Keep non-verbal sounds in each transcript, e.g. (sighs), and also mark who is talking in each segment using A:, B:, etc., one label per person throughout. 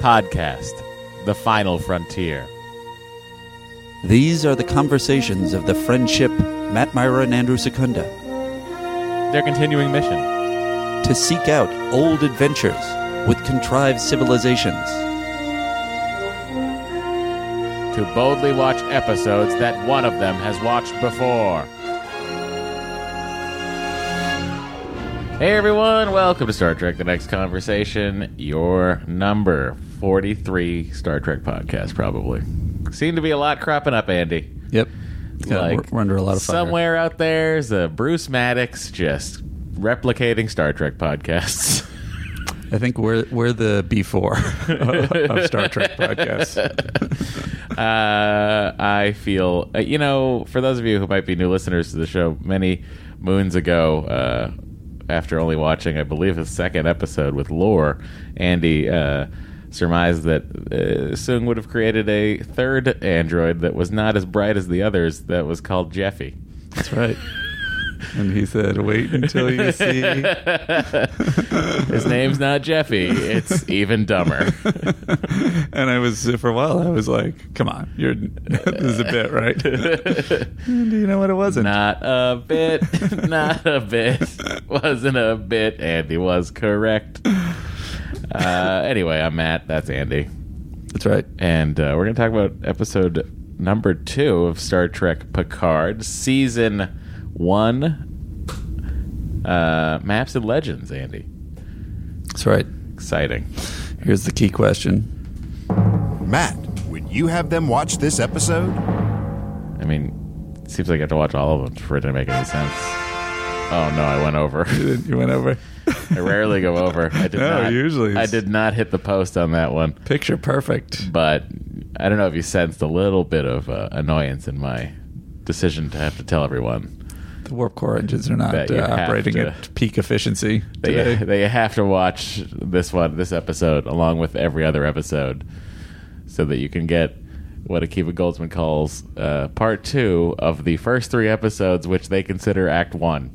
A: podcast, The Final Frontier.
B: These are the conversations of the friendship Matt Myra and Andrew Secunda
A: Their continuing mission.
B: to seek out old adventures with contrived civilizations.
A: To boldly watch episodes that one of them has watched before. Hey everyone, welcome to Star Trek The Next Conversation, your number 43 Star Trek podcast, probably. Seem to be a lot cropping up, Andy.
B: Yep. we're, we're under a lot of fire.
A: Somewhere out there's a Bruce Maddox just replicating Star Trek podcasts.
B: I think we're we're the
A: (laughs)
B: B4 of Star Trek podcasts.
A: (laughs) uh, I feel, uh, you know, for those of you who might be new listeners to the show, many moons ago, uh, after only watching, I believe, his second episode with Lore, Andy uh, surmised that uh, Sung would have created a third android that was not as bright as the others that was called Jeffy.
B: That's right. And he said, "Wait until
A: (laughs)
B: you see."
A: His name's not Jeffy, (laughs) it's even dumber.
B: (laughs) and I was for a while. I was like, "Come on, you're (laughs) this is a
A: (laughs)
B: bit, right?" and you know what? It wasn't.
A: Not a
B: (laughs)
A: bit. Not a bit. Wasn't a bit. Andy was correct. Uh, anyway, I'm Matt. That's Andy.
B: That's right.
A: And uh, we're going to talk about episode number two of Star Trek Picard, season one uh, Maps and Legends, Andy.
B: That's right.
A: Exciting.
B: Here's the key question. (laughs)
C: Matt, would you have them watch this episode?
A: I mean, it seems like I have to watch all of them for it to make any sense. Oh, no, I went over.
B: You went over
A: I rarely go over. I did
B: (laughs) No,
A: not,
B: usually
A: I
B: it's-
A: did not hit the post on that one.
B: picture perfect.
A: but I don't know if you sensed a little bit of uh, annoyance in my decision to have to tell everyone
B: The warp core engines are not
A: That you
B: uh,
A: have
B: operating
A: to-
B: at peak efficiency
A: that
B: today.
A: you, that you have to watch this one, this episode, along with every other episode, so that you can get what Akiva Goldsman calls uh, part two of the first three episodes, which they consider Act One.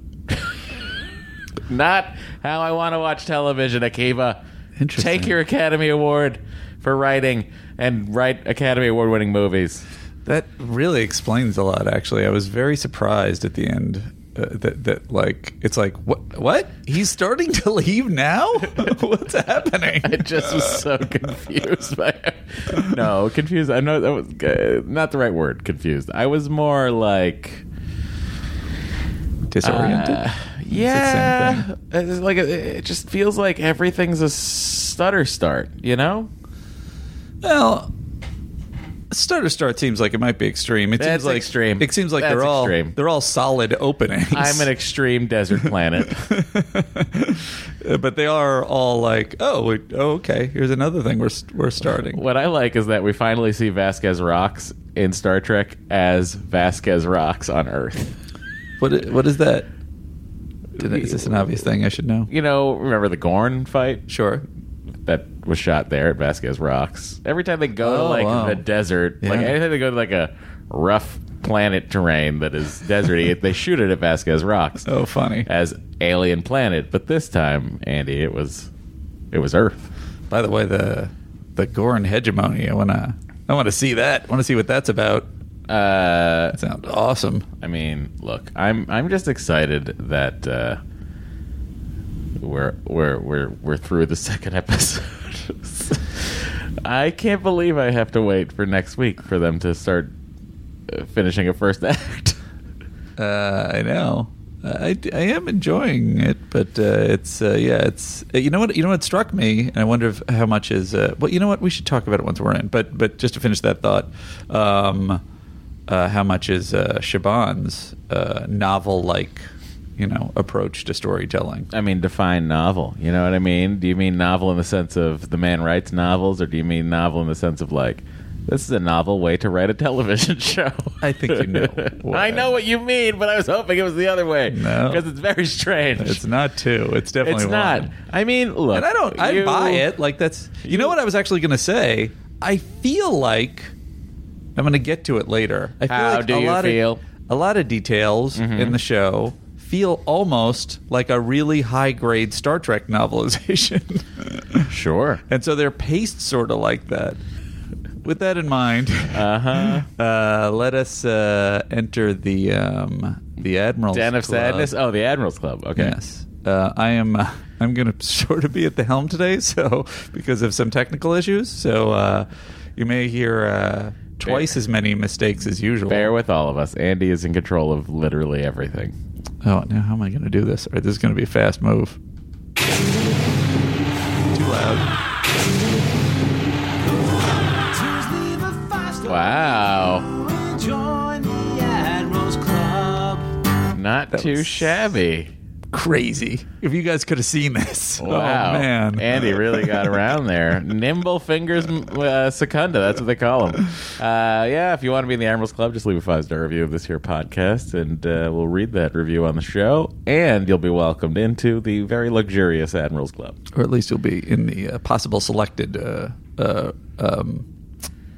A: Not how I want to watch television, Akiva.
B: Interesting.
A: Take your Academy Award for writing and write Academy Award winning movies.
B: That really explains a lot. Actually, I was very surprised at the end. Uh, that, that like it's like what what he's starting to leave now (laughs) what's happening
A: I (laughs) just was so confused by No, confused. I know that was uh, not the right word. Confused. I was more like,
B: disoriented
A: uh,
B: It's the
A: yeah, it's like it, it just feels like everything's a stutter start. You know,
B: Well, starter start seems like it might be extreme. It
A: That's
B: seems like
A: extreme.
B: It seems like
A: That's
B: they're all
A: extreme.
B: they're all solid openings.
A: I'm an extreme desert planet.
B: Uh, (laughs) but they are all like, oh, we, oh, okay. Here's another thing we're we're starting.
A: what I like is that we finally see Vasquez rocks in Star Trek as Vasquez rocks on Earth.
B: What i- what is that? Did I- is this an obvious thing I should know?
A: You know, remember the Gorn fight?
B: Sure.
A: that was shot there at Vasquez Rocks. Every time they go to
B: Oh,
A: like
B: wow.
A: the desert, like
B: Yeah.
A: anytime they go to like a rough planet terrain that is deserty, (laughs) they shoot it at Vasquez Rocks
B: Oh, funny.
A: as alien planet. But this time, Andy, it was it was Earth.
B: By the way, the the Gorn hegemony. I wanna I want to see that. I want to see what that's about.
A: Uh,
B: That sounds awesome.
A: I mean, look, I'm I'm just excited that uh, we're we're we're we're through the (laughs) second episode. I can't believe I have to wait for next week for them to start uh, finishing a first act.
B: Uh, I know. I, I am enjoying it, but uh, it's uh, yeah, it's uh, you know what you know what struck me, and I wonder if, how much is uh, well, you know what we should talk about it once we're in, but but just to finish that thought, um, uh, how much is uh, Shaban's uh, novel like you know approach to storytelling?
A: I mean, define novel. You know what I mean? Do you mean novel in the sense of the man writes novels, or do you mean novel in the sense of like this is a novel way to write a television (laughs) show?
B: I think you know
A: (laughs)
B: what
A: I know
B: I-
A: what you mean, but I was hoping it was the other way
B: No.
A: because it's very strange.
B: It's not two. It's definitely
A: it's not.
B: one.
A: I mean, look,
B: and I don't. I
A: you-
B: buy it. Like that's. You, know what I was actually going to say. I feel like I'm going to get to it later. I feel
A: How
B: like
A: do
B: a
A: you
B: lot
A: feel? Mm-hmm.
B: Of, a lot of details in the show feel almost like a really high grade Star Trek novelization.
A: (laughs) Sure.
B: and so they're paced sort of like that. With that in mind,
A: Uh-huh.
B: (laughs) uh, let us uh, enter the um, the Admiral's
A: Den of
B: Club.
A: Sadness. Oh, the Admirals Club. Okay.
B: Yes. Uh, I am. Uh, I'm (laughs) going to sort of be at the helm today, (laughs) so because of some technical issues. So uh, you may hear uh, twice as many mistakes as usual.
A: Bear with all of us. Andy is in control of literally everything.
B: Oh, now how am I going to do this? All right, this is going to be a fast move. Too loud.
A: Wow.
D: Join the Admirals Club.
A: Not
B: That
A: too
B: was-
A: shabby.
B: Crazy. If you guys could have seen this. (laughs)
A: Wow.
B: Oh, man.
A: Andy really got around
B: (laughs)
A: there. Nimble fingers m- uh, secunda. That's what they call
B: (laughs)
A: him. Uh, yeah, if you want to be in the Admirals Club, just leave a five star review of this here podcast, and uh, we'll read that review on the show, and you'll be welcomed into the very luxurious Admirals Club.
B: or at least you'll be in the uh, possible selected uh, uh, um,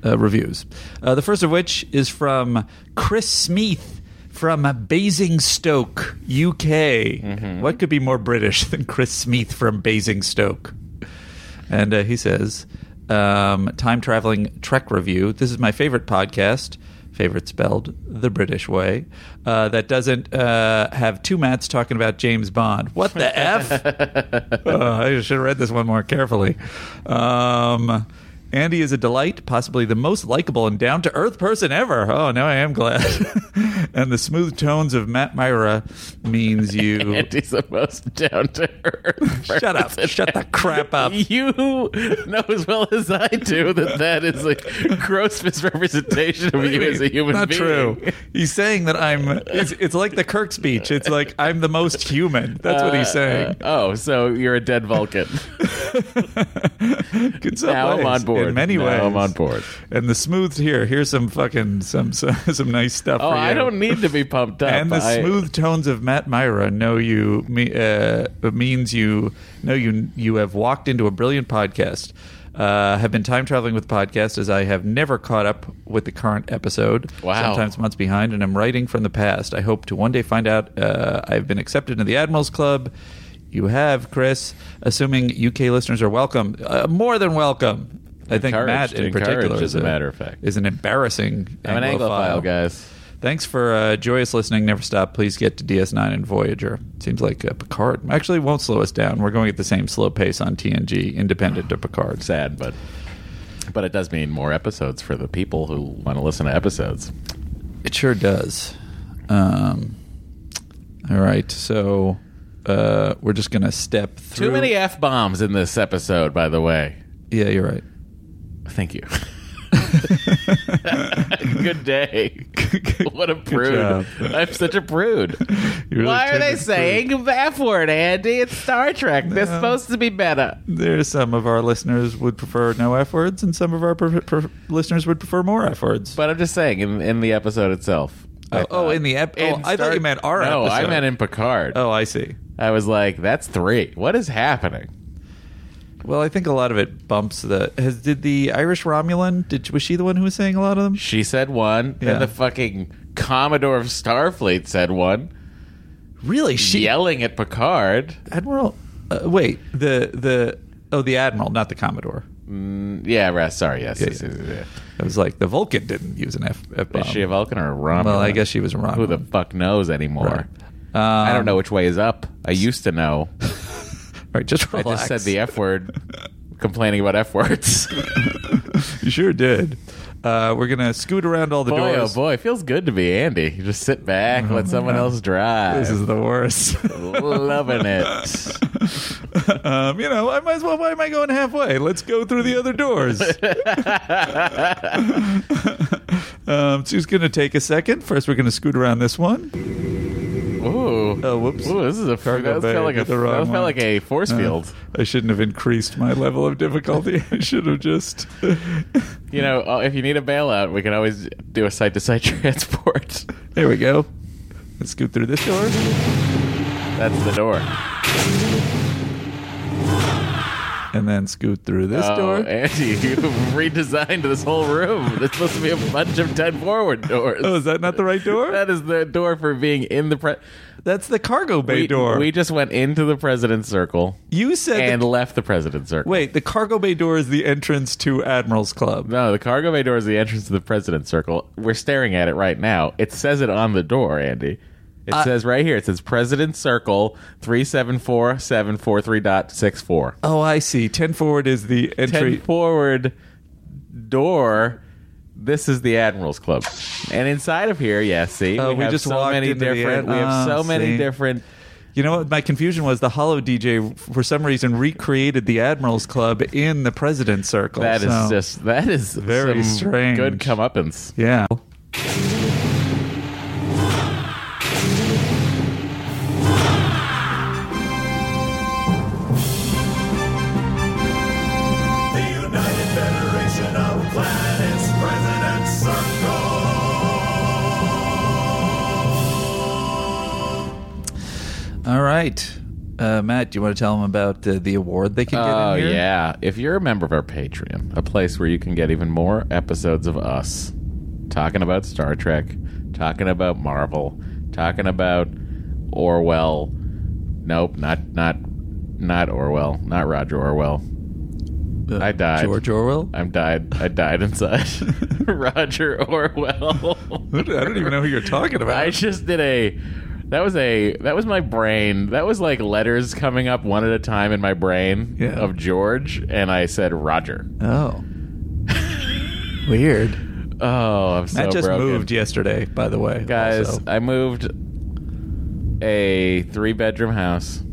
B: uh, reviews. Uh, the first of which is from Chris Smith from Basingstoke, UK. What could be more British than Chris Smith from Basingstoke? And uh, he says, um, Time Traveling Trek Review. This is my favorite podcast, favorite spelled the British way, uh, that doesn't uh, have two Matts talking about James Bond. What the F? (laughs) Uh, I should have read this one more carefully. Um, Andy is a delight, possibly the most likable and down to earth person ever. Oh, now I am glad. (laughs) and the smooth tones of Matt Myra means
A: (laughs)
B: you.
A: Andy's the most down to earth.
B: (laughs) Shut up. Shut the crap up.
A: (laughs) You know as well as I do that that is a gross misrepresentation of you as a human
B: Not
A: being.
B: true. He's saying that I'm. It's, it's like the Kirk speech. It's like I'm the most human. That's what he's saying.
A: Uh, oh, so you're a dead Vulcan.
B: (laughs) In some
A: now I'm
B: ways,
A: on board.
B: In many
A: Now
B: ways,
A: I'm on board.
B: And the smooth here. Here's some fucking some (laughs) some, some nice stuff.
A: Oh,
B: for
A: I
B: you.
A: don't need to be
B: (laughs)
A: pumped up.
B: and the
A: I-
B: smooth tones of Matt Myra know you me, uh, means you know you you have walked into a brilliant podcast. Uh, have been time traveling with podcast as I have never caught up with the current episode.
A: Wow.
B: Sometimes months behind, and I'm writing from the past. I hope to one day find out uh, I've been accepted into the Admirals Club. You have, Chris. Assuming UK listeners are welcome, uh, more than welcome. I think Matt
A: Encouraged,
B: in particular
A: encouraged,
B: is
A: as a matter of fact.
B: is an embarrassing.
A: I'm an Anglophile,
B: Anglophile
A: guys.
B: Thanks for uh, joyous listening. Never stop. Please get to DS9 and Voyager. Seems like uh, Picard actually won't slow us down. We're going at the same slow pace on TNG, independent of Picard.
A: Sad, but but it does mean more episodes for the people who want to listen to episodes.
B: It sure does. Um, all right, so uh, we're just gonna step through.
A: Too many f bombs in this episode, by the way.
B: Yeah, you're right.
A: Thank
B: (laughs)
A: you. Good day. What a
B: job.
A: prude. I'm such a prude.
B: You really
A: Why are
B: turned
A: they
B: it
A: saying the F word, Andy? It's Star Trek. They're
B: No.
A: supposed to be better.
B: There's some of our listeners would prefer no f words, and some of our pre- pre- listeners would prefer more f words.
A: But I'm just saying, in, in the episode itself.
B: oh, oh, in the ep- oh, I thought you meant our.
A: No, I
B: episode.
A: meant in Picard.
B: Oh, I see.
A: I was like, that's three. What is happening?
B: Well, I think a lot of it bumps the. Has did the Irish Romulan? Did was she the one who was saying a lot of them?
A: She said one,
B: Yeah.
A: and the fucking Commodore of Starfleet said one,
B: Really, she
A: yelling at Picard.
B: Admiral. Uh, wait, the the oh the Admiral, not the Commodore.
A: Mm, Yeah, right, sorry, yes.
B: Yeah,
A: yes,
B: yeah.
A: yes, yes, yes.
B: I was like the Vulcan didn't use an F F bomb.
A: Is she a Vulcan or a Romulan?
B: well, I guess she was wrong.
A: Who the fuck knows anymore?
B: Right. Um,
A: I don't know which way is up. I used to
B: (laughs)
A: know.
B: Right, just
A: I
B: relax.
A: just said the F
B: (laughs)
A: word, complaining about F words.
B: you sure did. Uh, we're gonna scoot around all the
A: boy, oh
B: doors.
A: boy, it feels good to be Andy. You just sit back,
B: Oh,
A: let someone else drive.
B: This is the worst.
A: Loving it.
B: (laughs) um, you know, I might as well. Why am I going halfway? Let's go through the
A: (laughs)
B: other doors. um, so it's going to take a second. First, we're going to scoot around this one.
A: Ooh.
B: Oh, whoops.
A: Ooh, this is a
B: Cargo
A: that
B: bay,
A: felt like a
B: did the wrong
A: that
B: one. Uh,
A: felt like a force field.
B: I shouldn't have increased my level of difficulty. (laughs) I should have just.
A: You know, uh, if you need a bailout, we can always do a site to site (laughs) transport.
B: There we go. Let's scoot through this door.
A: That's the door.
B: and then scoot through this
A: oh,
B: door.
A: Andy, (laughs) you redesigned this whole room. There's supposed to be a bunch of 10 forward doors.
B: oh, is that not the right door?
A: That is the door for being in the pre-
B: That's the cargo bay
A: we,
B: door.
A: We just went into the president's circle
B: you said
A: and
B: the,
A: left the president's circle.
B: wait, the cargo bay door is the entrance to Admiral's Club.
A: No, the cargo bay door is the entrance to the president's circle. We're staring at it right now. It says it on the door, Andy. It
B: Uh,
A: says right here. It says President's Circle three seven four seven four three dot six four.
B: Oh, I see. Ten forward is the entry.
A: Ten forward door. This is the Admirals Club, and inside of here, yeah, see,
B: Oh,
A: we,
B: we
A: have
B: just
A: so
B: walked
A: many
B: into the
A: different. we
B: Ad-
A: have so
B: Ah,
A: many
B: see.
A: different.
B: You know what? My confusion was the Hollow DJ, for some reason, recreated the Admiral's Club in the President's Circle.
A: That is
B: so-
A: just that is
B: Very
A: some
B: strange.
A: Good comeuppance.
B: Yeah.
E: The United Federation of Planets President's Circle.
B: All right. Uh, Matt, do you want to tell them about uh, the, the award they can get
A: Oh
B: in here?
A: yeah! If you're a member of our Patreon, a place where you can get even more episodes of us talking about Star Trek, talking about Marvel, talking about Orwell. Nope, not not not Orwell, not Roger Orwell.
B: Uh,
A: I died.
B: George Orwell?
A: I'm died. I died inside. (laughs) Roger Orwell.
B: (laughs) I don't even know who you're talking about.
A: I just did a. That was a. That was my brain. That was like letters coming up one at a time in my brain
B: Yeah.
A: of George, and I said Roger.
B: oh. Weird.
A: Oh, I'm so
B: Matt just
A: broken.
B: moved yesterday, by the way.
A: guys.
B: also.
A: I moved a three bedroom house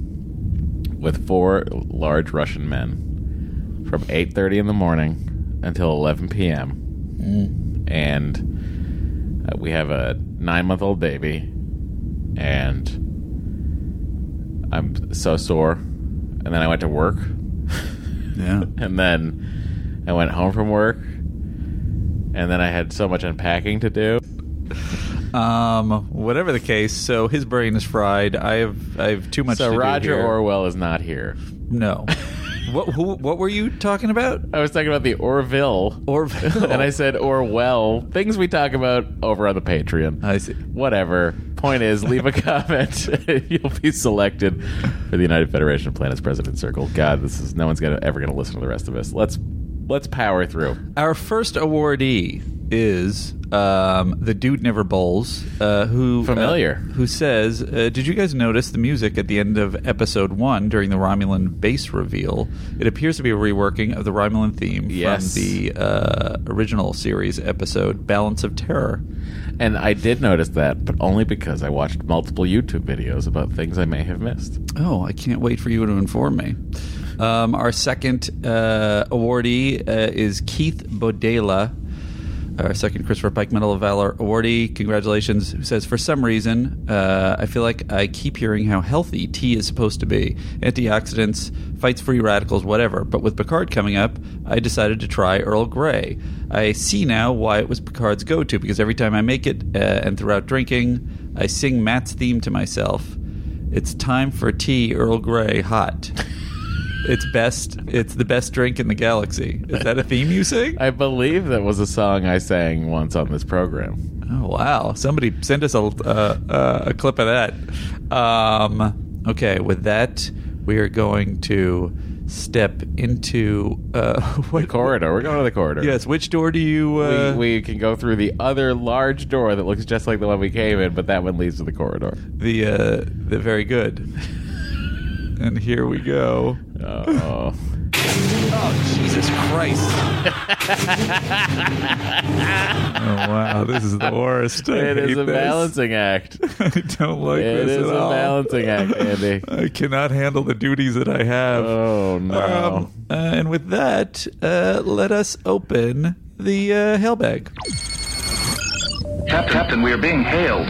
A: with four large Russian men from 8:30 in the morning until 11 p.m.
B: Mm.
A: and uh, we have a nine month old baby, and I'm so sore. And then I went to work
B: Yeah.
A: (laughs) and then I went home from work, and then I had so much unpacking to do.
B: Um, whatever the case, so his brain is fried. I have I have too much to
A: so
B: do
A: Roger
B: here.
A: Orwell is not here.
B: No. what who what were you talking about?
A: I was talking about the Orville,
B: Orville.
A: (laughs) and I said Orwell. Things we talk about over on the Patreon.
B: I see.
A: Whatever. Point is, leave
B: (laughs)
A: a comment. (laughs) You'll be selected for the United Federation of Planets President Circle. God, this is no one's gonna ever gonna listen to the rest of us. Let's let's power through.
B: Our first awardee is um, the dude never bowls. Uh, who
A: Familiar.
B: uh, who says? Uh, Did you guys notice the music at the end of episode one during the Romulan base reveal? It appears to be a reworking of the Romulan theme
A: Yes.
B: from the uh, original series episode Balance of Terror.
A: And I did notice that, but only because I watched multiple YouTube videos about things I may have missed.
B: Oh, I can't wait for you to inform me. Um, our second uh, awardee uh, is Keith Bodela, our second Christopher Pike Medal of Valor awardee. Congratulations. Who says, for some reason, uh, I feel like I keep hearing how healthy tea is supposed to be antioxidants, fights free radicals, whatever. But with Picard coming up, I decided to try Earl Grey. I see now why it was Picard's go to because every time I make it uh, and throughout drinking, I sing Matt's theme to myself. It's time for tea, Earl Grey, hot. It's best. It's the best drink in the galaxy. Is that a theme you sing?
A: I believe that was a song I sang once on this program.
B: Oh wow! Somebody send us a uh, uh, a clip of that. Um, okay, with that, we are going to step into uh, (laughs)
A: The
B: what
A: corridor. We're going to the corridor.
B: Yes, which door do you? Uh,
A: We, we can go through the other large door that looks just like the one we came in, but that one leads to the corridor.
B: the uh, the very good. and here we go.
A: Oh.
B: Oh Jesus
A: (laughs)
B: Christ! oh
A: (laughs)
B: wow, this is the worst. I
A: it
B: hate
A: is a
B: this.
A: balancing act.
B: (laughs) I don't like
A: It
B: this
A: is
B: at
A: a
B: all.
A: balancing act, Andy.
B: (laughs) I cannot handle the duties that I have.
A: Oh, no.
B: uh, and with that, uh, let us open the uh, hail bag.
F: Cap- Captain, we are being hailed.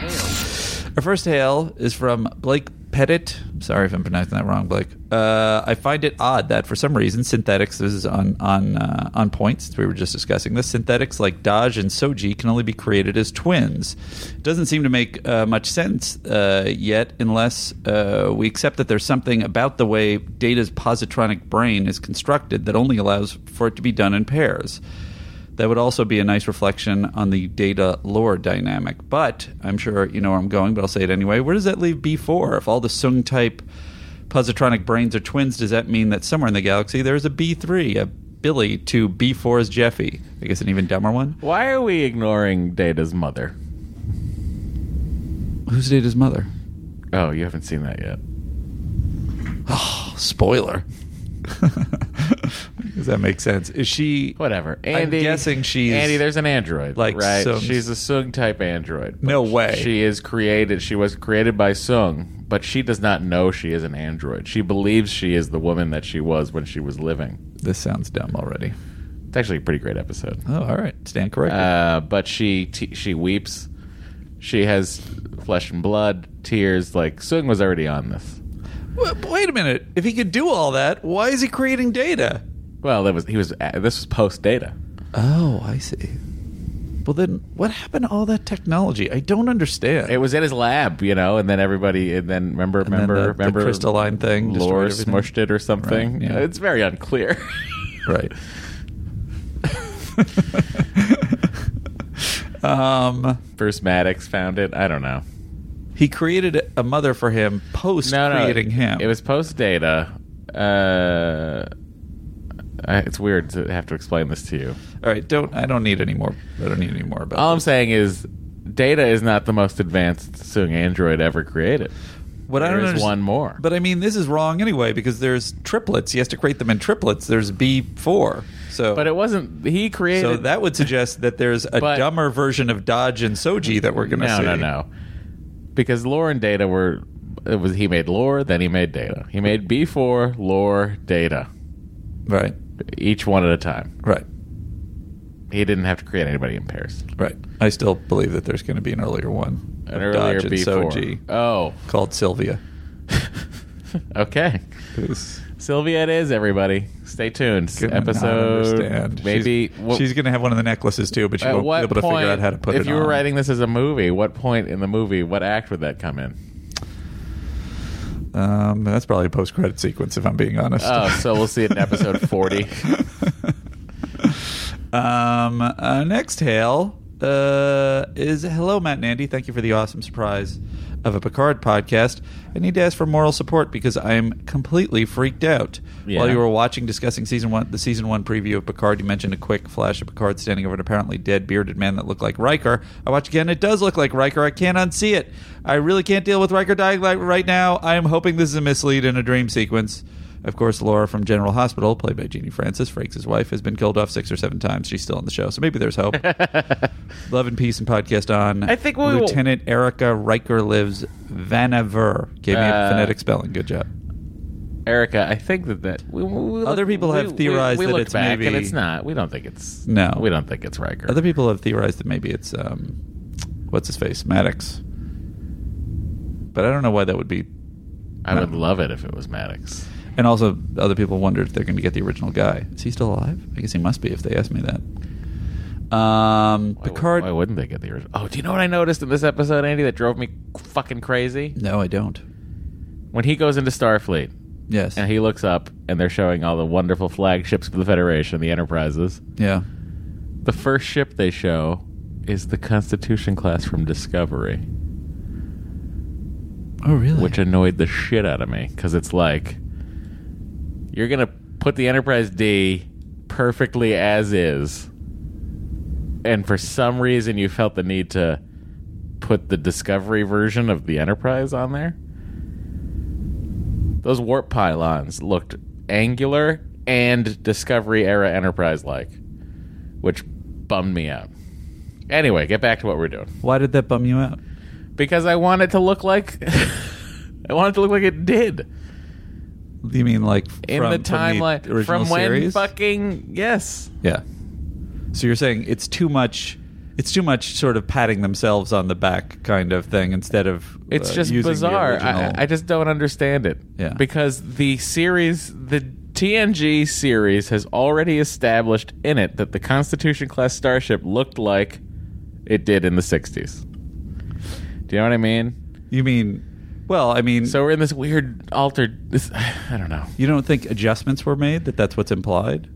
B: Our first hail is from Blake Pettit. Sorry if I'm pronouncing that wrong, Blake. Uh, I find it odd that for some reason synthetics this is on on uh, on point since we were just discussing this. Synthetics like Dodge and Soji can only be created as twins. It doesn't seem to make uh, much sense uh, yet, unless uh, we accept that there's something about the way Data's positronic brain is constructed that only allows for it to be done in pairs. That would also be a nice reflection on the data lore dynamic. But I'm sure you know where I'm going, but I'll say it anyway. Where does that leave B4? If all the Sung type positronic brains are twins, does that mean that somewhere in the galaxy there is a B3, a Billy to B4's Jeffy? I guess an even dumber one.
A: (laughs) Why are we ignoring Data's mother?
B: Who's Data's mother?
A: Oh, you haven't seen that yet.
B: Spoiler. Does that make sense? Is she
A: Whatever. Andy,
B: (laughs) I'm guessing she's
A: Andy. There's an android,
B: like
A: right?
B: Sung's-
A: She's a Sung type android. but
B: No way.
A: She is created. She was created by Sung, but she does not know she is an android. She believes she is the woman that she was when she was living.
B: This sounds dumb already.
A: It's actually a pretty great episode.
B: Oh, all right. Stand corrected.
A: Uh, but she t- she weeps. She has flesh and blood, tears. Like Sung was already on this.
B: Wa- but Wait a minute. If he could do all that, why is he creating data?
A: Well, that was he was. a- This was post data.
B: Oh, I see. Well, then what happened to all that technology? I don't understand.
A: It was in his lab, you know, and then everybody, and then remember,
B: And then
A: remember,
B: the,
A: remember,
B: the crystalline thing. destroyed
A: Lore
B: everything.
A: smushed it or something.
B: Right, yeah.
A: It's very unclear. (laughs)
B: Right. (laughs) um,
A: Bruce Maddox found it. I don't know.
B: he created a mother for him post
A: No, no,
B: creating him.
A: It was post data. Uh, I- it's weird to have to explain this to you.
B: all right. Don't I don't need any more. I don't need any more about.
A: All I'm saying is, data is not the most advanced Sung android ever created.
B: What I
A: There
B: don't
A: is
B: underst-
A: one more.
B: But I mean, this is wrong anyway because there's triplets. He has to create them in triplets. There's B four. So,
A: But it wasn't. He created.
B: so that would suggest that there's
A: (laughs)
B: a
A: But-
B: dumber version of Dodge and Soji that we're going to
A: no,
B: see.
A: no, no. Because lore and data were. It was he made lore, then he made data. He made B4 lore data,
B: Right,
A: each one at a time.
B: right,
A: He didn't have to create anybody in pairs.
B: right. I still believe that there's going to be an earlier one.
A: An
B: of
A: earlier
B: Dodge and
A: B4.
B: Soji
A: Oh,
B: called Sylvia.
A: (laughs) okay.
B: Who's-
A: Sylvia, it is everybody. Stay tuned.
B: gonna not
A: Episode.
B: understand.
A: Maybe
B: she's,
A: wh-
B: going to have one of the necklaces too, but she
A: at
B: won't
A: what
B: be able to
A: point?
B: figure out how to put
A: if
B: it.
A: you were
B: on.
A: writing this as a movie, what point in the movie, what act would that come in?
B: um, that's probably a post-credit sequence, if I'm being honest. (laughs)
A: Oh, so we'll see it in episode forty.
B: Um, uh, next hail uh, is hello, Matt and Andy. Thank you for the awesome surprise of a Picard podcast. I need to ask for moral support because I am completely freaked out.
A: Yeah.
B: While you were watching, discussing season one, the season one preview of Picard, you mentioned a quick flash of Picard standing over an apparently dead bearded man that looked like Riker. I watch again; it does look like Riker. I can't unsee it. I really can't deal with Riker dying like right now. I am hoping this is a mislead in a dream sequence. Of course, Laura from General Hospital, played by Jeannie Francis, Frakes' wife, has been killed off six or seven times. She's still on the show, so maybe there's hope. Love and peace and podcast on.
A: I think we will-
B: Lieutenant Erica Riker lives Vanaver. Gave me a
A: Uh,
B: phonetic spelling. Good job.
A: Erica, I think that that we, we
B: Other
A: look-
B: people
A: we-
B: have theorized
A: we, we
B: that
A: look
B: it's
A: back
B: maybe-
A: and it's not. We don't think it's
B: No.
A: We don't think it's Riker.
B: Other people have theorized that maybe it's um, what's his face, Maddox. But I don't know why that would be.
A: I would
B: no.
A: love it if it was Maddox.
B: And also, other people wondered if they're going to get the original guy. Is he still alive? I guess he must be if they asked me that. Um,
A: Why,
B: Picard.
A: Why wouldn't they get the original? Oh, do you know what I noticed in this episode, Andy, that drove me fucking crazy?
B: no, I don't.
A: When he goes into Starfleet
B: Yes.
A: and he looks up and they're showing all the wonderful flagships of the Federation, the Enterprises,
B: yeah.
A: the first ship they show is the Constitution class from Discovery,
B: Oh, really?
A: which annoyed the shit out of me because it's like, you're going to put the Enterprise D perfectly as is. And for some reason, you felt the need to put the Discovery version of the Enterprise on there. Those warp pylons looked angular and Discovery era Enterprise like, which bummed me out. Anyway, get back to what we're doing.
B: Why did that bum you out?
A: Because I want it to look like (laughs) I want it to look like it did
B: Do you mean like
A: in
B: from,
A: the
B: from
A: timeline
B: the original
A: from when
B: series?
A: fucking yes.
B: yeah. So you're saying it's too much it's too much sort of patting themselves on the back kind of thing instead of
A: It's
B: uh,
A: just
B: using the
A: bizarre. I,
B: original-
A: I just don't understand it.
B: Yeah.
A: Because the series, the TNG series, has already established in it that the Constitution class starship looked like it did in the 60s. Do you know what I mean?
B: you mean well I mean
A: So we're in this weird altered. This, (sighs) I don't know.
B: you don't think adjustments were made that that's what's implied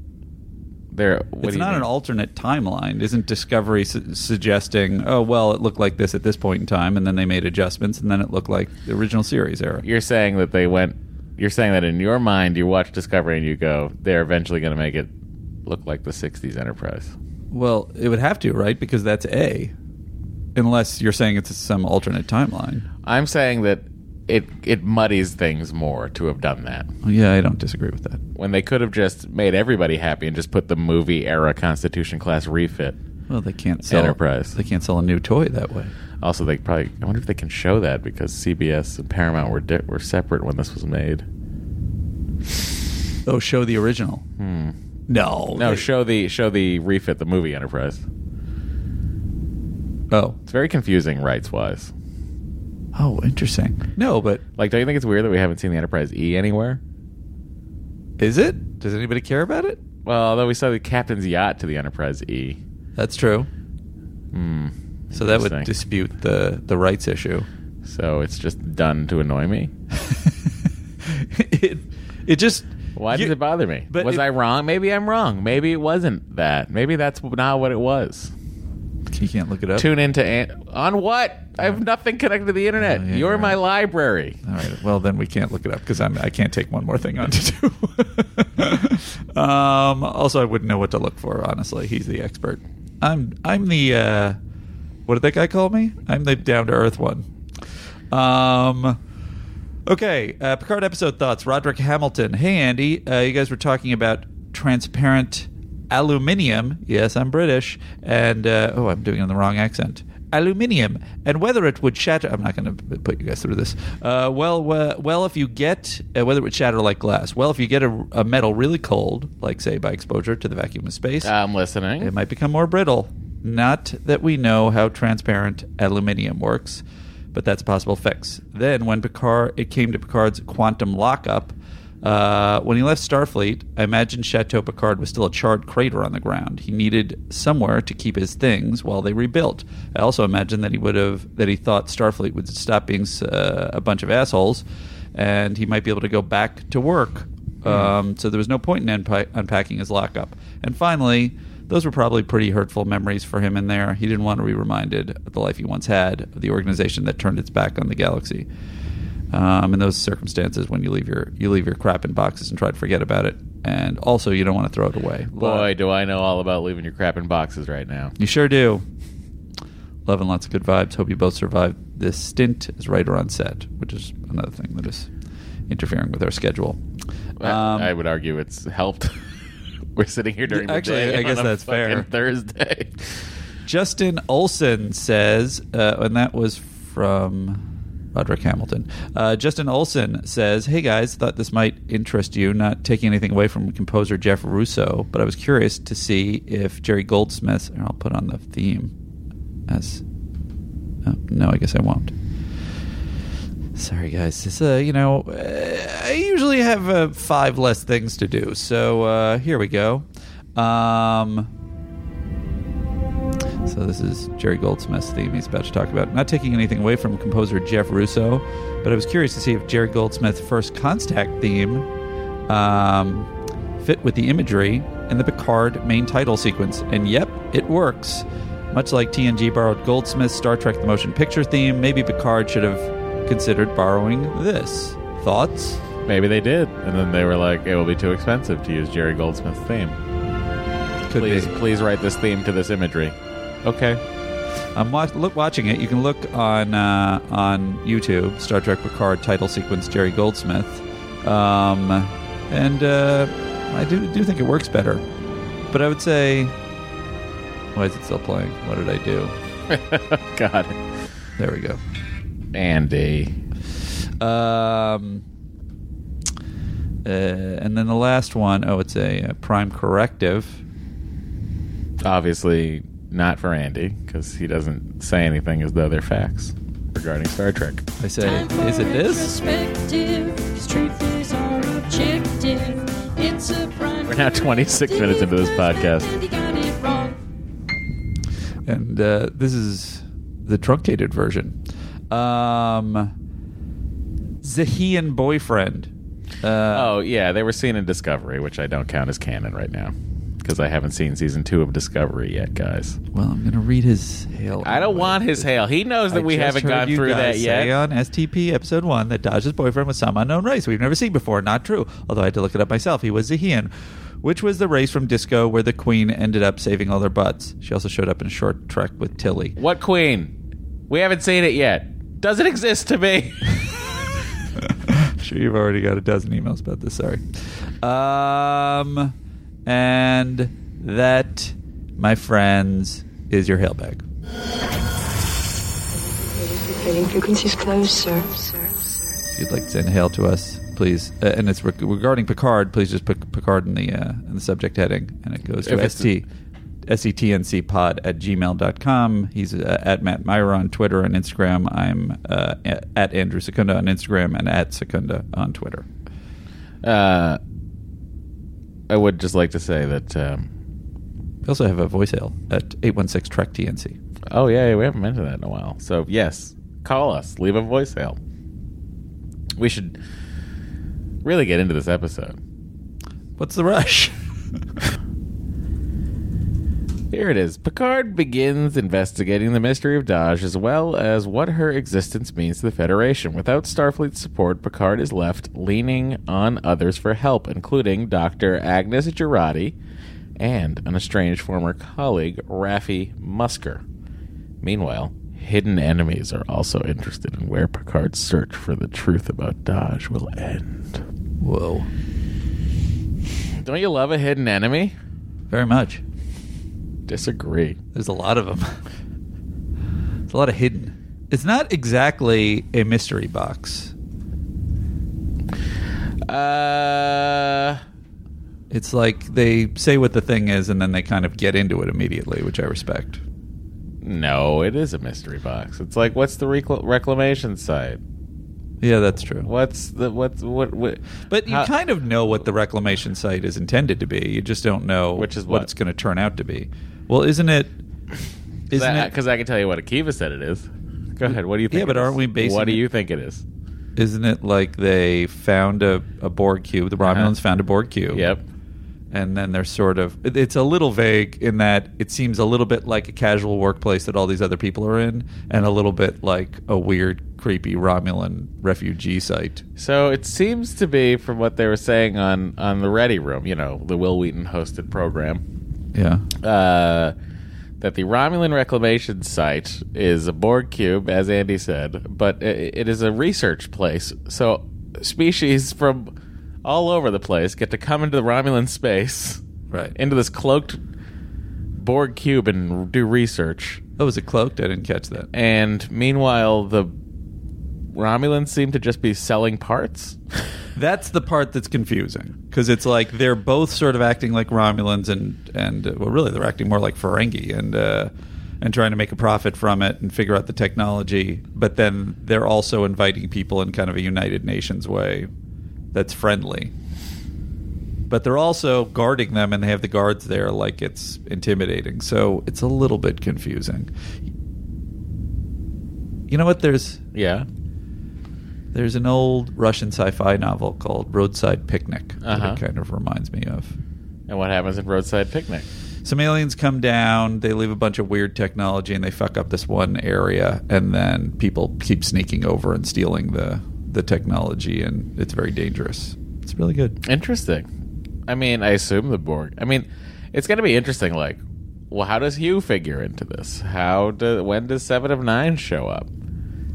A: There. What
B: it's
A: do you
B: not
A: mean?
B: an alternate timeline. Isn't Discovery su- suggesting, oh, well, it looked like this at this point in time, and then they made adjustments, and then it looked like the original series era?
A: You're saying that they went. You're saying that in your mind, you watch Discovery and you go, they're eventually going to make it look like the 60s Enterprise.
B: Well, it would have to, right? Because that's A. Unless you're saying it's some alternate timeline.
A: I'm saying that it it muddies things more to have done that
B: Well, yeah, I don't disagree with that.
A: when they could have just made everybody happy and just put the movie era Constitution class refit.
B: Well, they can't sell
A: Enterprise.
B: They can't sell a new toy that way.
A: Also, they probably I wonder if they can show that because CBS and Paramount were di- were separate when this was made.
B: Oh, show the original. No.
A: Hmm. No,
B: they-
A: show the show the refit the movie Enterprise.
B: oh.
A: It's very confusing rights wise.
B: Oh, interesting. No, but
A: Like, don't you think it's weird that we haven't seen the Enterprise E anywhere?
B: is it? Does anybody care about it?
A: Well, although we saw the captain's yacht to the Enterprise E.
B: That's true. So that would
A: Hmm. Interesting.
B: dispute the, the rights issue.
A: So it's just done to annoy me.
B: it it just
A: Why does
B: you-
A: it bother me?
B: but
A: was
B: it-
A: I wrong? Maybe I'm wrong. Maybe it wasn't that. Maybe that's not what it was.
B: (laughs) You can't look it up.
A: Tune into an- on what? I have nothing connected to the internet.
B: Oh, yeah,
A: You're
B: you're
A: my
B: right.
A: library.
B: All right. Well, then we can't look it up because I'm I can't take one more thing on to do. (laughs) um, also, I wouldn't know what to look for. Honestly, he's the expert. I'm I'm the uh, what did that guy call me? I'm the down to earth one. Um. Okay, uh, Picard episode thoughts. Roderick Hamilton. Hey, Andy. Uh, you guys were talking about transparent aluminium. Yes, I'm British. And, uh, oh, I'm doing it in the wrong accent. Aluminium. And whether it would shatter. I'm not going to put you guys through this. Uh, well, well, well, if you get, uh, whether it would shatter like glass. Well, if you get a, a metal really cold, like, say, by exposure to the vacuum of space,
A: I'm listening.
B: it might become more brittle. Not that we know how transparent aluminium works, but that's a possible fix. Then, when Picard, it came to Picard's quantum lockup, uh, when he left Starfleet, I imagine Chateau Picard was still a charred crater on the ground. He needed somewhere to keep his things while they rebuilt. I also imagine that he would have that he thought Starfleet would stop being uh, a bunch of assholes, and he might be able to go back to work um, so there was no point in unpa- unpacking his lockup. And finally, those were probably pretty hurtful memories for him in there. He didn't want to be reminded of the life he once had, of the organization that turned its back on the galaxy. Um, in those circumstances, when you leave your you leave your crap in boxes and try to forget about it, and also you don't want to throw it away.
A: Boy, do I know all about leaving your crap in boxes right now.
B: You sure do. Love and lots of good vibes. Hope you both survived this stint as writer on set, which is another thing that is interfering with our schedule. Um,
A: I would argue it's helped. (laughs) We're sitting here during the
B: Actually,
A: day
B: I
A: on
B: guess
A: a
B: that's
A: fucking
B: fair.
A: Thursday.
B: Justin Olson says, uh, and that was from Roderick Hamilton. Uh, Justin Olson says, "Hey guys, thought this might interest you. Not taking anything away from composer Jeff Russo, but I was curious to see if Jerry Goldsmith. And I'll put on the theme as. Oh, no, I guess I won't. Sorry, guys. This, uh, you know, uh, I usually have uh, five less things to do. So uh, here we go. Um, so this is Jerry Goldsmith's theme he's about to talk about. Not taking anything away from composer Jeff Russo, but I was curious to see if Jerry Goldsmith's first contact theme um, fit with the imagery in the Picard main title sequence. And yep, it works. Much like TNG borrowed Goldsmith's Star Trek the Motion Picture theme, maybe Picard should have considered borrowing this. Thoughts?
A: Maybe they did, and then they were like, "It will be too expensive to use Jerry Goldsmith's theme.
B: Could
A: please,
B: be.
A: please write (laughs) this theme to this imagery." Okay.
B: I'm wa- look, watching it. You can look on uh, on YouTube, Star Trek Picard title sequence, Jerry Goldsmith, um, and uh, I do do think it works better. But I would say, why is it still playing? What did I do?
A: Got it.
B: There we go.
A: Andy.
B: Um, uh, and then the last one, oh, it's a, uh prime corrective.
A: Obviously, Not for Andy, because he doesn't say anything as though they're facts regarding Star Trek.
B: I say, is it this?
A: We're
F: We're
A: now 26 minutes into this podcast.
B: And uh, this is the truncated version. Um, Zahian boyfriend. Uh,
A: Oh yeah, they were seen in Discovery, which I don't count as canon right now because I haven't seen season two of Discovery yet, guys.
B: Well, I'm gonna read his hail.
A: I don't want his hail. He knows that
B: I
A: we
B: just
A: haven't
B: heard
A: gone
B: you
A: through
B: guys
A: that yet.
B: Say on STP episode one that Dodge's boyfriend was some unknown race we've never seen before. Not true. Although I had to look it up myself. He was Zahian, which was the race from Disco where the Queen ended up saving all their butts. She also showed up in a short trek with Tilly.
A: What queen? We haven't seen it yet. Doesn't exist to me.
B: (laughs) sure you've already got a dozen emails about this. Sorry. Um, and that, my friends, is your hail bag.
G: Rating frequencies closed, sir.
B: If you'd like to send hail to us, please, uh, and it's reg- regarding Picard. Please just put Picard in the uh, in the subject heading, and it goes
A: If
B: to E,
A: it's
B: st setncpod at gmail.com. He's uh, at Matt Myra on Twitter and Instagram. I'm uh, at, at Andrew Secunda on Instagram and at Secunda on Twitter.
A: Uh, I would just like to say that. Um,
B: We also have a voice hail at 816 Trek TNC.
A: oh yeah, yeah, we haven't mentioned that in a while. So yes, call us. Leave a voicemail. We should really get into this episode.
B: What's the rush?
A: Here it is. Picard begins investigating the mystery of Daj as well as what her existence means to the Federation. Without Starfleet's support, Picard is left leaning on others for help, including Dr. Agnes Girardi and an estranged former colleague, Raffi Musker. Meanwhile, hidden enemies are also interested in where Picard's search for the truth about Daj will end.
B: Whoa.
A: Don't you love a hidden enemy?
B: Very much.
A: Disagree.
B: There's a lot of them. It's a lot of hidden. It's not exactly a mystery box.
A: Uh.
B: It's like they say what the thing is and then they kind of get into it immediately, which I respect.
A: No, it is a mystery box. It's like what's the recl- reclamation site?
B: Yeah, that's true.
A: What's the what's what? what
B: But you
A: how-
B: kind of know what the reclamation site is intended to be. You just don't know
A: Which is
B: what,
A: what?
B: it's going to turn out to be. Well, isn't it?
A: Cause
B: Isn't
A: I,
B: it?
A: Because I can tell you what Akiva said it is. Go ahead. What do you think?
B: Yeah, but
A: it is?
B: aren't we basing
A: What do
B: it-
A: you think it is?
B: Isn't it like they found a, a Borg cube? The Romulans
A: Uh-huh.
B: found a Borg cube.
A: Yep.
B: and then they're sort of it- it's a little vague in that it seems a little bit like a casual workplace that all these other people are in and a little bit like a weird creepy romulan refugee site
A: So it seems to be from what they were saying on on the Ready Room, you know, the Will Wheaton hosted program,
B: yeah
A: uh, that the Romulan reclamation site is a Borg cube, as Andy said, but i it is a research place. So species from all over the place get to come into the Romulan space,
B: right
A: into this cloaked Borg cube, and do research.
B: that was Oh, it cloaked i didn't catch that
A: And meanwhile, the Romulans seem to just be selling parts.
B: that's the part that's confusing because it's like they're both sort of acting like romulans and and uh, well really they're acting more like ferengi and uh and trying to make a profit from it and figure out the technology, but then they're also inviting people in kind of a United Nations way that's friendly. But they're also guarding them, and they have the guards there like it's intimidating. So it's a little bit confusing. You know what? There's
A: yeah.
B: there's an old Russian sci-fi novel called Roadside Picnic
A: Uh-huh.
B: that it kind of reminds me of.
A: And what happens in Roadside Picnic?
B: Some aliens come down, they leave a bunch of weird technology, and they fuck up this one area, and then people keep sneaking over and stealing the the technology, and it's very dangerous. It's really good.
A: Interesting. I mean, I assume the Borg. I mean, it's going to be interesting. Like, well, how does Hugh figure into this? How do, when does Seven of Nine show up?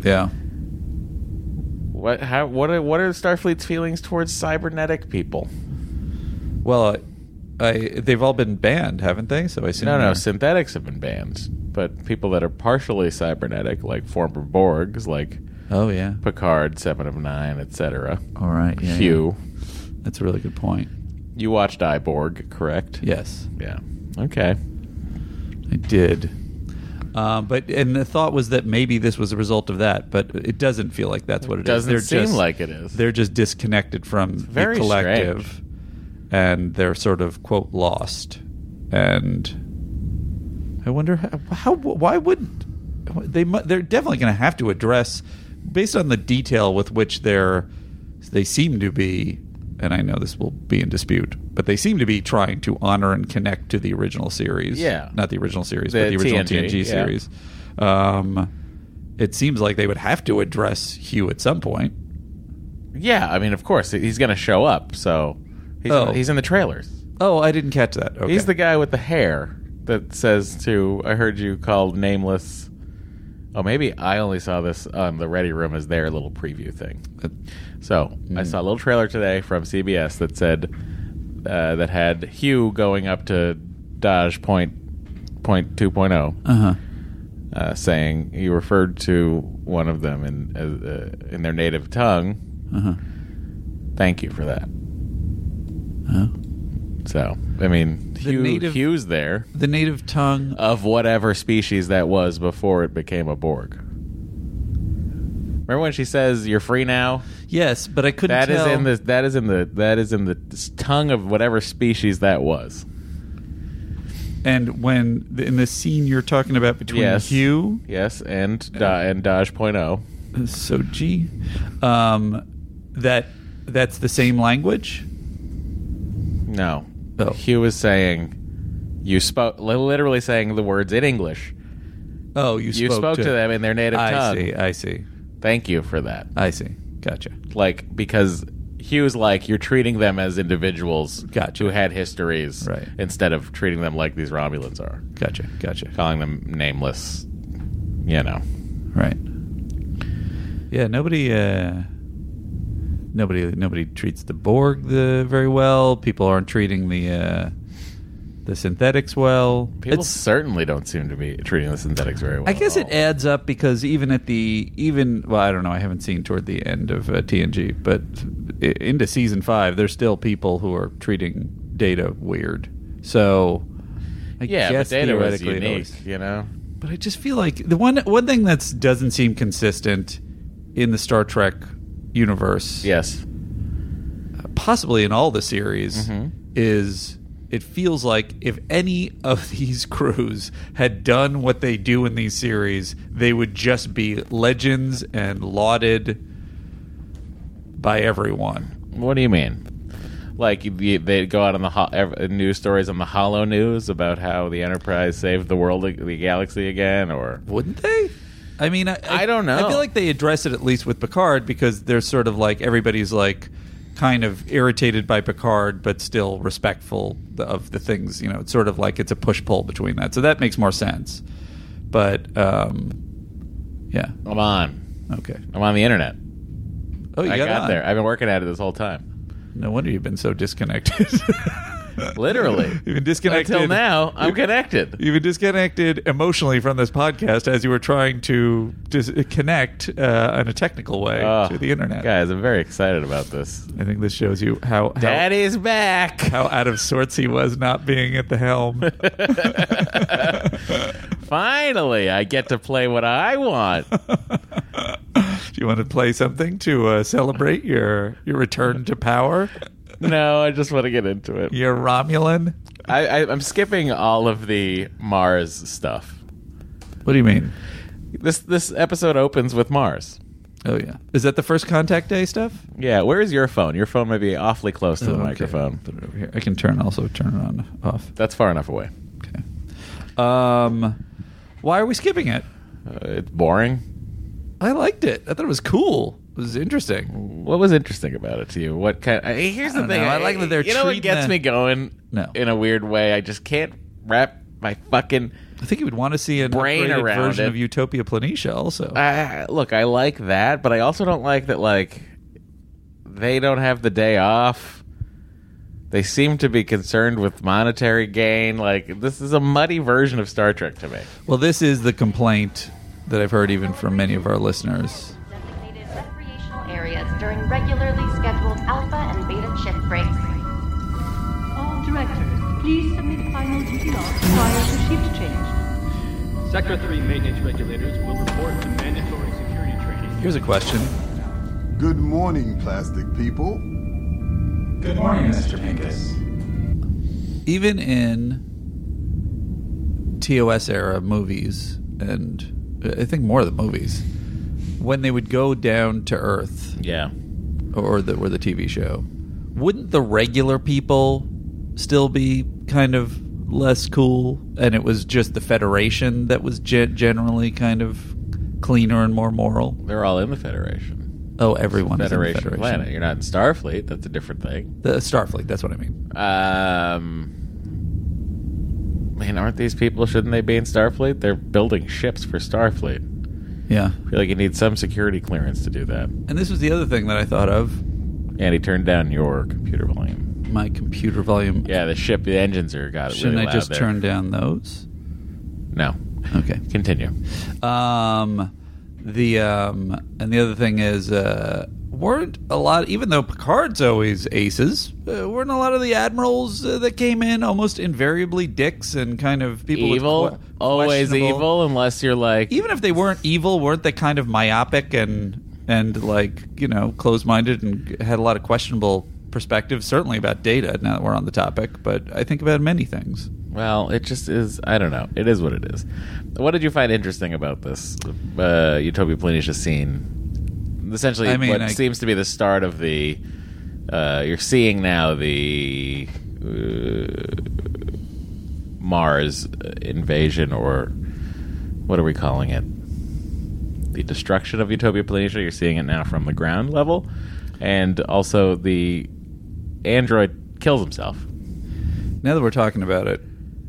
B: Yeah,
A: What how what are, what are Starfleet's feelings towards cybernetic people?
B: Well, I, they've all been banned, haven't they? So I assume.
A: No, no,
B: they're-
A: synthetics have been banned, but people that are partially cybernetic, like former Borgs, like
B: Oh yeah.
A: Picard, Seven of Nine, etc.
B: All right. Yeah,
A: Hugh,
B: yeah. That's a really good point.
A: you watched iBorg, correct?
B: Yes.
A: Yeah. Okay.
B: I did. Um, but and the thought was that maybe this was a result of that, but it doesn't feel like that's what it is.
A: Doesn't
B: They're
A: seem
B: just,
A: like it is.
B: They're just disconnected from
A: very
B: the collective, and they're sort of quote lost. And I wonder how, how why would they? mu- They're definitely going to have to address based on the detail with which they're they seem to be. And I know this will be in dispute, but they seem to be trying to honor and connect to the original series.
A: Yeah.
B: not the original series,
A: The
B: but the original
A: TNG,
B: TNG,
A: yeah.
B: series. Um, it seems like they would have to address Hugh at some point.
A: Yeah, I mean, of course he's going to show up. So he's
B: Oh.
A: he's in the trailers.
B: Oh, I didn't catch that. Okay.
A: He's the guy with the hair that says to I heard you called nameless. Oh, maybe I only saw this on the Ready Room as their little preview thing. So I saw a little trailer today from CBS that said uh, that had Hugh going up to Dodge Point Point Two
B: Uh-huh.
A: uh, saying he referred to one of them in uh, uh, in their native tongue.
B: Uh-huh.
A: Thank you for that.
B: Oh.
A: So I mean, Hugh,
B: native-
A: Hugh's there
B: The native tongue.
A: of whatever species that was before it became a Borg. Remember when she says you're free now?
B: Yes, but I couldn't
A: That is
B: tell.
A: in the that is in the that is in the s- tongue of whatever species that was.
B: and when in the scene you're talking about between
A: Yes.
B: Hugh, Uh,
A: Yes, and da, and Dodge Point oh.
B: so G, um, that that's the same language.
A: No,
B: Oh.
A: Hugh is saying you spoke literally saying the words in English.
B: Oh, you spoke,
A: You spoke
B: to,
A: to them in their native
B: I
A: tongue.
B: see. I see.
A: Thank you for that.
B: I see. Gotcha.
A: Like because Hugh's like you're treating them as individuals
B: Gotcha.
A: who had histories
B: Right.
A: instead of treating them like these Romulans are,
B: Gotcha. Gotcha.
A: calling them nameless. You know.
B: Right. Yeah, nobody uh nobody nobody treats the Borg the very well. People aren't treating the uh the synthetics well.
A: People
B: It's-
A: certainly don't seem to be treating the synthetics very well.
B: I guess
A: at
B: it
A: all.
B: adds up because even at the even well, I don't know. I haven't seen toward the end of uh, TNG, but i- into season five, there's still people who are treating Data weird. So, I
A: Yeah, but
B: guess
A: data was
B: theoretically it
A: unique.
B: always-
A: You know.
B: but I just feel like the one one thing that doesn't seem consistent in the Star Trek universe,
A: Yes.
B: possibly in all the series,
A: Mm-hmm.
B: is it feels like if any of (laughs) these crews had done what they do in these series, they would just be legends and lauded by everyone.
A: What do you mean? Like you- they'd go out on the ho- ev- news stories on the Hollow News about how the Enterprise saved the world, the galaxy again, or
B: Wouldn't they? I mean, I,
A: I don't know.
B: I feel like they address it at least with Picard because they're sort of like everybody's like kind of irritated by Picard, but still respectful of the things. You know, it's sort of like it's a push pull between that. So that makes more sense. But um, yeah,
A: I'm on,
B: okay.
A: I'm on the internet.
B: Oh, you
A: I got,
B: on.
A: there. I've been working at it this whole time.
B: No wonder you've been so disconnected. (laughs)
A: Literally.
B: you've been disconnected
A: Until now, I'm connected.
B: You've been disconnected emotionally from this podcast as you were trying to dis- connect uh, in a technical way
A: Oh,
B: to the internet.
A: guys. I'm very excited about this.
B: I think this shows you how how,
A: Daddy's back.
B: how out of sorts he was not being at the
A: (laughs)
B: helm.
A: Finally, I get to play what I want.
B: Do you want to play something to uh, celebrate your your return to power?
A: no, I just want to get into it.
B: Your Romulan?
A: I, I, I'm skipping all of the Mars stuff.
B: What do you mean?
A: This this episode opens with Mars.
B: Oh yeah, is that the first contact day stuff?
A: Yeah, where is your phone? Your phone may be awfully close to the
B: Oh, okay.
A: microphone.
B: Put it over here. I can turn also turn it on off.
A: That's far enough away.
B: Okay. Um, why are we skipping it?
A: Uh, it's boring.
B: I liked it. I thought it was cool. It was interesting.
A: What was interesting about it to you? What kind? I, here's the
B: don't
A: thing.
B: know. I like that they're
A: You know what
B: treating
A: gets
B: the-
A: me going?
B: No.
A: In a weird way, I just can't wrap my fucking.
B: I think you would want to see an
A: Brain
B: upgraded
A: around
B: version
A: it.
B: of Utopia Planitia also.
A: I, look, I like that, but I also don't like that. Like, they don't have the day off. They seem to be concerned with monetary gain. Like, this is a muddy version of Star Trek to me.
B: Well, this is the complaint that I've heard even from many of our listeners.
F: designated recreational areas during regularly scheduled alpha and beta shift breaks.
H: All directors, please submit final duty logs prior to shift change. Sector 3 maintenance regulators will report to mandatory security training.
B: Here's a question.
I: Good morning, plastic people.
E: Good morning, Mr. Pincus.
B: Even in TOS era movies, and I think more of the movies, when they would go down to Earth
A: Yeah.
B: or the or the TV show, wouldn't the regular people still be kind of less cool? And it was just the Federation that was ge- generally kind of cleaner and more moral.
A: They're all in the Federation.
B: Oh, everyone
A: Federation,
B: is in the Federation.
A: planet. You're not in Starfleet. That's a different thing.
B: The Starfleet. That's what I mean.
A: Um, man, aren't these people? Shouldn't they be in Starfleet? They're building ships for Starfleet.
B: Yeah.
A: I feel like you need some security clearance to do that.
B: And this was the other thing that I thought of.
A: And he turned down your computer volume.
B: My computer volume.
A: Yeah, the ship, the engines are got it
B: Shouldn't
A: really
B: I
A: loud
B: just
A: there.
B: turn down those?
A: No,
B: Okay.
A: continue.
B: Um, the um, and the other thing is, uh, weren't a lot. Even though Picard's always aces, uh, weren't a lot of the admirals uh, that came in almost invariably dicks and kind of people with
A: evil,
B: que-
A: always
B: questionable-
A: evil, unless you're like
B: Even if they weren't evil, weren't they kind of myopic and and like you know closed-minded and had a lot of questionable perspectives? Certainly about data. Now that we're on the topic, but I think about many things.
A: Well, it just is. I don't know. It is what it is. What did you find interesting about this uh, Utopia Planitia scene? Essentially,
B: I mean,
A: what
B: I-
A: seems to be the start of the. Uh, you're seeing now the uh, Mars invasion, or what are we calling it? The destruction of Utopia Planitia. You're seeing it now from the ground level, and also the android kills himself.
B: Now that we're talking about it,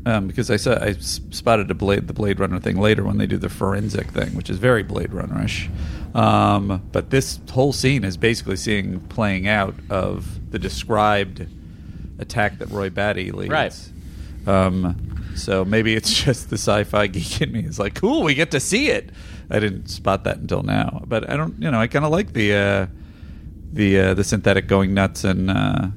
B: um, because I saw I s- spotted a blade, the Blade Runner thing later when they do the forensic thing, which is very Blade Runnerish. Um, but this whole scene is basically seeing playing out of the described attack that Roy Batty leads.
A: Right.
B: Um, so maybe it's (laughs) just the sci-fi geek in me is like, cool, we get to see it. I didn't spot that until now, but I don't, you know, I kind of like the uh, the uh, the synthetic going nuts and uh,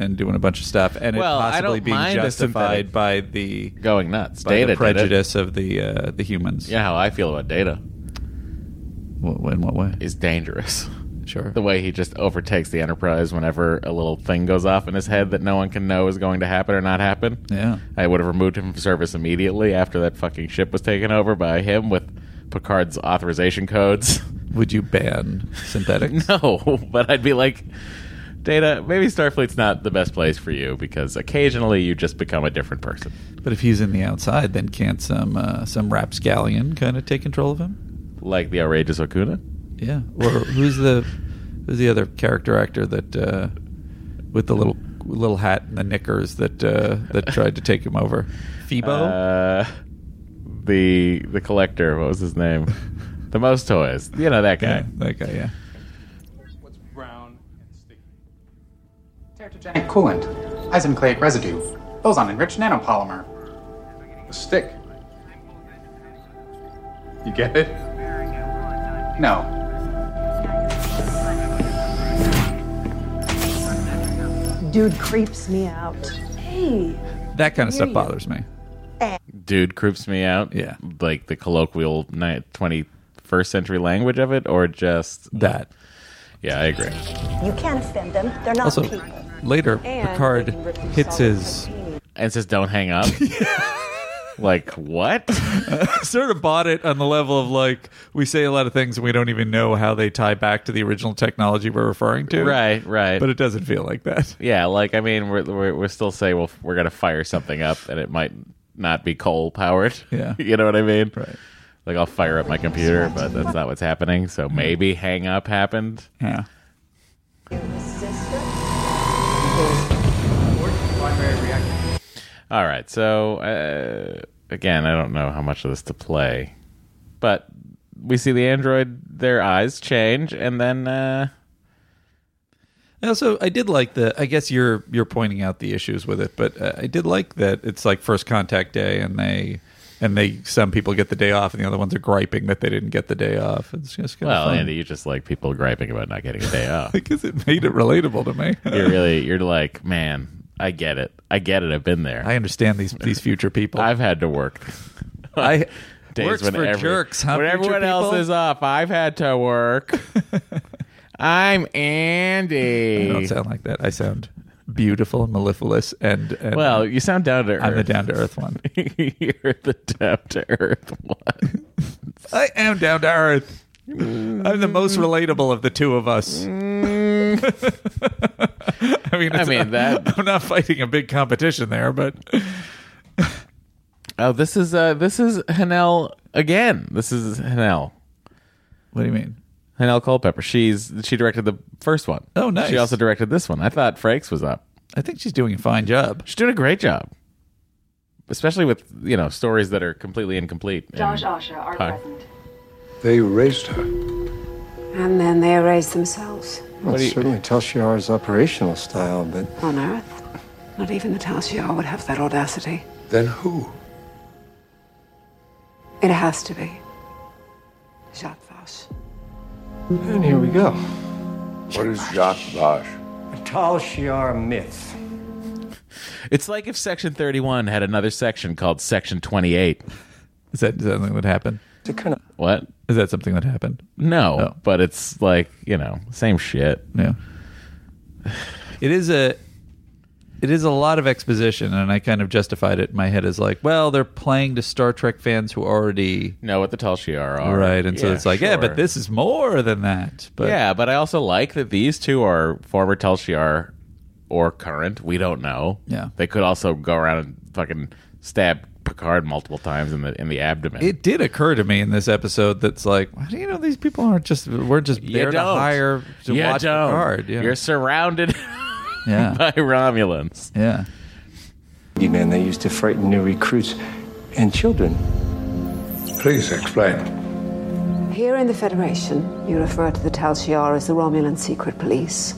B: and doing a bunch of stuff, and
A: Well,
B: it
A: I
B: possibly
A: don't
B: being
A: mind the
B: justified
A: synthetic.
B: by the
A: Going nuts.
B: by
A: Data
B: the
A: did it.
B: prejudice of the uh, the humans.
A: Yeah, how I feel about Data
B: Wh- in what way?
A: is dangerous.
B: Sure.
A: The way he just overtakes the Enterprise whenever a little thing goes off in his head that no one can know is going to happen or not happen.
B: yeah.
A: I would have removed him from service immediately after that fucking ship was taken over by him with Picard's authorization codes. (laughs)
B: Would you ban synthetics?
A: no, but I'd be like, Data, maybe Starfleet's not the best place for you because occasionally you just become a different person.
B: But if he's in the outside, then can't some uh, some rapscallion kind of take control of him?
A: Like the outrageous Okuna.
B: Yeah. Or (laughs) who's the who's the other character actor that uh, with the little little hat and the knickers that uh, that tried to take him over? Phoebo.
A: Uh, the the collector. What was his name? the most toys. You know that guy.
B: yeah, that guy. Yeah.
H: What's brown and sticky?
J: Teratogenic coolant, isonucleic residue, boson-enriched nanopolymer.
H: A stick.
J: You get it? No.
K: Dude creeps me out. Hey,
B: That kind of stuff
K: you.
B: bothers me.
A: Dude creeps me out.
B: Yeah.
A: like the colloquial twenty first century language of it, or just
B: That.
A: yeah, I agree.
K: you can't offend them. They're not
B: Also,
K: people.
B: later
K: And
B: Picard
K: they can rip themselves
B: hits his.
K: like peonies.
A: And says, "Don't hang
B: (laughs)
A: up." like what?
B: sort of bought it on the level of like we say a lot of things and we don't even know how they tie back to the original technology we're referring to.
A: right, right.
B: But it doesn't feel like that.
A: yeah, like I mean, we're we're, we're still saying well, we're gonna fire something up, and it might not be coal powered.
B: Yeah.
A: (laughs) you know what I mean.
B: Right.
A: Like I'll fire up my computer, but that's not what's happening. So maybe hang up happened.
B: Yeah.
A: All right. So uh, again, I don't know how much of this to play, but we see the android. Their eyes change, and then uh,
B: And also, I did like the. I guess you're you're pointing out the issues with it, but uh, I did like that it's like first contact day, and they and they some people get the day off, and the other ones are griping that they didn't get the day off. It's just kind
A: well,
B: of fun.
A: Andy, you just like people griping about not getting a
B: (laughs)
A: day off.
B: because it made it relatable to me.
A: you're really, you're like, man, I get it. I get it. I've been there.
B: I understand these these future people.
A: I've had to work.
B: I
A: days
B: Works
A: when
B: for
A: every-
B: jerks, huh,
A: when
B: future
A: everyone else
B: people?
A: is off. I've had to
B: (laughs)
A: work. I'm Andy.
B: I don't sound like that. I sound beautiful and mellifluous, and, and
A: well, you sound down to earth.
B: I'm the down to earth one.
A: (laughs) You're the down to earth one.
B: I am down to earth. I'm the most relatable of the two of us.
A: Mm.
B: Mm. (laughs) I mean,
A: I
B: it's-
A: mean, that-
B: (laughs) I'm not fighting a big competition there, but
A: Oh, this is uh, this is Hanel again. This is Hanel.
B: what do you mean?
A: Hanel Culpepper. She's she directed the first one.
B: Oh, nice.
A: She also directed this one. I thought Frakes was up.
B: I think she's doing a fine job.
A: She's doing a great job, especially with you know stories that are completely incomplete. and-
L: Josh Asha are
A: Hi.
L: present.
M: They erased her.
G: And then they erase themselves.
M: Well, certainly Telshiar's operational style, but
G: On Earth, not even the Talsiar would have that audacity.
M: then who?
G: It has to be. Jacques Vache.
M: And here we go.
N: What is Jacques Vache?
M: A Tal Shiar myth.
A: It's like if Section 31 had another section called Section 28.
B: Is that, is that something that happened?
A: What?
B: Is that something that happened?
A: No,
B: Oh.
A: but it's like, you know, same shit.
B: Yeah. It is a it is a lot of exposition, and I kind of justified it. in My head is like, well, they're playing to Star Trek fans who already
A: Know what the Tal Shiar are.
B: right, and so
A: Yeah,
B: it's like, yeah,
A: sure.
B: but this is more than that. But
A: yeah, but I also like that these two are former Tal Shiar or current. We don't know.
B: Yeah.
A: They could also go around and fucking stab Picard multiple times in the in the abdomen.
B: it did occur to me in this episode that's like, how do you know these people aren't just we're just
A: You
B: there to
A: don't.
B: hire to
A: You
B: watch
A: don't.
B: Picard? Yeah.
A: You're surrounded (laughs)
B: Yeah.
A: by Romulans.
B: yeah.
M: Man, they used to frighten new recruits and children.
N: Please explain.
G: Here in the Federation, you refer to the Talshiar as the Romulan secret police.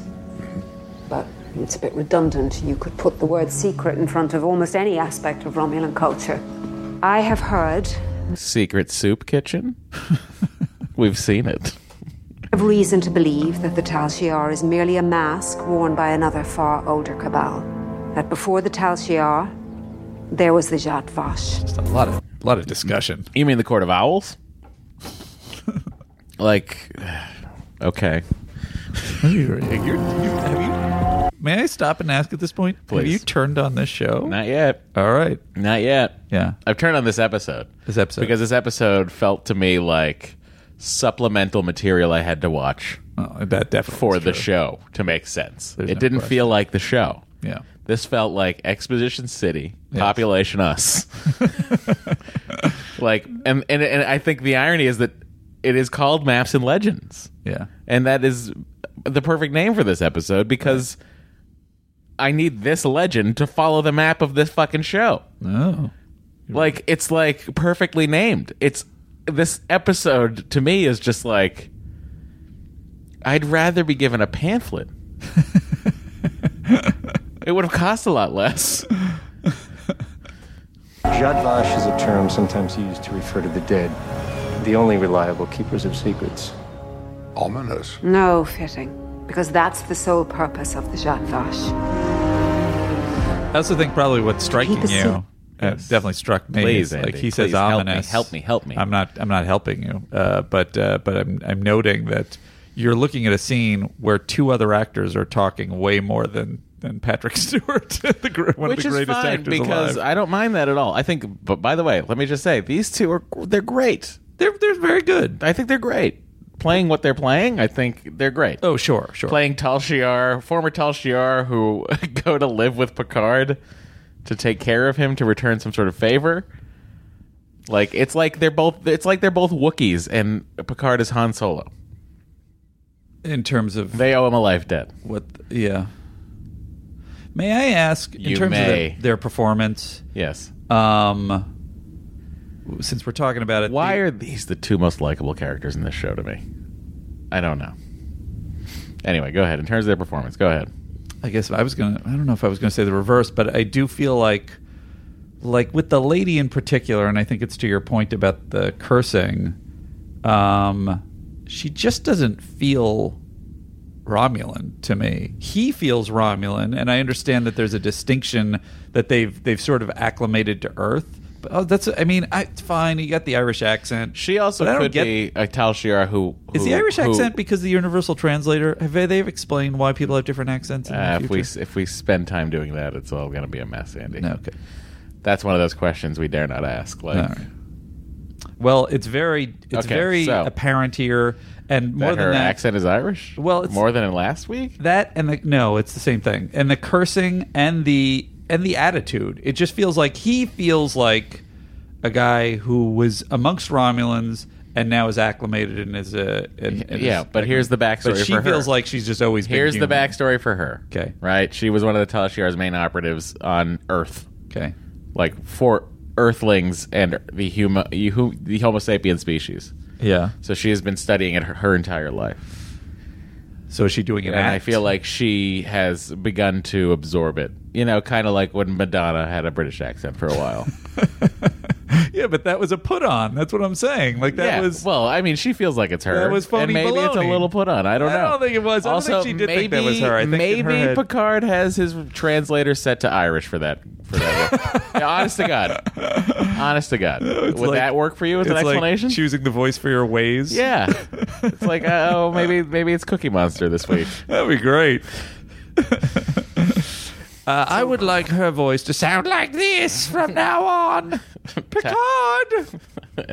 G: But it's a bit redundant. You could put the word secret in front of almost any aspect of Romulan culture. I have heard
A: Secret soup
B: (laughs)
A: kitchen? We've seen it.
G: of reason to believe that the Tal Shiar is merely a mask worn by another far older cabal. That before the Tal Shiar, there was the Jat Vash.
B: A lot of a lot of discussion.
A: You mean the Court of
B: (laughs)
A: Owls? like, okay.
B: May I stop and ask at this point? Have
A: Please.
B: you turned on this show?
A: Not yet.
B: All right.
A: Not yet.
B: Yeah.
A: I've turned on this episode.
B: This episode.
A: Because this episode felt to me like supplemental material I had to watch
B: Oh, that definitely
A: for
B: is
A: the
B: true.
A: show to make sense.
B: There's
A: it
B: no
A: didn't
B: question.
A: feel like the show.
B: Yeah.
A: This felt like Exposition City, Population
B: (laughs)
A: Us. like, and, and, and I think the irony is that it is called Maps and Legends.
B: Yeah.
A: And that is the perfect name for this episode because I need this legend to follow the map of this fucking show.
B: Oh.
A: Like it's like perfectly named. It's this episode to me is just like I'd rather be given a pamphlet. it would have cost a lot less.
M: Jadvash is a term sometimes used to refer to the dead, the only reliable keepers of secrets.
N: Ominous.
G: No fitting, because that's the sole purpose of the Jat Vash.
B: I also think probably what's striking
G: Keep
A: (laughs)
G: a seat.
B: you uh, definitely struck me.
A: Please,
B: like
A: Andy,
B: he says,
A: please help me,
B: ominous.
A: help me, help me.
B: I'm not. I'm not helping you. Uh, but uh, but I'm I'm noting that you're looking at a scene where two other actors are talking way more than than Patrick (laughs) Stewart, the, gr- (laughs) one
A: Which
B: of the
A: is
B: greatest
A: fine
B: actors
A: because
B: alive.
A: I don't mind that at all. I think but by the way, let me just say these two are they're great.
B: they're they're very good.
A: I think they're great. Playing what they're playing, I think they're great.
B: Oh sure, sure.
A: Playing Tal Shiar, former Tal Shiar who (laughs) go to live with Picard to take care of him to return some sort of favor. Like it's like they're both it's like they're both Wookiees and Picard is Han Solo.
B: in terms of
A: They owe him a life debt.
B: what? Yeah. May I ask in
A: You
B: terms of
A: may.
B: their, their performance?
A: Yes.
B: Um, since we're talking about it,
A: Why
B: the-
A: are these the two most likable characters in this show to me? I don't know. Anyway, go ahead. In terms of their performance, go ahead.
B: I guess I was gonna. I don't know if I was gonna say the reverse, but I do feel like, like with the lady in particular, and I think it's to your point about the cursing. Um, she just doesn't feel Romulan to me. He feels Romulan, and I understand that there's a distinction that they've they've sort of acclimated to Earth. But, oh, that's. I mean, I fine. You got the Irish accent.
A: She also could be a Tal Shiar who, who
B: Is the Irish
A: who-
B: accent because the Universal Translator? Have they they've explained why people have different accents? In
A: Uh,
B: the
A: if we
B: future?
A: if we spend time doing that, it's all going to be a mess, Andy.
B: Okay,
A: that's one of those questions we dare not ask. Like,
B: All right. Well, it's very it's
A: Okay,
B: very
A: so-
B: apparent here, and more
A: that
B: than
A: her
B: that,
A: accent is Irish.
B: Well, it's,
A: more than in last week.
B: That and the no, it's the same thing. And the cursing and the and the attitude. It just feels like he feels like a guy who was amongst Romulans and now is acclimated and is a and, and
A: yeah,
B: is-
A: but here's the backstory.
B: But she
A: for her.
B: feels like she's just always been
A: Here's the
B: human.
A: backstory for her.
B: Okay.
A: right? She was one of the Talshiar's main operatives on Earth.
B: Okay,
A: like for Earthlings and the human, the Homo sapien species.
B: Yeah.
A: So she has been studying it her, her entire life.
B: So is she doing an
A: and I
B: act?
A: feel like she has begun to absorb it. You know, kind of like when Madonna had a British accent for a while.
B: (laughs) Yeah, but that was a put on. That's what I'm saying. Like that
A: Yeah,
B: was
A: well, I mean, she feels like it's her.
B: That was phony
A: And maybe it's a
B: baloney.
A: little put on. I don't
B: I
A: know.
B: don't think it was. I don't
A: also,
B: think she did
A: maybe,
B: think that was her. I think in
A: maybe
B: her head-
A: Picard has
B: (laughs)
A: his translator set to Irish for that. For that. work. Yeah, honest to God. Honest to God. Would
B: It's like-
A: that work for you as an
B: it's like
A: explanation?
B: choosing the voice for your ways.
A: yeah. it's like uh, oh,
B: (laughs)
A: maybe maybe it's Cookie Monster this week.
B: That'd be great. (laughs) Uh, I would like her voice to sound (laughs) like (laughs) this from
A: (laughs)
B: now on. Picard!
A: I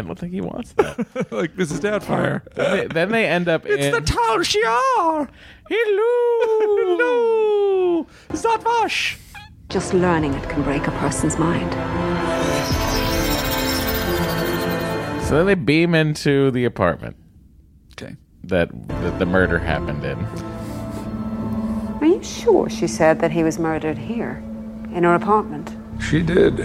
A: don't think he wants that.
B: (laughs) like Mrs. Doubtfire.
A: then, they, then they end up.
B: (laughs) It's
A: in,
B: the town Shiar!
G: (laughs)
B: Hello! Hello! Zatvash!
G: Just learning it can break a person's mind.
A: So then they beam into the apartment.
B: Okay.
A: That, that the murder happened in.
G: Are you sure she said that he was murdered here, in her apartment?
N: She did.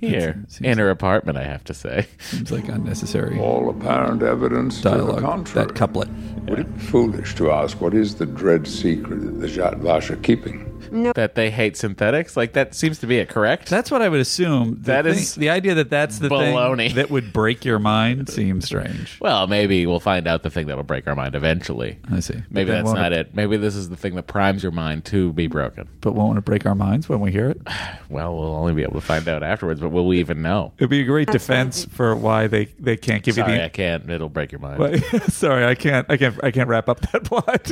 A: Here, in her apartment, I have to say.
B: Seems like unnecessary.
N: All apparent evidence to the
B: Dialogue.
N: contrary.
B: That couplet.
N: Would it be foolish to ask what is the dread secret that the Jat Vash are keeping?
A: That they hate synthetics? Like, that seems to be it, correct?
B: That's what I would assume. The
A: That
B: thing-
A: is
B: the idea that that's the thing
A: baloney.
B: that would break
A: (laughs)
B: your mind seems strange.
A: Well, maybe we'll find out the thing that'll break our mind eventually.
B: I see. But
A: Maybe
B: then
A: that's
B: won't
A: not it. Maybe this is the thing that primes your mind to be broken.
B: But won't it break our minds when we hear it?
A: Well, we'll only be able to find out afterwards, but will we even know?
B: It'd be a great defense for why they, they can't give you
A: Sorry,
B: the
A: I can't. It'll break your mind.
B: Wait, (laughs) sorry, I can't. I can't. I can't wrap up
A: (laughs)
B: that (laughs) plot.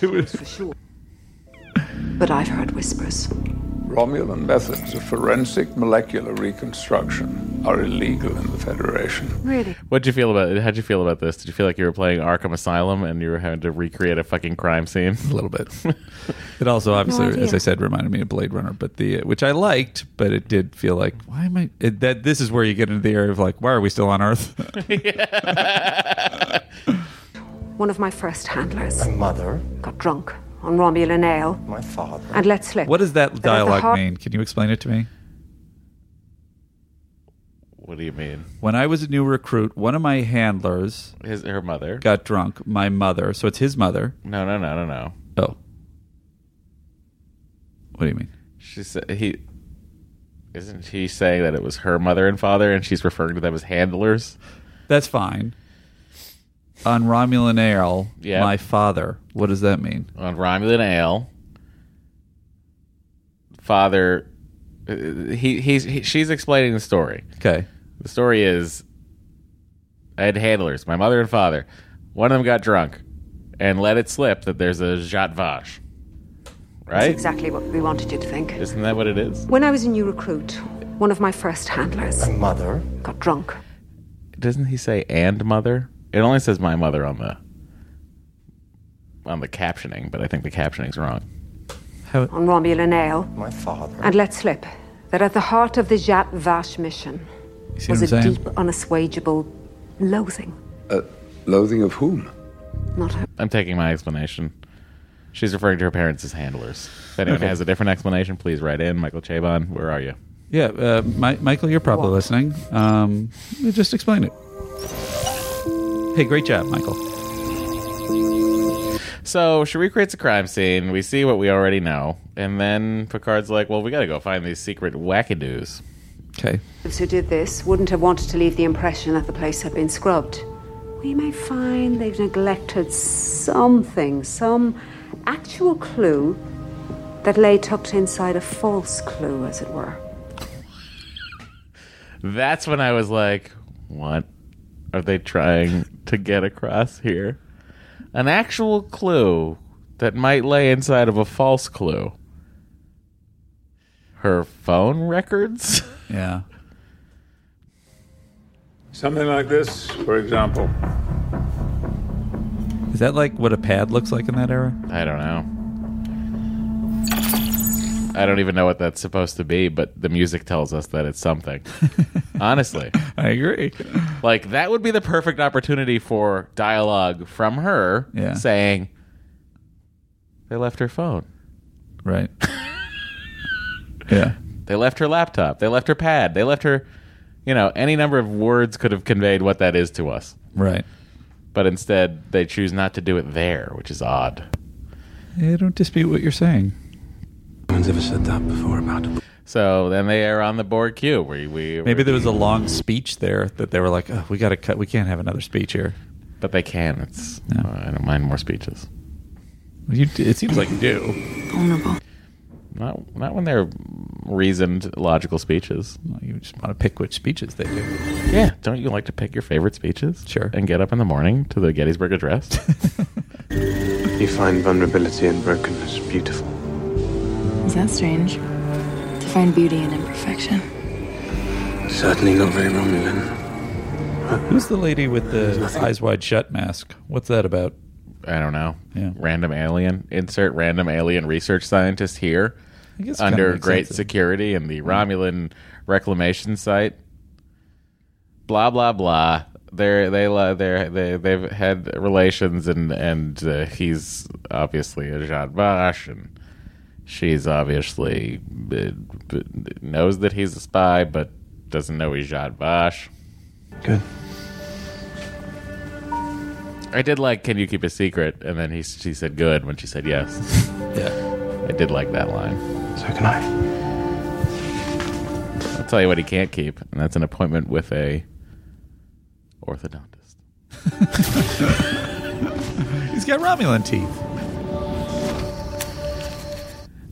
B: It was-
G: But I've heard whispers.
N: Romulan methods of forensic molecular reconstruction are illegal in the Federation.
G: Really?
A: What'd you feel about it? How'd you feel about this? Did you feel like you were playing Arkham Asylum and you were having to recreate a fucking crime scene?
B: a little
A: (laughs)
B: bit. It also, obviously,
G: idea.
B: as I said, reminded me of Blade Runner, but the which I liked, but it did feel like why am I it, that? This is where you get into the area of like, why are we still on Earth?
G: One of my first handlers
M: My mother,
G: got drunk on Romulan ale
M: my father.
G: and let slip.
B: what does that
G: at the har-
B: dialogue mean? Can you explain it to me?
A: What do you mean?
B: When I was a new recruit, one of my handlers
A: His her mother?
B: got drunk. My mother, so it's his mother.
A: No, no, no, no, no.
B: Oh, what do you mean?
A: She said he. Isn't he saying that it was her mother and father, and she's referring to them as handlers?
B: That's fine. On Romulan ale,
A: Yeah.
B: my father. What does that mean?
A: on Romulan Ale. Father, uh, he he's he, she's explaining the story.
B: Okay.
A: The story is, I had handlers, my mother and father. One of them got drunk, and let it slip that there's a Jat Vash.
G: That's
A: Right?
G: exactly what we wanted you to think.
A: Isn't that what it is?
G: When I was a new recruit, one of my first handlers
M: My mother,
G: got drunk.
A: Doesn't he say and mother? It only says my mother on the on the captioning, but I think the captioning's wrong.
G: on Romulan ale
M: my father.
G: and let slip that at the heart of the Jat Vash mission
B: You see
G: was
B: what I'm
G: a
B: saying?
G: deep, unassuageable loathing.
N: Uh, loathing of whom?
G: Not her.
A: I'm taking my explanation. She's referring to her parents as handlers. If anyone has a different explanation, please write in. Michael Chabon, where are you?
B: Yeah, uh, Mi- Michael, you're probably listening. Um, just explain it. Hey, great job, Michael.
A: So she recreates a crime scene. We see what we already know. And then Picard's like, well, we got to go find these secret wackadoos.
B: Okay.
G: who did this wouldn't have wanted to leave the impression that the place had been scrubbed. We may find they've neglected something, some actual clue that lay tucked inside a false clue, as it were.
A: That's when I was like, what are they trying to get across here? An actual clue that might lay inside of a false clue. Her phone records? (laughs)
B: Yeah.
N: Something like this, for example.
B: Is that like what a pad looks like in that era?
A: I don't know. I don't even know what that's supposed to be, but the music tells us that it's
B: (laughs)
A: something. Honestly.
B: I agree.
A: Like, that would be the perfect opportunity for dialogue from her
B: Yeah.
A: saying, They left her phone.
B: Right. (laughs) yeah.
A: They left her laptop. They left her pad. They left her, you know, any number of words could have conveyed what that is to us.
B: Right.
A: But instead, they choose not to do it there, which is odd.
B: I don't dispute what you're saying.
A: No one's ever said that before about So then they are on the board queue. We, we
B: Maybe there was a long speech there that they were like, oh, we got to cut. We can't have another speech here.
A: But they can. It's uh, I don't mind more speeches.
B: You, it seems like you do.
A: vulnerable. Not not when they're reasoned, logical speeches.
B: you just want to pick which speeches they do.
A: Yeah, don't you like to pick your favorite speeches? Sure. And get up in the morning to the Gettysburg Address.
L: You find vulnerability and brokenness beautiful.
O: Is that strange? To find beauty in imperfection.
L: Certainly not very Romulan.
B: Who's the lady with the eyes wide shut mask? What's that about?
A: I don't know. Random alien. Insert random alien research scientist here.
B: I guess it kinda
A: under
B: makes
A: great
B: sense.
A: security in the Romulan reclamation site. Blah blah blah. They're, they lo- they're, they they've had relations and and uh, he's obviously a Jean Bosch and she's obviously uh, b- knows that he's a spy but doesn't know he's Jean Bosch.
L: Good.
A: I did like, "Can you keep a secret?" And then he she said, "Good." When she said yes,
B: (laughs) yeah,
A: I did like that line.
L: So can I?
A: I'll tell you what he can't keep, and that's an appointment with a orthodontist.
B: (laughs) He's got Romulan teeth.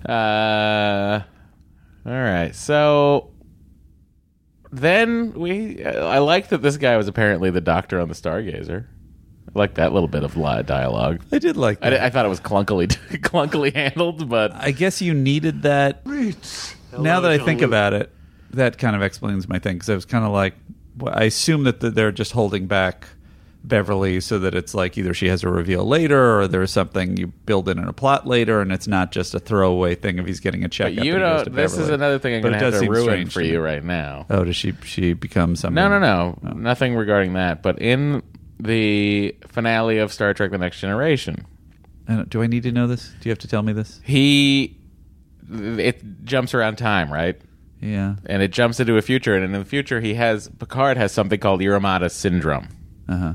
A: Uh, all right. So then we, I like that this guy was apparently the doctor on the Stargazer. I like that little bit of li- dialogue.
B: I did like. That.
A: I, thought it was clunkily, (laughs) clunkily handled, but
B: I guess you needed that. now that I think
A: Jean-Luc.
B: about it, that kind of explains my thing because I was kind of like, well, I assume that th- they're just holding back Beverly so that it's like either she has a reveal later or there's something you build in in a plot later, and it's not just a throwaway thing if he's getting a check.
A: you
B: know,
A: don't- this is another thing I'm gonna have to ruin for you right now.
B: Oh, does she? She becomes something.
A: No, no, no, Nothing regarding that. But in the finale of Star Trek The Next Generation,
B: I don't- do I need to know this? Do you have to tell me this?
A: he it jumps around time, right?
B: Yeah.
A: And it jumps into a future, and in the future, he has Picard has something called Uramata syndrome,
B: Uh-huh.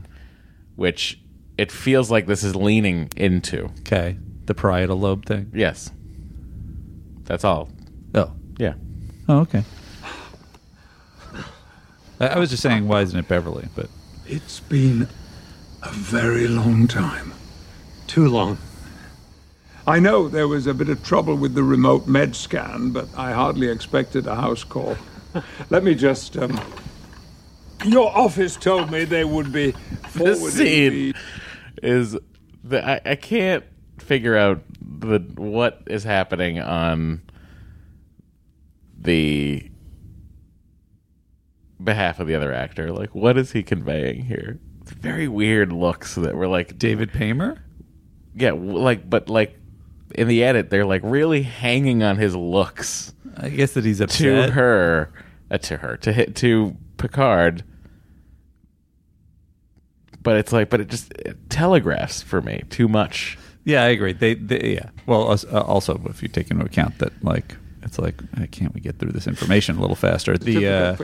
A: which it feels like this is leaning into.
B: Okay. The parietal lobe thing.
A: Yes, that's all.
B: Oh.
A: Yeah.
B: Oh, okay. I, I was just saying, why isn't it Beverly? But
P: It's been a very long time. Too long.
N: I
P: know there was a bit of trouble with the remote med scan, but I hardly expected a house (laughs) call. Let me just. Um, your office told me they would be forwarding.
A: This scene is the I, I can't figure out the what is happening on the behalf of the other actor. Like, what is he conveying here? It's very weird looks that were like
B: David Paymer.
A: Yeah, w- like, but like in the edit, they're like really hanging on his looks.
B: I guess that he's
A: to
B: upset.
A: her, uh, to her, to hit to Picard. But it's like, but it just it telegraphs (laughs) for me too much.
B: yeah, I agree. They, they yeah. Well, us- uh, also if you take into account that like it's like uh, can't we get through this information a little faster? The uh,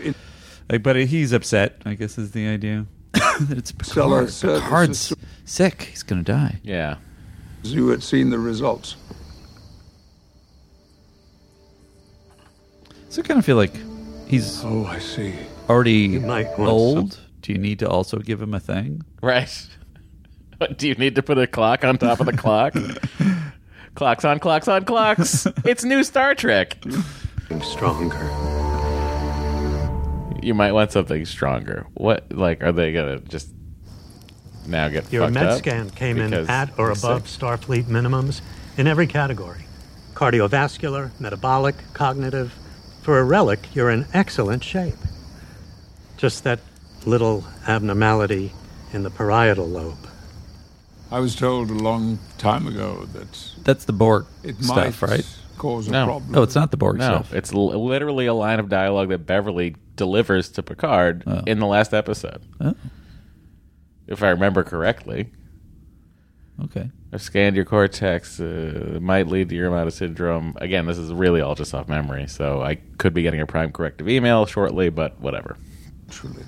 B: like, but he's upset. I guess is the idea. (coughs) it's Picard.
P: Sellers, uh,
B: Picard's sick. He's gonna die.
A: Yeah.
P: You had seen the results.
B: So I kind of feel like he's
P: oh I see
B: already
P: might want
B: old. Do you need to also give him a thing?
A: Right. What, Do you need to put a clock on top of the
B: (laughs)
A: clock? clocks on, clocks on, clocks. it's new Star Trek.
L: I'm stronger.
A: you might want something stronger. What like are they gonna just now get
Q: Your
A: fucked
Q: med
A: up
Q: scan came in
A: because
Q: at or
A: you're sick?
Q: above Starfleet minimums in every category cardiovascular, metabolic, cognitive. For a relic, you're in excellent shape. Just that little abnormality in the parietal lobe.
P: I was told a long time ago that
B: That's the Borg
P: it might
B: stuff, right?
P: cause a
A: No.
P: problem.
B: No, it's not the Borg
A: No,
B: stuff.
A: it's l- literally a line of dialogue that Beverly delivers to Picard in the last episode.
B: Oh.
A: If I remember correctly.
B: Okay.
A: I've scanned your cortex. Uh, it might lead to your amount of syndrome. Again, this is really all just off memory, so I could be getting a prime corrective email shortly, but whatever.
P: Truly.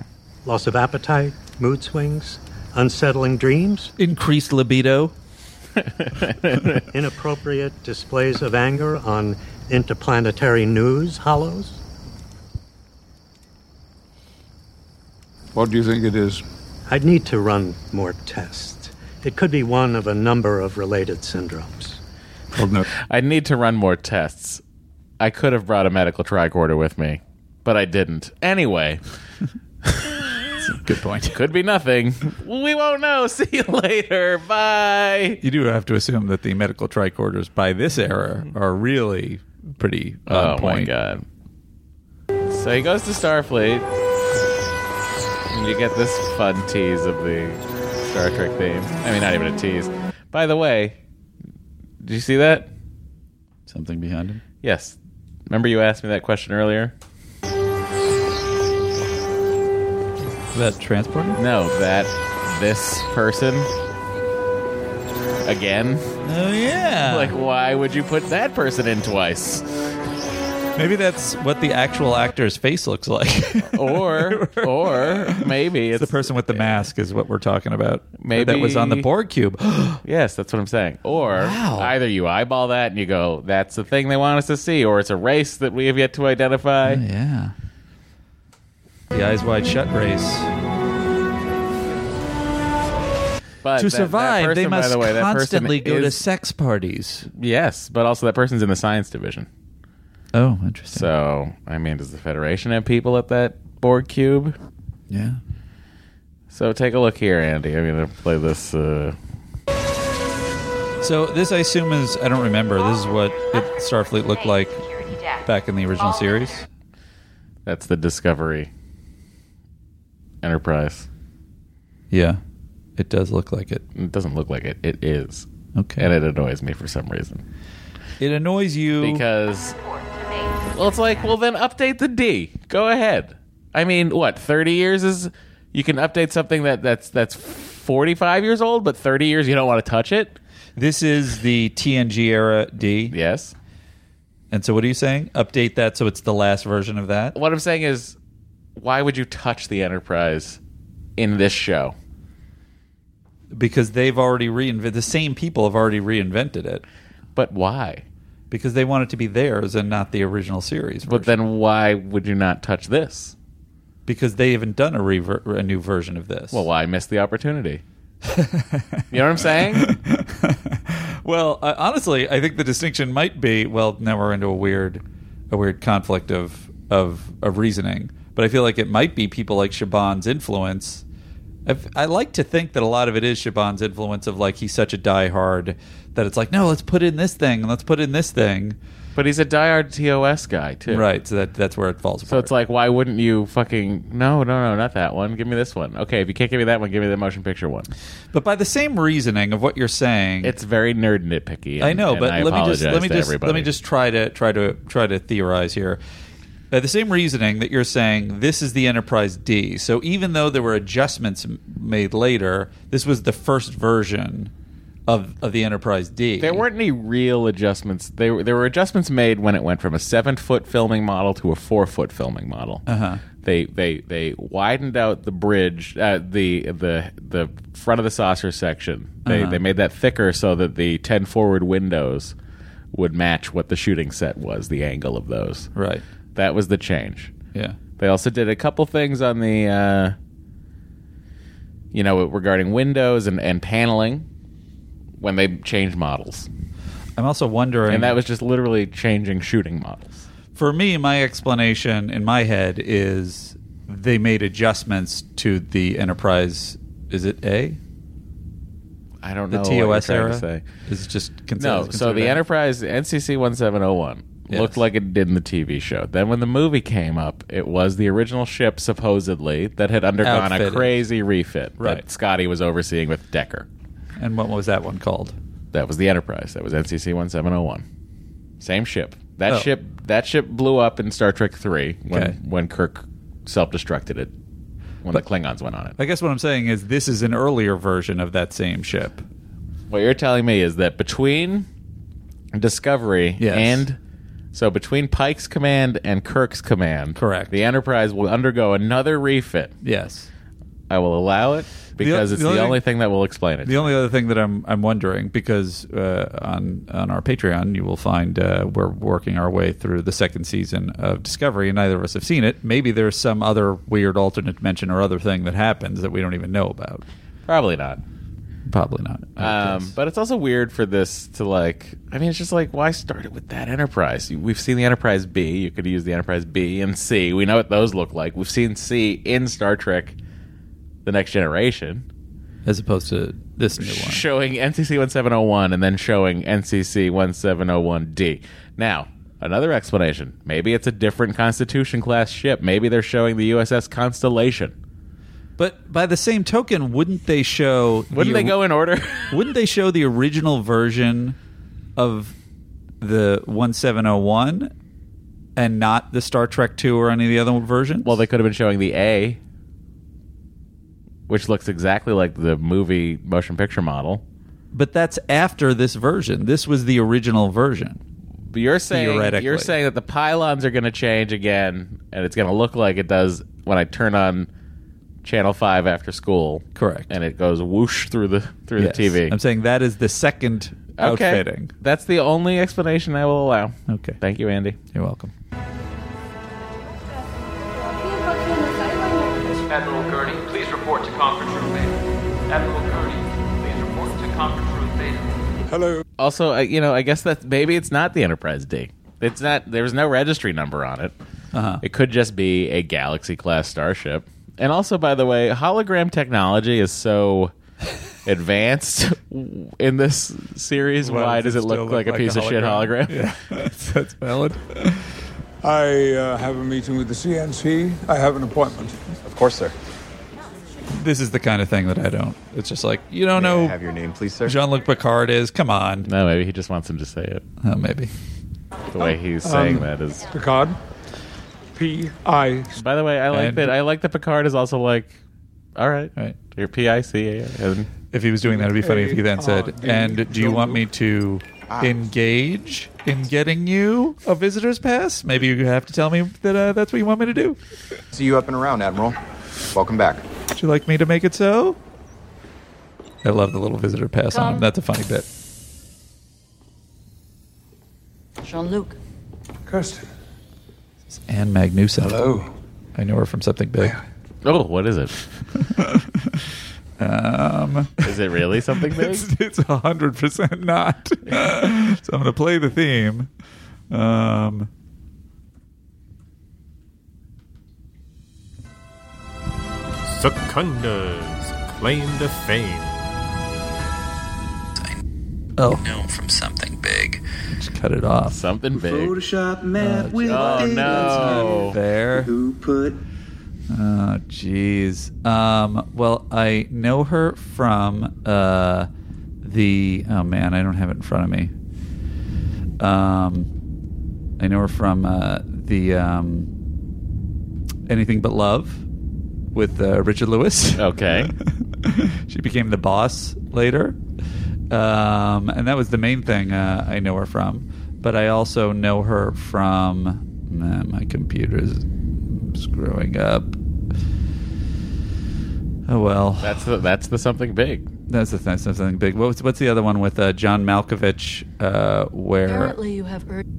Q: Loss of appetite, mood swings, unsettling dreams,
B: increased libido,
Q: (laughs) inappropriate displays of anger on interplanetary news hollows.
P: What do you think it is?
Q: I'd need to run more tests. It could be one of a number of related syndromes.
A: I need to run more tests. I could have brought a medical tricorder with me, but I didn't. Anyway.
B: (laughs) Good point.
A: Could be nothing. We won't know. (laughs) See you later. Bye.
B: You do have to assume that the medical tricorders by this era are really pretty on
A: Oh, my
B: point.
A: god. So he goes to Starfleet, and you get this fun tease of the Star Trek theme. I mean, not even a tease. By the way, did you see that?
B: Something behind him?
A: Yes. Remember you asked me that question earlier?
B: That transporter?
A: No, that this person again.
B: Oh yeah.
A: Like, why would you put that person in twice?
B: Maybe that's what the actual actor's face looks like.
A: (laughs) or or (laughs) maybe it's,
B: the person with the mask is what we're talking about.
A: Maybe
B: that was on the Borg cube.
A: (gasps)
B: (gasps)
A: yes, that's what I'm saying. Or
B: Wow.
A: either you eyeball that and you go, "That's the thing they want us to see," or it's a race that we have yet to identify.
B: Oh, yeah. The eyes wide shut race.
A: But
B: to
A: that- that
B: survive, they
A: person, by
B: must
A: the way, that person
B: constantly go to
A: is-
B: sex parties.
A: Yes, but also that person's in the science division.
B: Oh, interesting.
A: So, I mean, does the Federation have people at that Borg cube?
B: Yeah.
A: So take a look here, Andy. I'm gonna play this. Uh,
B: So this, I assume, is I don't remember. This is what it, Starfleet looked like back in the
A: Oh.
B: original series.
A: that's the Discovery Enterprise.
B: Yeah, it does look like it.
A: It doesn't look like it. It is.
B: Okay.
A: And it annoys me for some reason.
B: It annoys you
A: because well, it's like well, then update the D. Go ahead. I mean, what thirty years is you can update something that that's that's forty five years old, but thirty years you don't want to touch it.
B: This is the TNG era D.
A: Yes.
B: And so, what are you saying? Update that so it's the last version of that.
A: What I'm saying is, why would you touch the Enterprise in this show?
B: because they've already reinvented the same people have already reinvented it.
A: But why?
B: Because they want it to be theirs and not the original series.
A: But then why would you not touch this?
B: Because they haven't done a rever- a new version of this.
A: Well, why miss the opportunity? you know what I'm saying?
B: (laughs) well, I, honestly, I think the distinction might be well. Now we're into a weird, a weird conflict of of of reasoning. But I feel like it might be people like Shaban's influence. I've, I like to think that a lot of it is Shaban's influence of like he's such a diehard that it's like no, let's put in this thing and let's put in this thing.
A: But he's a diehard TOS guy too,
B: Right. So that that's where it falls apart.
A: So it's like, why wouldn't you fucking no, no, no, not that one. Give me this one. Okay, if you can't give me that one, give me the motion picture one.
B: But by the same reasoning of what you're saying,
A: It's very nerd nitpicky. and-
B: I know,
A: and
B: but
A: I
B: let me just
A: apologize
B: let me
A: to
B: just
A: everybody.
B: let me just try to try to try to theorize here. By the same reasoning that you're saying this is the Enterprise D. So even though there were adjustments m- made later, this was the first version of of the Enterprise D.
A: There weren't any real adjustments. They were, there were adjustments made when it went from a seven foot filming model to a four foot filming model.
B: Uh-huh.
A: They they they widened out the bridge, uh, the the the front of the saucer section. They
B: Uh-huh.
A: they made that thicker so that the ten forward windows would match what the shooting set was, the angle of those.
B: Right.
A: That was the change.
B: Yeah.
A: They also did a couple things on the, uh, you know, regarding windows and, and paneling when they changed models.
B: I'm also wondering
A: And that was just literally changing shooting models.
B: for me, my explanation in my head is they made adjustments to the Enterprise. Is it A?
A: I don't
B: the
A: know what you're
B: TOS
A: trying
B: era
A: to say.
B: is just
A: no,
B: considered.
A: so
B: considered
A: the
B: A?
A: Enterprise NCC 1701 looked like it did in the TV show. Then when the movie came up, it was the original ship supposedly that had undergone
B: Outfitted.
A: a crazy refit
B: Right.
A: that Scotty was overseeing with Decker.
B: And what was that one called?
A: That was the Enterprise. That was NCC 1701. Same ship. That
B: Oh.
A: ship that ship blew up in Star Trek 3 when
B: Okay.
A: when Kirk self-destructed it when
B: But-
A: the Klingons went on it.
B: I guess what I'm saying is this is an earlier version of that same ship.
A: What you're telling me is that between Discovery and so between Pike's command and Kirk's command, correct? The Enterprise will undergo another refit.
B: Yes,
A: I will allow it because it's the only, thing, that will explain it.
B: The only other thing that I'm I'm wondering because uh, on on our Patreon you will find uh, we're working our way through the second season of Discovery and neither of us have seen it. Maybe there's some other weird alternate dimension or other thing that happens that we don't even know about.
A: Probably not.
B: Probably not.
A: Um, but it's also weird for this to like. I mean, it's just like why start it with that Enterprise? You- We've seen the Enterprise B. You could use the Enterprise B and C. We know what those look like. We've seen C in Star Trek: The Next Generation.
B: As opposed to this new one.
A: showing NCC 1701 and then showing NCC 1701D. Now, another explanation. Maybe it's a different Constitution class ship. Maybe they're showing the USS Constellation.
B: But by the same token, wouldn't they show?
A: Wouldn't they go in order?
B: (laughs) wouldn't they show the original version of the one seven zero one and not the Star Trek two or any of the other versions? Well,
A: they could have been showing the A, which looks exactly like the movie motion picture model.
B: but that's after this version. This was the original version.
A: But you're saying
B: Theoretically.
A: you're saying that the pylons are going to change again and it's going to look like it does when I turn on channel 5 after school.
B: Correct.
A: And it goes whoosh through the through
B: Yes.
A: the TV.
B: I'm saying that is the second
A: Okay.
B: outfitting.
A: That's the only explanation I will allow.
B: Okay.
A: Thank you, Andy.
B: You're welcome.
R: This is Admiral Gurney. Please report to conference room Beta. Admiral Gurney, please report to conference room Beta.
A: Hello. Also, I- you know, I guess that maybe it's not the Enterprise D. It's not. There's no registry number on it.
B: Uh-huh.
A: It could just be a Galaxy class starship. And also, by the way, hologram technology is
B: (laughs)
A: so advanced in this series. Why does it, look, like, a piece of shit hologram? (laughs)
B: (laughs)
P: that's valid. I uh, have a meeting with the CNC. I have an appointment. Of course, sir.
B: This is the kind of thing that I don't. It's just like you don't know. Have your name, please, sir. Jean Luc Picard is. Come on.
A: No, maybe he just wants him to say it.
B: Oh, maybe.
A: The way he's saying
P: Um,
A: that is
P: Picard. P I.
A: By the way, I like
P: And-
A: that. I like that Picard is also like, all right,
B: right.
A: Your PIC. And
B: if he was doing that, it'd be funny if he then said, "And do you want me to
A: Ah.
B: engage in getting you a visitor's pass? Maybe you have to tell me that uh, that's what you want me to do.
J: See you up and around, Admiral. Welcome back.
B: Would you like me to make it so?" I love the little visitor pass on him.
S: Come.
B: That's a funny bit.
S: Jean Luc.
P: Kirsten.
B: It's Anne Magnuson.
P: Hello.
B: I know her from something big.
A: Oh, what is it?
B: (laughs) Um,
A: Is it really something big?
B: (laughs) it's- It's a hundred percent not. (laughs) so I'm gonna play the theme. Um,
T: Secunda's claim to fame.
B: oh,
U: known from something big.
B: just cut it off.
A: Something big.
U: Photoshop map with
A: oh,
U: big
A: no.
B: There.
U: Who put?
B: Oh, jeez. Um, well, I know her from uh, the. Oh man, I don't have it in front of me. Um, I know her from uh, the um, Anything But Love with uh, Richard Lewis.
A: Okay.
B: (laughs) she became the boss later, um, and that was the main thing uh, I know her from. But I also know her from. Man, my computer's screwing up. Oh well.
A: That's the that's the something big.
B: That's the thing, something big. What's what's the other one with uh, John Malkovich? Uh, where
S: Apparently, you have urgent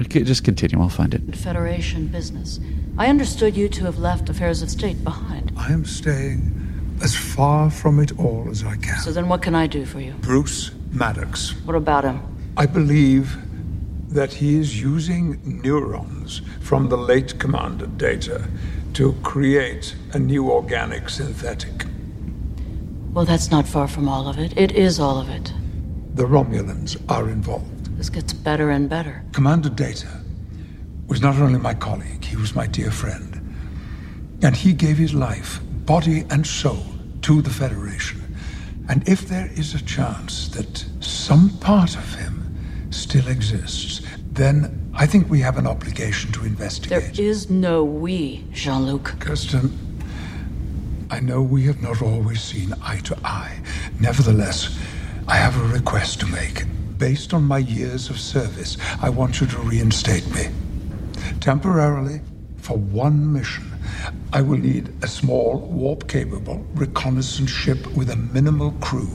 B: okay, just continue. I'll find it.
S: Federation business. I understood you to have left affairs of state behind.
E: I am staying as far from it all as I can.
S: So then, what can I do for you?
E: Bruce Maddox.
S: What about him?
E: I believe that he is using neurons from the late commander data
P: to create a new organic synthetic.
S: Well, that's not far from all of it. It is all of it.
P: The Romulans are involved.
S: This gets better and better.
P: Commander Data was not only my colleague, he was my dear friend. And he gave his life, body and soul, to the Federation. And if there is a chance that some part of him still exists, then I think we have an obligation to investigate.
S: There is no we, Jean Luc.
P: Kirsten, I know we have not always seen eye to eye. Nevertheless, I have a request to make. Based on my years of service, I want you to reinstate me. Temporarily, for one mission, I will need a small, warp capable reconnaissance ship with a minimal crew.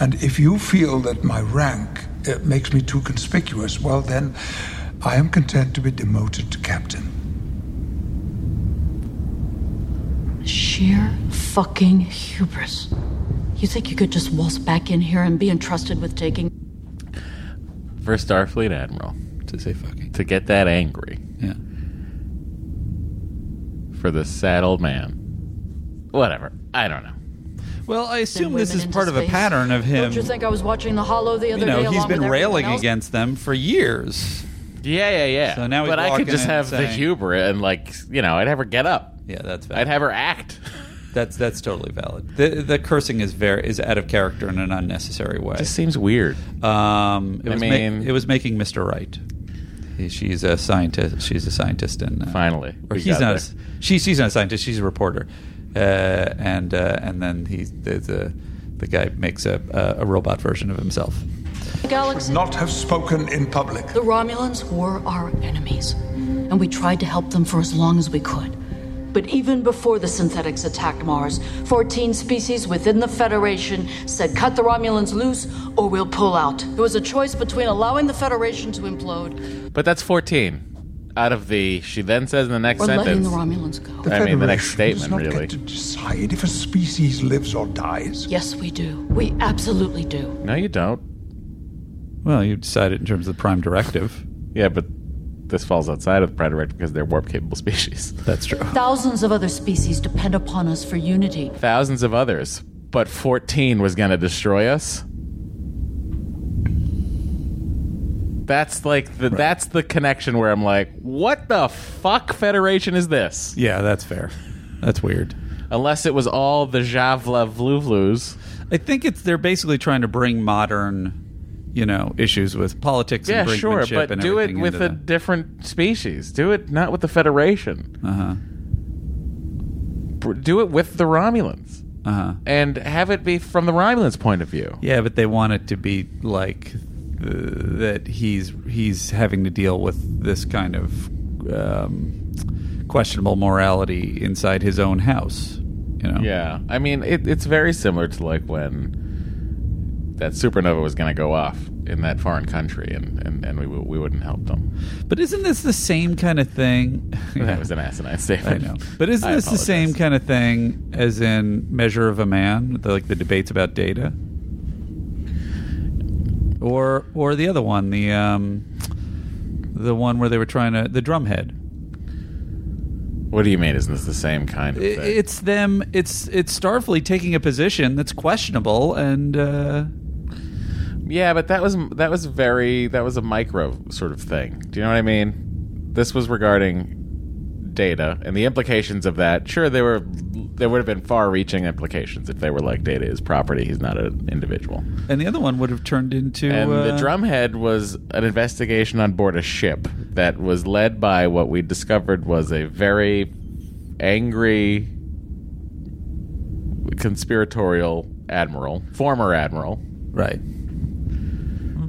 P: And if you feel that my rank uh, makes me too conspicuous, well, then I am content to be demoted to captain.
S: Sheer fucking hubris. You think you could just waltz back in here and be entrusted with taking.
A: For Starfleet Admiral.
B: To say fucking.
A: To get that angry.
B: Yeah.
A: For the saddled man. Whatever. I don't know.
B: Well, I assume this
S: women
B: is
S: into
B: part of a
S: space.
B: pattern of him.
S: Don't you think I was watching The Hollow the other
B: you know,
S: day?
B: he's
S: along
B: been
S: with
B: railing
S: everyone else?
B: against them for years.
A: Yeah, yeah, yeah.
B: So now he's
A: but I
B: walking
A: could just
B: in
A: have the
B: saying-
A: hubris and like you know, I'd have her get up.
B: Yeah, that's valid.
A: I'd have her act.
B: (laughs) That's that's totally valid. The, the cursing is very is out of character in an unnecessary way.
A: Just seems weird.
B: Um, it
A: I
B: was ma-
A: mean-
B: it was making Mister Right. He- she's a scientist. She's a scientist, and uh,
A: Finally,
B: or
A: we
B: he's
A: got
B: not. A,
A: there.
B: s- she, she's not a scientist. She's a reporter, uh, and uh, and then he the the, the guy makes a, a a robot version of himself.
S: The galaxy.
P: Not have spoken in public.
S: The Romulans were our enemies, and we tried to help them for as long as we could. But even before the synthetics attacked Mars, 14 species within the Federation said, Cut the Romulans loose or we'll pull out. It was a choice between allowing the Federation to implode
A: But that's fourteen out of the. She then says in the next
S: or letting
A: sentence.
S: the Romulans go.
A: I mean, the next
P: Federation does
A: statement
P: not
A: really.
P: get to decide if a species lives or dies.
S: Yes, we do. We absolutely do.
A: No, you don't.
B: Well, you decide it in terms of the prime directive.
A: Yeah, but this falls outside of the Pride Directive because they're warp capable (laughs) species.
B: That's true.
S: Thousands of other species depend upon us for unity.
A: Thousands of others, but fourteen was going to destroy us. That's like the that's the connection where I'm like, what the fuck Federation is this?
B: Yeah, that's fair. That's weird.
A: Unless it was all the Javla Vluvlus.
B: I think it's they're basically trying to bring modern, you know, issues with politics.
A: Yeah,
B: and
A: sure,
B: brinkmanship
A: but
B: and
A: do it
B: everything
A: with
B: into
A: a
B: the-
A: different species. Do it not with the Federation.
B: Uh huh.
A: Do it with the Romulans.
B: Uh huh.
A: And have it be from the Romulans' point of view.
B: Yeah, but they want it to be like uh, that. He's he's having to deal with this kind of um, questionable morality inside his own house. You know.
A: Yeah, I mean it, it's very similar to like when that supernova was going to go off in that foreign country, and and, and we w- we wouldn't help them.
B: But isn't this the same kind of thing?
A: (laughs) That was an asinine
B: I
A: statement.
B: know. But isn't
A: I
B: this the
A: apologize.
B: same kind of thing as in Measure of a Man, the, like the debates about data? Or or the other one, the um, the one where they were trying to the drumhead.
A: What do you mean? Isn't this the same kind of
B: I-
A: thing?
B: It's them. It's it's Starfleet taking a position that's questionable, and uh,
A: Yeah, but that was that was very that was a micro sort of thing. Do you know what I mean? This was regarding data and the implications of that. Sure, there were there would have been far-reaching implications if they were like data is property, he's not an individual.
B: and the other one would have turned into
A: And the
B: uh,
A: drumhead was an investigation on board a ship that was led by what we discovered was a very angry conspiratorial admiral, former admiral.
B: right.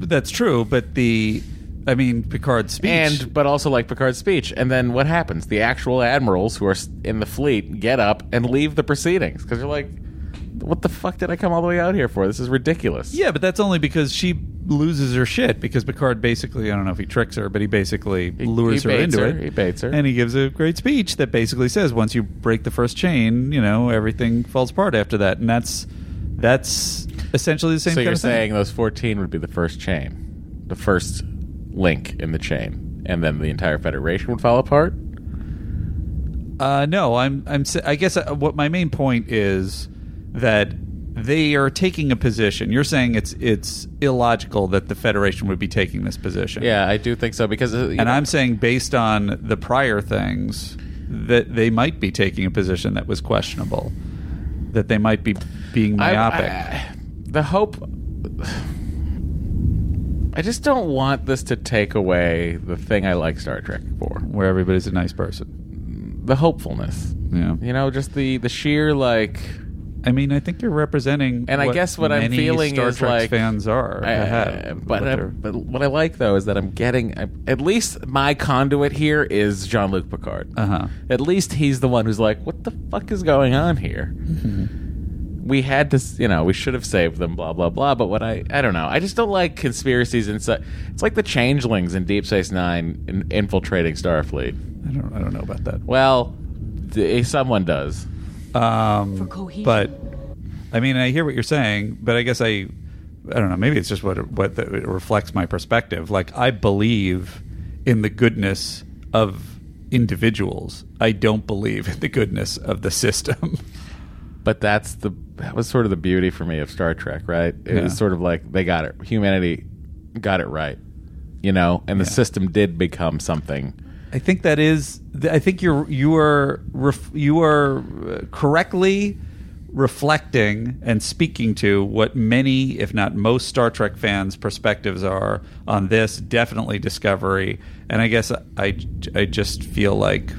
B: That's true, but the I mean Picard's speech.
A: and but also like Picard's speech. And then what happens? The actual admirals who are s- in the fleet get up and leave the proceedings because they're like, "What the fuck did I come all the way out here for? This is ridiculous."
B: yeah, but that's only because she loses her shit because Picard basically I don't know if he tricks her, but he basically lures
A: he
B: her
A: baits
B: into
A: her,
B: it.
A: he baits her.
B: and he gives a great speech that basically says once you break the first chain, you know everything falls apart after that, and that's that's essentially the same.
A: so
B: kind
A: you're
B: of thing.
A: saying those 14 would be the first chain, the first link in the chain, and then the entire Federation would fall apart.
B: Uh, no, I'm. I'm. s- I guess uh what my main point is that they are taking a position. You're saying it's it's illogical that the Federation would be taking this position.
A: Yeah, I do think so because. uh, you
B: and
A: know-
B: I'm saying based on the prior things that they might be taking a position that was questionable, that they might be being
A: I-
B: myopic.
A: I- the hope. I just don't want this to take away the thing I like Star Trek for,
B: where everybody's a nice person.
A: The hopefulness.
B: Yeah.
A: You know, just the the sheer like.
B: I mean, I think you're representing.
A: And I
B: what
A: guess what I'm
B: many
A: feeling
B: Star
A: is
B: Trek
A: like
B: fans are.
A: I- uh,
B: have,
A: but
B: what
A: I,
B: they're-
A: but what I like though is that I'm getting I, at least my conduit here is Jean Luc Picard.
B: Uh-huh.
A: At least he's the one who's like, what the fuck is going on here? we had to, s- you know, we should have saved them, blah blah blah. But what I, I don't know. I just don't like conspiracies and su- It's like the changelings in Deep Space Nine in, infiltrating Starfleet.
B: I don't, I don't know about that.
A: Well, d- someone does.
B: Um,
A: For cohesion.
B: But I mean, I hear what you're saying, but I guess I, I don't know. Maybe it's just what it- what the, it reflects my perspective. Like I believe in the goodness of individuals. I don't believe in the goodness of the system.
A: But that's the that was sort of the beauty for me of Star Trek, right? It
B: Yeah.
A: was sort of like they got it. Humanity got it right, you know, and the system did become something.
B: I think that is. th- I think you're you are ref, you are uh, correctly reflecting and speaking to what many, if not most, Star Trek fans' perspectives are on this. Definitely Discovery, and I guess I I just feel like.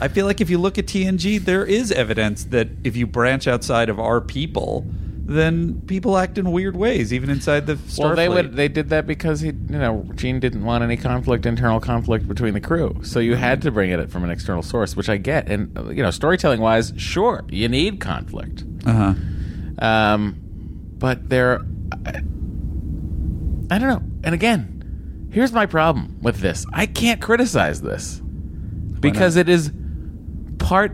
B: I feel like if you look at TNG, there is evidence that if you branch outside of our people, then people act in weird ways, even inside the Starfleet.
A: Well, they would they did that because he, you know, Gene didn't want any conflict, internal conflict between the crew. So you had to bring it from an external source, which I get. And uh, you know, storytelling wise, sure, you need conflict.
B: Uh-huh.
A: Um, but there, I, I don't know. And again, here's my problem with this: I can't criticize this because it is part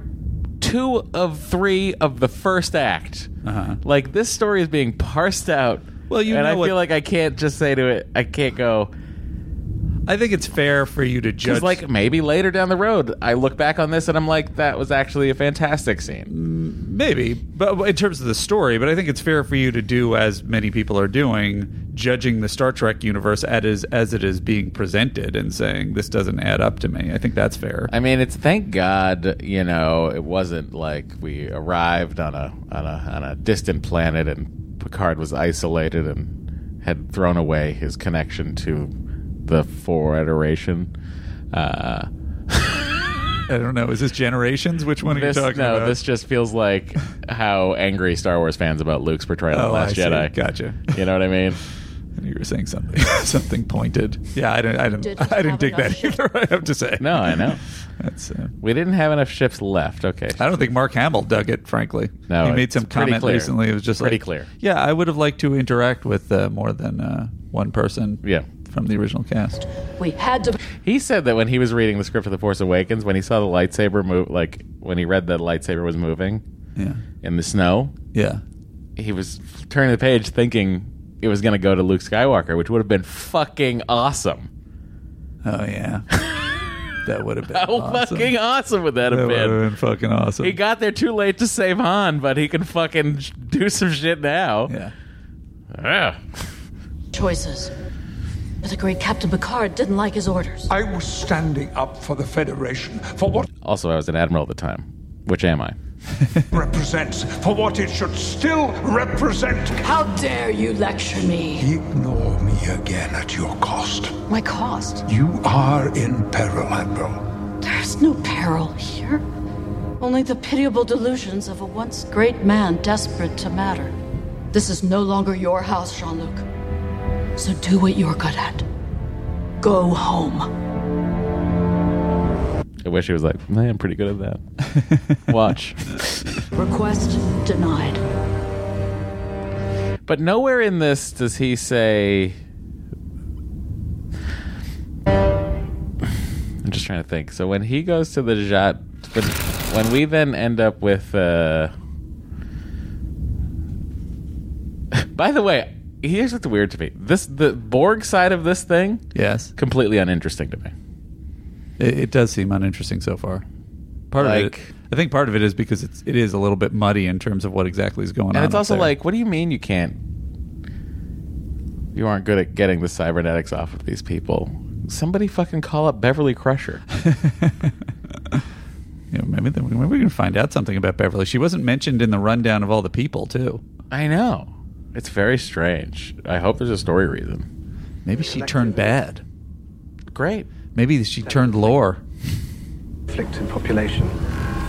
A: two of three of the first act.
B: Uh-huh.
A: Like this story is being parsed out.
B: Well, you
A: and
B: know
A: I
B: what-
A: feel like I can't just say to it, I can't go.
B: I think it's fair for you to judge.
A: Because like maybe later down the road, I look back on this and I'm like, that was actually a fantastic scene.
B: Maybe, but in terms of the story, but I think it's fair for you to do as many people are doing, judging the Star Trek universe as as it is being presented and saying this doesn't add up to me. I think that's fair.
A: I mean, it's thank God, you know, it wasn't like we arrived on a on a on a distant planet and Picard was isolated and had thrown away his connection to the Federation. Uh,
B: I don't know. Is this Generations? Which one are
A: this,
B: you talking
A: no,
B: about?
A: this just feels
B: (laughs)
A: like how angry Star Wars fans about Luke's portrayal in
B: Oh,
A: The Last
B: I see.
A: Jedi.
B: Gotcha.
A: You know what I
B: (laughs)
A: mean?
B: you were saying something (laughs) something pointed. Yeah, I didn't. I
A: Did
B: didn't.
A: not
B: I didn't
A: have
B: dig
A: enough
B: that either. I have to say.
A: No, I know.
B: That's. Uh,
A: we didn't have enough ships left. Okay.
B: I don't think Mark Hamill dug it. Frankly,
A: No,
B: he made
A: it's
B: some
A: pretty
B: comment
A: clear.
B: recently. It was just
A: Pretty
B: like,
A: clear.
B: Yeah, I would have liked to interact with uh, more than uh, one person.
A: Yeah.
B: from the original cast.
S: We had to.
A: He said that when he was reading the script of The Force Awakens, when he saw the lightsaber move, like when he read that lightsaber was moving,
B: Yeah.
A: in the snow,
B: yeah,
A: he was turning the page thinking it was going to go to Luke Skywalker, which would have been fucking awesome.
B: Oh yeah, that would have
A: (laughs)
B: been
A: How
B: awesome.
A: fucking awesome would that have
B: That
A: been?
B: would have been fucking awesome.
A: He got there too late to save Han, but he can fucking sh- do some shit now.
B: Yeah.
A: Yeah.
S: Choices. But the great Captain Picard didn't like his orders.
P: I was standing up for the Federation, for what
A: Also, I was an admiral at the time, which am I?
P: (laughs) represents, for what it should still represent.
S: How dare you lecture me?
P: Ignore me again at your cost.
S: My cost.
P: You are in peril, Admiral.
S: There's no peril here. Only the pitiable delusions of a once great man desperate to matter. This is no longer your house, Jean Luc. So do what you're good at. Go home.
A: I wish he was like, I am pretty good at (laughs) that. Watch.
S: Request denied.
A: But nowhere in this does he say. I'm just trying to think. So when he goes to the Jat, when, when we then end up with. Uh... By the way, here's what's weird to me. This the Borg side of this thing.
B: Yes.
A: Completely uninteresting to me.
B: It, it does seem uninteresting so far. Part
A: Like-
B: of it, I think part of it is because it's it is a little bit muddy in terms of what exactly is going on.
A: and it's
B: up
A: also
B: there.
A: like, what do you mean you can't? You aren't good at getting the cybernetics off of these people. Somebody fucking call up Beverly Crusher.
B: (laughs) Yeah, maybe, then- maybe we can find out something about Beverly. She wasn't mentioned in the rundown of all the people, too.
A: I know. It's very strange. I hope there's a story reason.
B: Maybe she turned bad.
A: Great.
B: Maybe she turned lore.
M: Afflicted population.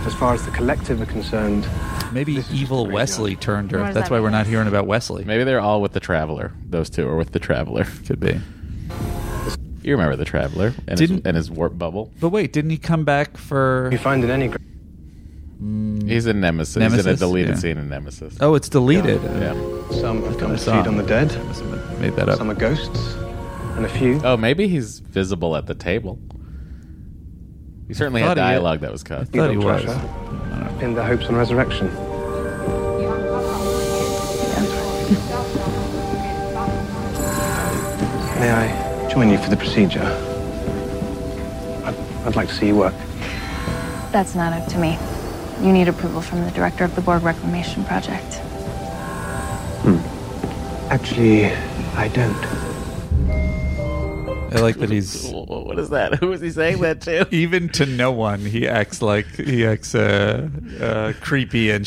M: As far as the collective are concerned,
B: Maybe evil Wesley turned
M: What
B: her.
M: does
B: That's
M: that
B: why we're
M: mean?
B: not hearing about Wesley.
A: Maybe they're all with the Traveler. Those two are with the Traveler.
B: Could be.
A: You remember the Traveler and, his,
B: Didn't-
A: and his warp bubble?
B: But wait, didn't he come back for? You
M: find an enneagram.
A: He's in Nemesis. He's in a
B: Mm. Nemesis?
A: deleted
B: Yeah.
A: scene in Nemesis.
B: Oh, it's deleted.
A: Yeah.
M: some have come to feed
B: song.
M: on the dead,
B: made that up.
M: some are ghosts, and a few.
A: Oh, maybe he's visible at the table. He certainly had
M: thought he-
A: dialogue that was cut.
M: evil treasure
B: (laughs)
M: In the hopes on resurrection. May I join you for the procedure? I'd, I'd like to see you work.
O: That's not up to me. You need approval from the director of the Borg Reclamation Project.
M: Actually, I don't.
B: I like
A: (laughs)
B: that he's
A: What is that? Who is he saying that to?
B: (laughs) even to no one. He acts like he acts uh, uh, creepy
A: (laughs)
B: and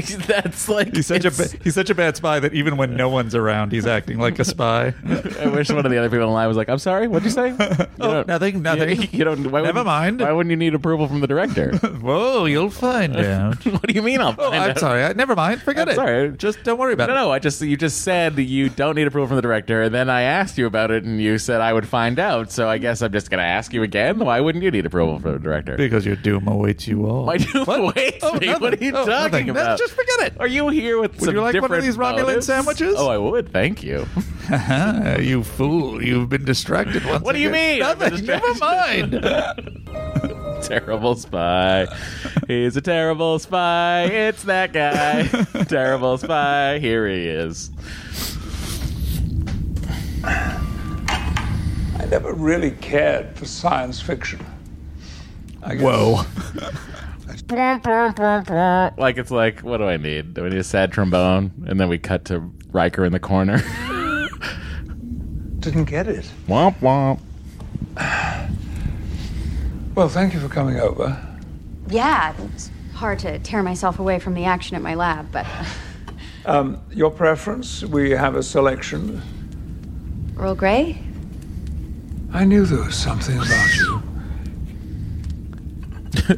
A: (laughs) That's like
B: He's such a
A: it's-
B: ba- he's such a bad spy that even when no one's around, he's acting like a spy.
A: (laughs) I wish one of the other people in line was like, "I'm sorry, what'd you
B: (laughs)
A: say?
B: oh, nothing, nothing.
A: You, (laughs) you don't. Why
B: Never
A: wouldn't-
B: mind.
A: Why wouldn't you need approval from the
B: (laughs)
A: director?
B: Whoa, you'll find out.
A: (laughs) what do you mean? I'll
B: Oh,
A: find
B: I'm
A: out?
B: sorry. I, never mind. Forget
A: I'm
B: it.
A: sorry.
B: Just don't worry about
A: no,
B: it.
A: no. I just you just said that you don't need approval from the director, and then I asked you about it, and you said I would find out. So I guess I'm just gonna ask you again. Why wouldn't you need approval from the director?
B: Because your doom awaits you all.
A: Why do what? (laughs) wait?
B: Oh,
A: me? What are
B: nothing.
A: you
B: Oh,
A: talking
B: nothing. No,
A: about?
B: just forget it.
A: Are you here with
B: Would
A: some
B: you like one of
A: different
B: these Romulan
A: motives?
B: sandwiches?
A: Oh, I would. Thank you.
B: (laughs) you fool! You've been distracted once.
A: What do you
B: again.
A: mean? I'm
B: Nothing. (laughs) Never
A: distracted.
B: mind.
A: (laughs) terrible spy. He's a terrible spy. It's that (laughs) guy. terrible spy. Here he is.
N: I never really cared for science fiction. I guess.
B: Whoa.
A: Like it's like, what do I need? Do I need a sad trombone? And then we cut to Riker in the corner.
P: (gasps)
B: (laughs)
P: Didn't get it.
A: womp womp.
N: Well, thank you for coming over.
C: Yeah, it's hard to tear myself away from the action at my lab, but
N: Um, your preference? We have a selection.
C: Earl Grey?
P: I knew there was something about you.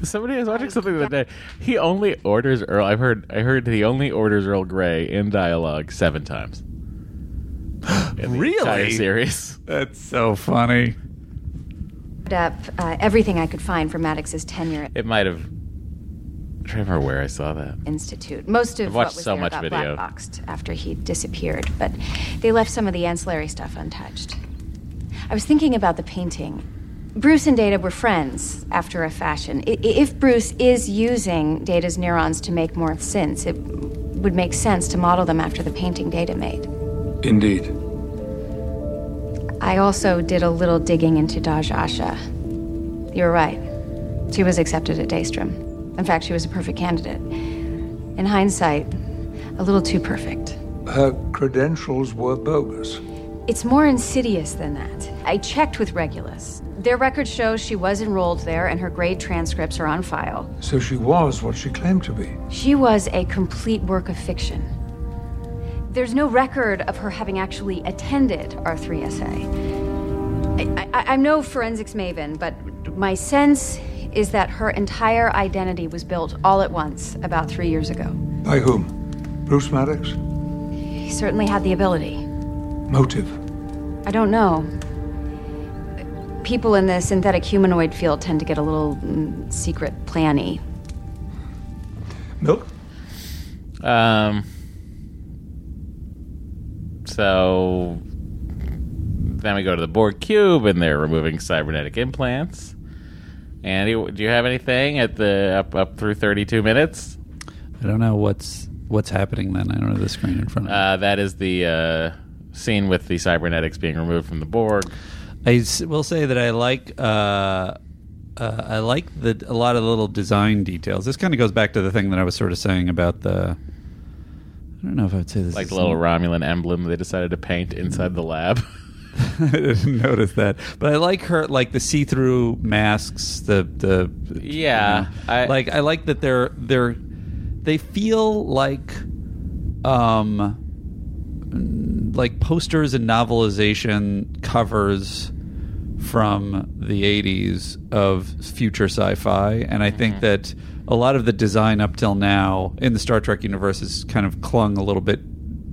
A: (laughs) Somebody I was watching something the other day. He only orders Earl. I've heard. I heard he only orders Earl Grey in dialogue seven
B: (gasps)
A: times. In the
B: Really?
A: entire series.
B: That's so funny.
C: Looked up uh, everything I could find from Maddox's tenure at
A: It might have. I'm trying to remember where I saw that.
C: Institute. Most of
A: I've watched
C: what was
A: so
C: there
A: much
C: got
A: video.
C: black boxed after he disappeared, but they left some of the ancillary stuff untouched. I was thinking about the painting. Bruce and Data were friends after a fashion. I- i- if Bruce is using Data's neurons to make more synths, it would make sense to model them after the painting Data made.
N: Indeed.
C: I also did a little digging into Daj Asha. You were right. She was accepted at Daystrom. In fact, she was a perfect candidate. In hindsight, a little too perfect.
N: Her credentials were bogus.
C: It's more insidious than that. I checked with Regulus. Their record shows she was enrolled there, and her grade transcripts are on file.
N: So she was what she claimed to be.
C: She was a complete work of fiction. There's no record of her having actually attended R3SA. I, I, I'm no forensics maven, but my sense is that her entire identity was built all at once about three years ago.
P: By whom? Bruce Maddox?
C: He certainly had the ability.
P: Motive.
C: I don't know. People in the synthetic humanoid field tend to get a little mm, secret planny.
N: Milk?
A: Um. So then we go to the Borg cube, and they're removing cybernetic implants. Andy, w- do you have anything at the up up through thirty two minutes?
B: I don't know what's what's happening. Then I don't have the screen in front of me.
A: Uh, that is the uh, scene with the cybernetics being removed from the Borg.
B: I s- will say that I like uh, uh, I like the a lot of the little design details. This kind of goes back to the thing that I was sort of saying about the. I don't know if I'd say this
A: like
B: is
A: the little Romulan emblem they decided to paint inside the lab.
B: (laughs) I didn't notice that, but I like her like the see-through masks. The the
A: Yeah, I-
B: like I like that they're they're they feel like um like posters and novelization covers from the 80s of future sci-fi and i think that a lot of the design up till now in the star trek universe has kind of clung a little bit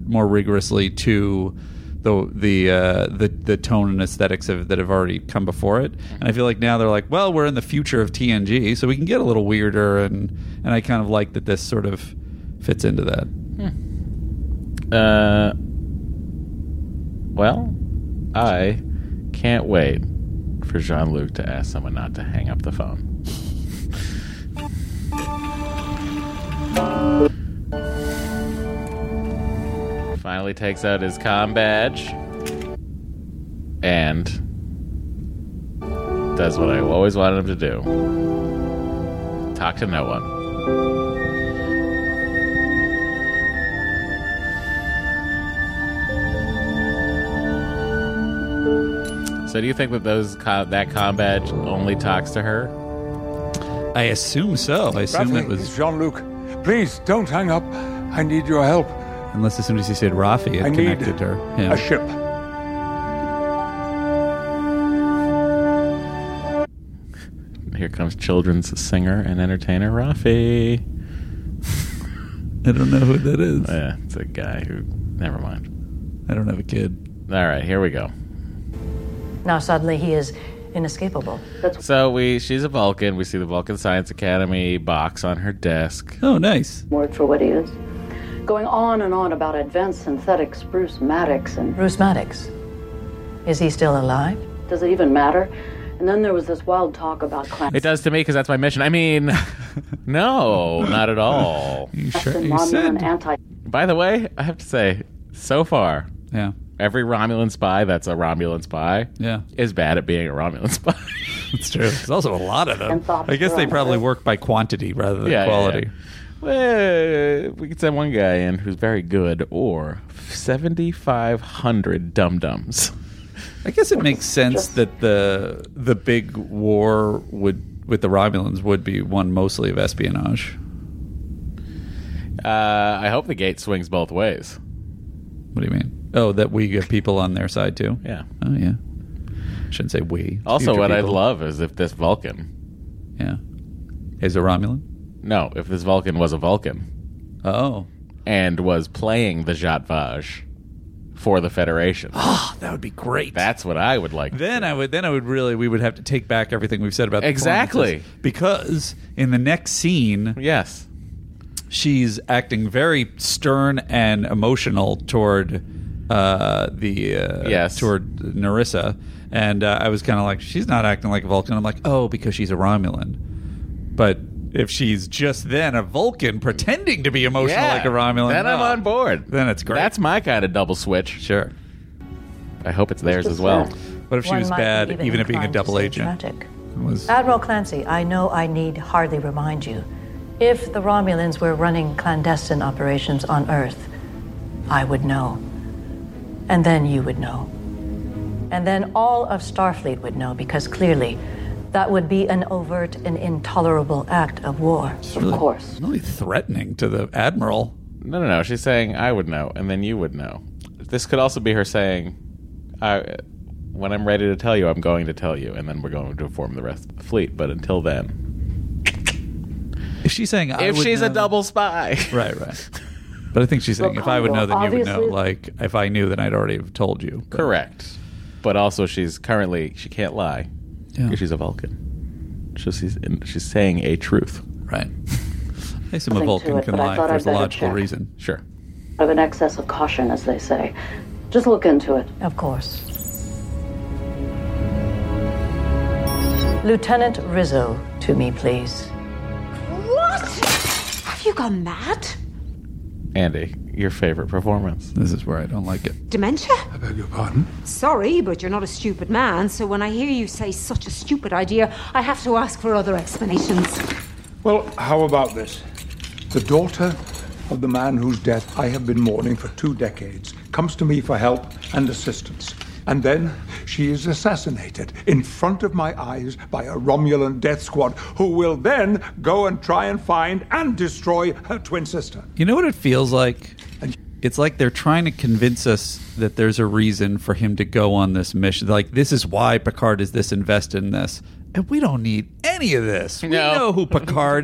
B: more rigorously to the the uh, the, the tone and aesthetics of, that have already come before it and i feel like now they're like well we're in the future of tng so we can get a little weirder and and i kind of like that this sort of fits into that
A: Uh, well, I can't wait for Jean Luc to ask someone not to hang up the phone. Finally takes out his com badge and does what I always wanted him to do talk to no one. So do you think that those co- that com badge only talks to her?
B: I assume so. I assume it
P: Rafi,
B: was-
P: it's Jean-Luc. Please don't hang up. I need your help.
B: unless as soon as he said rafi it
P: I need
B: connected her
P: a ship.
A: Here comes children's singer and entertainer Rafi.
B: I don't know who that is.
A: Yeah, it's a guy who. Never mind.
B: I don't have a kid.
A: All right, here we go.
D: Now suddenly he is inescapable.
A: So we, she's a Vulcan. We see the Vulcan Science Academy box on her desk.
B: Oh, nice.
V: word for what he is. Going on and on about advanced synthetics, Bruce Maddox, and
D: Bruce Maddox. Is he still alive?
V: does it even matter? And then there was this wild talk about class
A: It does to me because that's my mission. I mean, (laughs) no, not at
B: (laughs)
A: all. You
V: and Romulan anti.
A: By the way, I have to say, so far,
B: yeah,
A: every Romulan spy that's a Romulan spy,
B: yeah,
A: is bad at being a Romulan spy.
B: It's
A: (laughs)
B: true. There's also a lot of them.
A: And thoughts
B: Um, I guess they
A: are on
B: probably
A: Earth.
B: work by quantity rather than
A: Yeah, yeah,
B: quality.
A: yeah. Well, we could send one guy in who's very good, or seventy five hundred dum dums.
B: I guess it makes sense that the the big war would with the Romulans would be one mostly of espionage.
A: (laughs) Uh, I hope the gate swings both ways.
B: What do you mean? Oh, that we get people on their side too.
A: Yeah.
B: Oh yeah. Shouldn't say we.
A: Also,
B: Future
A: what I'd
B: people.
A: love is if this Vulcan,
B: Yeah. Is a Romulan?
A: no, if this Vulcan was a Vulcan,
B: oh,
A: and was playing the Jatvaj for the
B: (gasps)
A: Federation. Oh,
B: Ah, that would be great.
A: That's what I would like.
B: Then I would. Then I would really. We would have to take back everything we've said about the
A: Exactly.
B: Klingons, because in the next scene,
A: yes,
B: she's acting very stern and emotional toward uh, the uh,
A: Yes.
B: toward Narissa, and uh, I was kind of like, she's not acting like a Vulcan. I'm like, oh, because she's a Romulan, but. If she's just then a Vulcan pretending to be emotional
A: Yeah.
B: like a Romulan,
A: Then I'm
B: no.
A: on board.
B: Then it's great.
A: That's my kind of double switch.
B: Sure.
A: I hope it's theirs as well.
B: What if she
D: One
B: was
D: might
B: bad,
D: be
B: even, at being a
D: inclined to
B: double
D: say
B: agent?
D: tragic.
B: Was
D: Admiral Clancy, I know I need hardly remind you. If the Romulans were running clandestine operations on Earth, I would know. And then you would know. And then all of Starfleet would know, because clearly that would be an overt and intolerable act of war.
B: really, really threatening to the admiral.
A: No, no, no. She's saying I would know, and then you would know. This could also be her saying, "I, when I'm ready to tell you, I'm going to tell you," and then we're going to inform the rest of the fleet. But until then,
B: If she's saying, I
A: if
B: would
A: she's a
B: know-
A: double spy,
B: right, right. But I think she's saying,
A: Look,
B: if I would know, then you would know.
A: obviously-
B: Like, if I knew, then I'd already have told you. But-
A: correct. But also, she's currently she can't lie.
B: Yeah.
A: She's a Vulcan. So she's in, she's saying a truth.
V: (laughs)
B: Right. I assume
V: Nothing
B: a
V: to
B: Vulcan
V: it,
B: can
V: but I
B: lie
V: thought
B: if there's
V: I'd
B: a
V: better
B: logical
V: check.
B: reason.
A: Sure.
V: of an excess of caution, as they say. Just look into it.
D: Of course. Lieutenant Rizzo, to me, please.
C: What? Have you gone mad?
A: Andy, your favorite performance.
B: This is where I don't like it.
G: Dementia?
P: I beg your pardon?
G: Sorry, but you're not a stupid man, so when I hear you say such a stupid idea, I have to ask for other explanations.
P: Well, how about this? The daughter of the man whose death I have been mourning for two decades comes to me for help and assistance. And then she is assassinated in front of my eyes by a Romulan death squad who will then go and try and find and destroy her twin sister.
B: You know what it feels like? It's like they're trying to convince us that there's a reason for him to go on this mission. Like, this is why Picard is this invested in this. And we don't need any of this. We
A: No.
B: know who Picard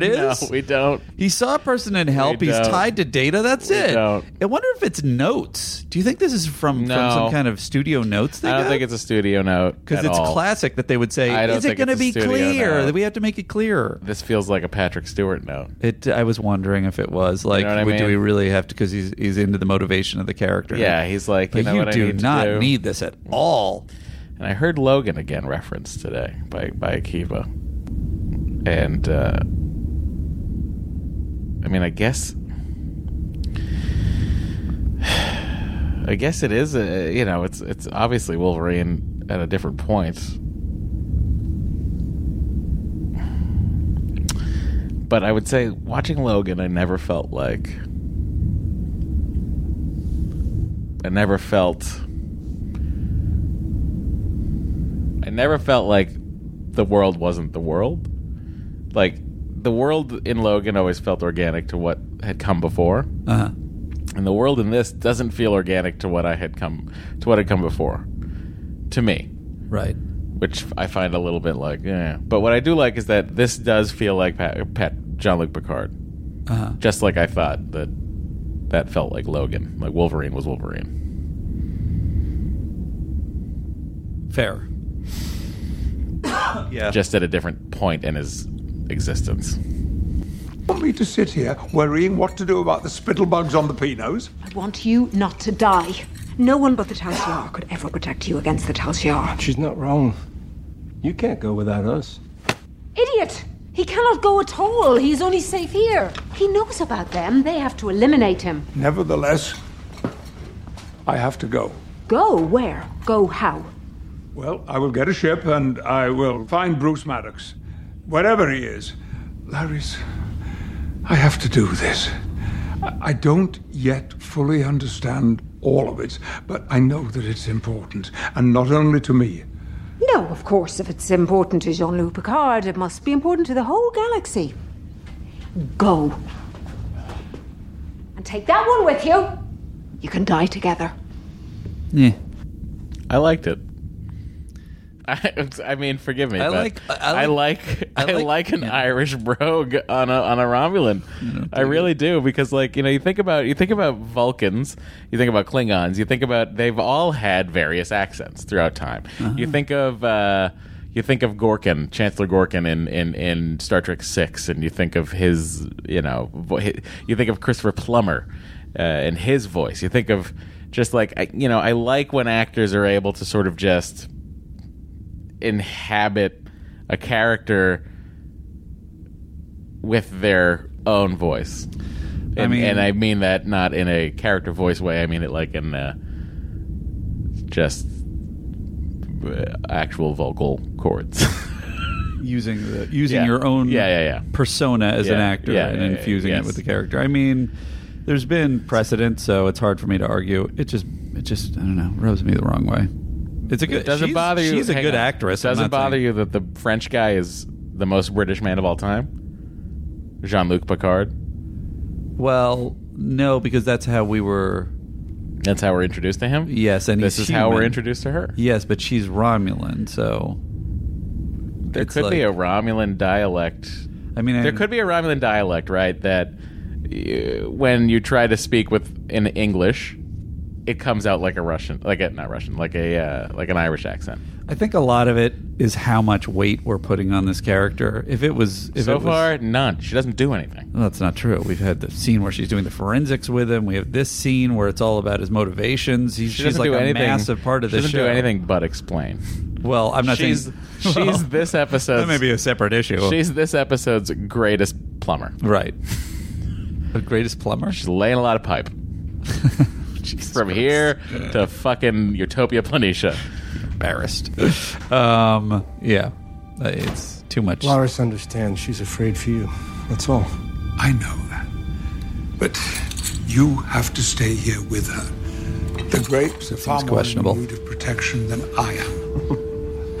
A: (laughs) No,
B: is.
A: we don't.
B: He saw a person in help.
A: We
B: He's
A: don't.
B: tied to data. That's
A: We
B: it.
A: don't.
B: I wonder if it's notes. Do you think this is from,
A: No.
B: from some kind of studio notes they
A: I don't
B: got?
A: think it's a studio note
B: because
A: at
B: it's
A: all.
B: classic that they would say,
A: I don't
B: "Is it
A: think
B: going to
A: it's a
B: be
A: studio
B: clear?
A: note.
B: We have to make it clear."
A: This feels like a Patrick Stewart note.
B: It. I was wondering if it was like,
A: know what I
B: we- do
A: mean?
B: we really have to? Because he's he's into the motivation of the character.
A: Yeah, he's like,
B: But
A: you know what
B: do
A: I need to
B: not
A: do.
B: need this at all.
A: And I heard Logan again referenced today by by Akiva, and uh, I mean, I guess, (sighs) I guess it is. A, you know, it's it's obviously Wolverine at a different point, but I would say watching Logan, I never felt like. I never felt I never felt like the world wasn't the world. Like the world in Logan always felt organic to what had come before,
B: Uh-huh.
A: and the world in this doesn't feel organic to what I had come to what had come before, to me.
B: Right.
A: Which I find a little bit like, yeah. But what I do like is that this does feel like Pat, Pat John Luke Picard,
B: Uh-huh.
A: just like I thought that that felt like Logan, like Wolverine was Wolverine.
B: Fair. yeah.
A: Just at a different point in his existence.
P: want me to sit here worrying what to do about the spittle bugs on the Pinos?
G: I want you not to die. No one but the Tal Shiar could ever protect you against the Tal Shiar.
M: She's not wrong. You can't go without us.
G: Idiot! He cannot go at all. He's only safe here. He knows about them. They have to eliminate him.
P: Nevertheless, I have to go.
G: Go where? Go how?
P: Well, I will get a ship and I will find Bruce Maddox, wherever he is. Larry's. I have to do this. I- I don't yet fully understand all of it, but I know that it's important, and not only to me.
G: No, of course, if it's important to Jean Louis Picard, it must be important to the whole galaxy. Go. And take that one with you. You can die together.
B: Yeah.
A: I liked it. I, (laughs) I mean, forgive me.
B: I
A: but
B: like- I
A: I like. I like. an Irish brogue on a on a Romulan. I really do because, like, you know, you think about you think about Vulcans, you think about Klingons, you think about they've all had various accents throughout time. You think of. Uh, you think of Gorkin, Chancellor Gorkin in, in, in Star Trek Six, and you think of his, you know, vo- hi- you think of Christopher Plummer uh, and his voice. You think of just like, I, you know, I like when actors are able to sort of just inhabit a character with their own voice. And,
B: I mean-
A: and I mean that not in a character voice way. I mean it like in uh, just uh, actual vocal cords.
B: Using the using
A: Yeah.
B: your own
A: Yeah, yeah, yeah.
B: persona as an
A: Yeah,
B: actor
A: yeah,
B: and
A: yeah, yeah,
B: infusing
A: yes.
B: it with the character. I mean, there's been precedent, so it's hard for me to argue. It just it just I don't know rubs me the wrong way. (laughs) It's a good.
A: It doesn't
B: she's-
A: bother you.
B: She's a
A: hang
B: good
A: on.
B: actress. I'm
A: Doesn't
B: not
A: bother
B: saying-
A: you that the French guy is the most British man of all time, Jean Luc Picard.
B: Well, no, because that's how we were.
A: That's how we're introduced to him.
B: Yes, and
A: This
B: he's
A: is how we're
B: human.
A: introduced to her.
B: Yes, but she's Romulan, so
A: There could be a Romulan dialect.
B: I mean,
A: there
B: I-
A: could be a Romulan dialect, right? That uh, when you try to speak with in English, it comes out like a Russian, like a not Russian, like a uh, like an Irish accent.
B: I think a lot of it is how much weight we're putting on this character. If it was if
A: so
B: it was,
A: far, none. She doesn't do anything.
B: Well, that's not true. We've had the scene where she's doing the forensics with him. We have this scene where it's all about his motivations. He's,
A: She
B: she's
A: doesn't
B: like
A: do
B: a
A: anything.
B: massive part of
A: she
B: this
A: doesn't
B: show.
A: do anything but explain.
B: Well, I'm not
A: she's,
B: (laughs) saying
A: she's
B: Well,
A: this episode's
B: that may be a separate issue.
A: She's this episode's greatest plumber.
B: right. The greatest plumber?
A: She's laying a lot of
B: (laughs)
A: pipe. From here to fucking Utopia Planitia.
B: Embarrassed. (laughs) um, yeah, Uh, it's too much.
M: Laris understands. She's afraid for you. That's all.
P: I know that. But you have to stay here with her. The grapes are far more in
B: questionable.
P: need of protection than I am.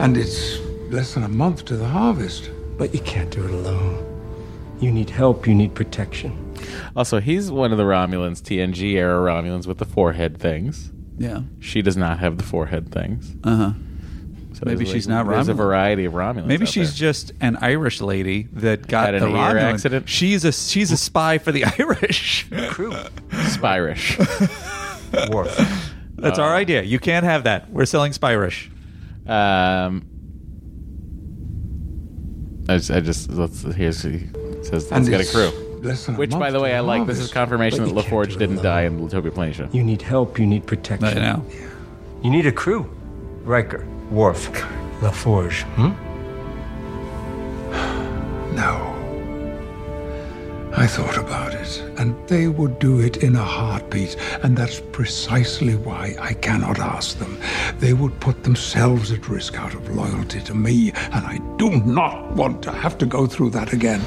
P: (laughs) and it's less than a month to the harvest.
M: But you can't do it alone. You need help. You
B: (laughs)
M: need protection.
A: Also, he's one of the Romulans, TNG era Romulans, with the forehead things.
B: Yeah.
A: She does not have the forehead things.
B: Uh huh.
A: So
B: Maybe
A: there's,
B: she's
A: like,
B: not
A: There's a
B: Romulan.
A: variety of Romulans.
B: Maybe
A: out
B: she's just an Irish lady that
A: Had
B: got
A: an
B: the
A: ear
B: Romulan.
A: accident?
B: She's a she's a spy for the (laughs) Irish.
A: there.
B: (laughs)
A: Spirish.
B: That's
A: Uh,
B: our idea. You can't have that. We're selling Spirish.
A: Um, I just, I just let's here's he says
P: And
A: it's got a
P: it's
A: crew.
P: less than a
A: Which, by
P: month
A: the way,
P: to
A: I like. This is
P: harvest.
A: confirmation
P: But you
A: that
P: can't do
A: LaForge
P: it
A: didn't
P: alone.
A: die in Latopia Planitia.
M: You need help. You need protection.
B: I know.
M: You need a crew. Riker, Worf, LaForge. Hmm?
P: No. I thought about it, and they would do it in a heartbeat, and that's precisely why I cannot ask them. They would put themselves at risk out of loyalty to me, and I do not want to have to go through that again.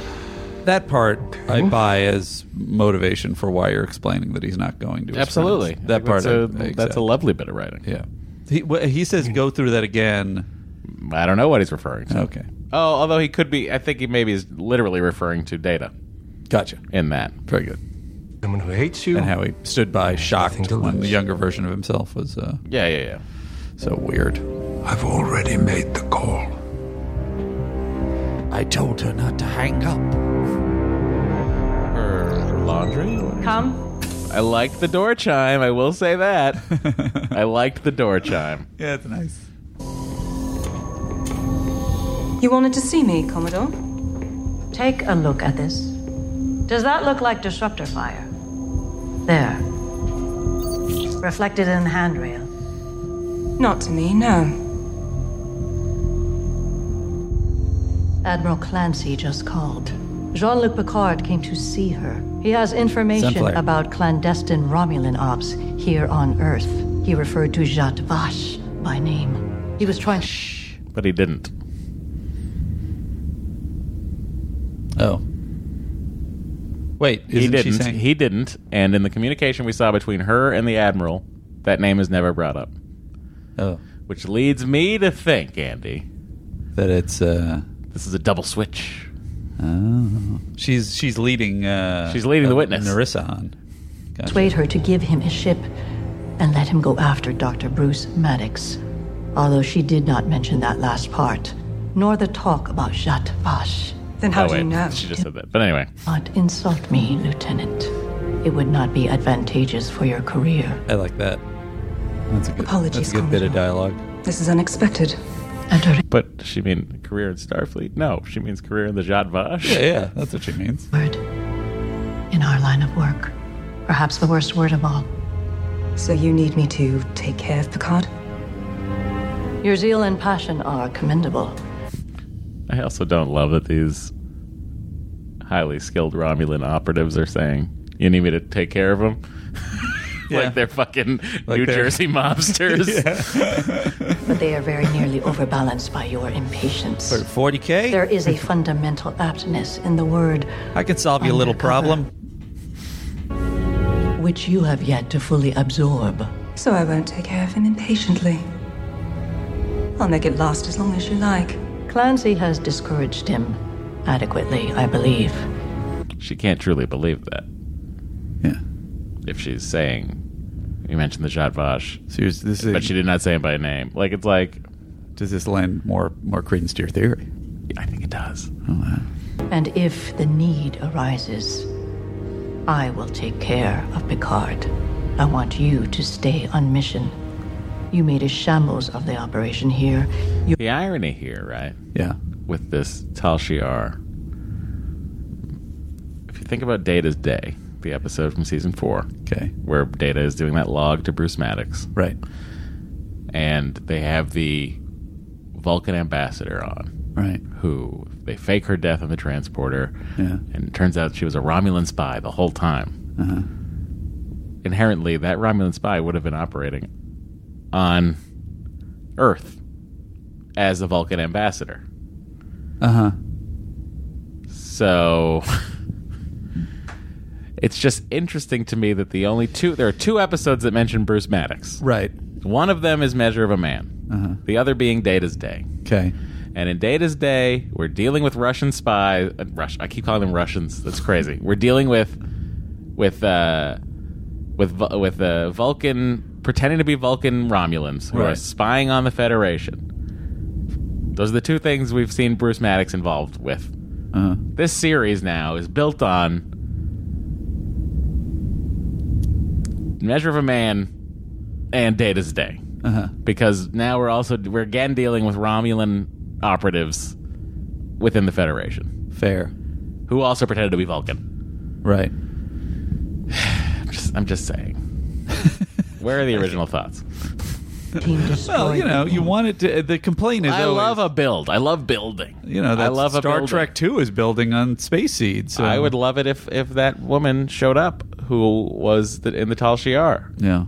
B: That part I buy as motivation for why you're explaining that he's not going to. his
A: Absolutely.
B: friends.
A: I
B: that
A: think
B: part.
A: that's a-
B: I- I
A: that's a
B: accept.
A: lovely bit of writing.
B: Yeah. He, wh- he says go through that again.
A: I don't know what he's referring to.
B: Okay.
A: Oh, although he could be. I think he maybe is literally referring to Data
B: Gotcha.
A: in that.
B: Very good.
M: Someone who hates you.
B: And how he stood by
M: Nothing
B: shocked
M: to
B: when the
M: lose.
B: younger version of himself was uh,
A: Yeah, yeah, yeah.
B: so weird.
P: I've already made the call.
B: I told her not to hang up.
A: Her laundry. Or-
S: Come.
A: I liked the door chime. I will say
B: (laughs)
A: that. I liked the door chime.
B: Yeah, it's nice.
F: You wanted to see me, Commodore?
D: Take a look at this. Does that look like disruptor fire? There. Reflected in handrail.
F: Not to me, no.
D: Admiral Clancy just called. Jean Luc Picard came to see her. He has information
F: Sunflower.
D: about clandestine Romulan ops here on Earth. He referred to Jat Vache by name. He was trying. Shh.
A: But he didn't.
B: Oh. Wait, isn't
A: he
B: she
A: didn't.
B: saying?
A: he didn't. And in the communication we saw between her and the admiral, that name is never brought up.
B: Oh.
A: Which leads me to think, Andy,
B: that it's uh
A: this is a double switch.
B: oh. she's she's leading uh
A: She's leading the witness.
B: Narissa on. Gotcha.
D: persuade her to give him his ship and let him go after Dr. Bruce Maddox. Although she did not mention that last part, nor the talk about Jat Vache.
F: Then how
A: Oh,
F: do you
A: wait,
F: know?
A: She just said that. But anyway,
D: Not insult me, Lieutenant. It would not be advantageous for your career.
B: I like that. That's a good
F: Apologies,
B: That's a good bit of dialogue.
F: This is unexpected.
A: but does she mean career in Starfleet? No, she means career in the Jad Vash.
B: Yeah, yeah, that's what she means.
D: Word. In our line of work. Perhaps the worst word of all.
F: So you need me to take care of Picard?
D: Your zeal and passion are commendable.
A: I also don't love that these highly skilled Romulan operatives are saying, "You need me to take care of them."
B: Yeah.
A: (laughs) like they're fucking
B: Like
A: New
B: they're- (laughs)
A: Jersey mobsters.
D: But they are very nearly overbalanced by your impatience.
B: For 40k,
D: There is a fundamental aptness in the word
B: I can solve you a little
D: Undercover.
B: problem.
D: which you have yet to fully absorb.
F: So I won't take care of him impatiently. I'll make it last as long as you like.
D: Clancy has discouraged him adequately, I believe.
A: She can't truly believe that.
B: Yeah.
A: If she's saying, you mentioned the Jad Vash,
B: Seriously, this is
A: but she did not say him by name. Like it's like
B: does this lend more more credence to your theory?
A: I think it does.
B: Oh, wow.
D: And if the need arises, I will take care of Picard. I want you to stay on mission. You made a shambles of the operation here. You
A: The irony here, right,
B: Yeah.
A: with this Tal Shiar. If you think about Data's Day, the episode from season four,
B: Okay.
A: where Data is doing that log to Bruce Maddox,
B: Right.
A: and they have the Vulcan ambassador on,
B: Right.
A: Who they fake her death in the transporter,
B: Yeah.
A: and it turns out she was a Romulan spy the whole time.
B: Uh-huh.
A: Inherently, that Romulan spy would have been operating on Earth as the Vulcan ambassador.
B: Uh huh.
A: So (laughs) it's just interesting to me that the only two there are two episodes that mention Bruce Maddox.
B: Right.
A: One of them is Measure of a Man.
B: Uh-huh.
A: The other being Data's Day.
B: Okay.
A: And in Data's Day, we're dealing with Russian spies. Uh, Rush. I keep calling them Russians. That's crazy. We're dealing with with uh, with Vul- with uh, Vulcan pretending to be Vulcan Romulans who are
B: Right.
A: spying on the Federation. Those are the two things we've seen Bruce Maddox involved with.
B: Uh-huh.
A: This series now is built on Measure of a Man and Data's Day
B: Uh-huh.
A: because now we're also we're again dealing with Romulan operatives within the Federation
B: Fair.
A: who also pretended to be Vulcan. (sighs)
B: Right.
A: I'm just I'm just saying. Where are the
B: (laughs)
A: original thoughts?
B: Well, you know, you want it to. The complaint is
A: I
B: always,
A: love a build. I love building.
B: you know,
A: I
B: that's
A: love a
B: Star
A: building.
B: Trek Two is building on space seeds. so-
A: I would love it if if that woman showed up who was the, in the Tal Shiar.
B: Yeah.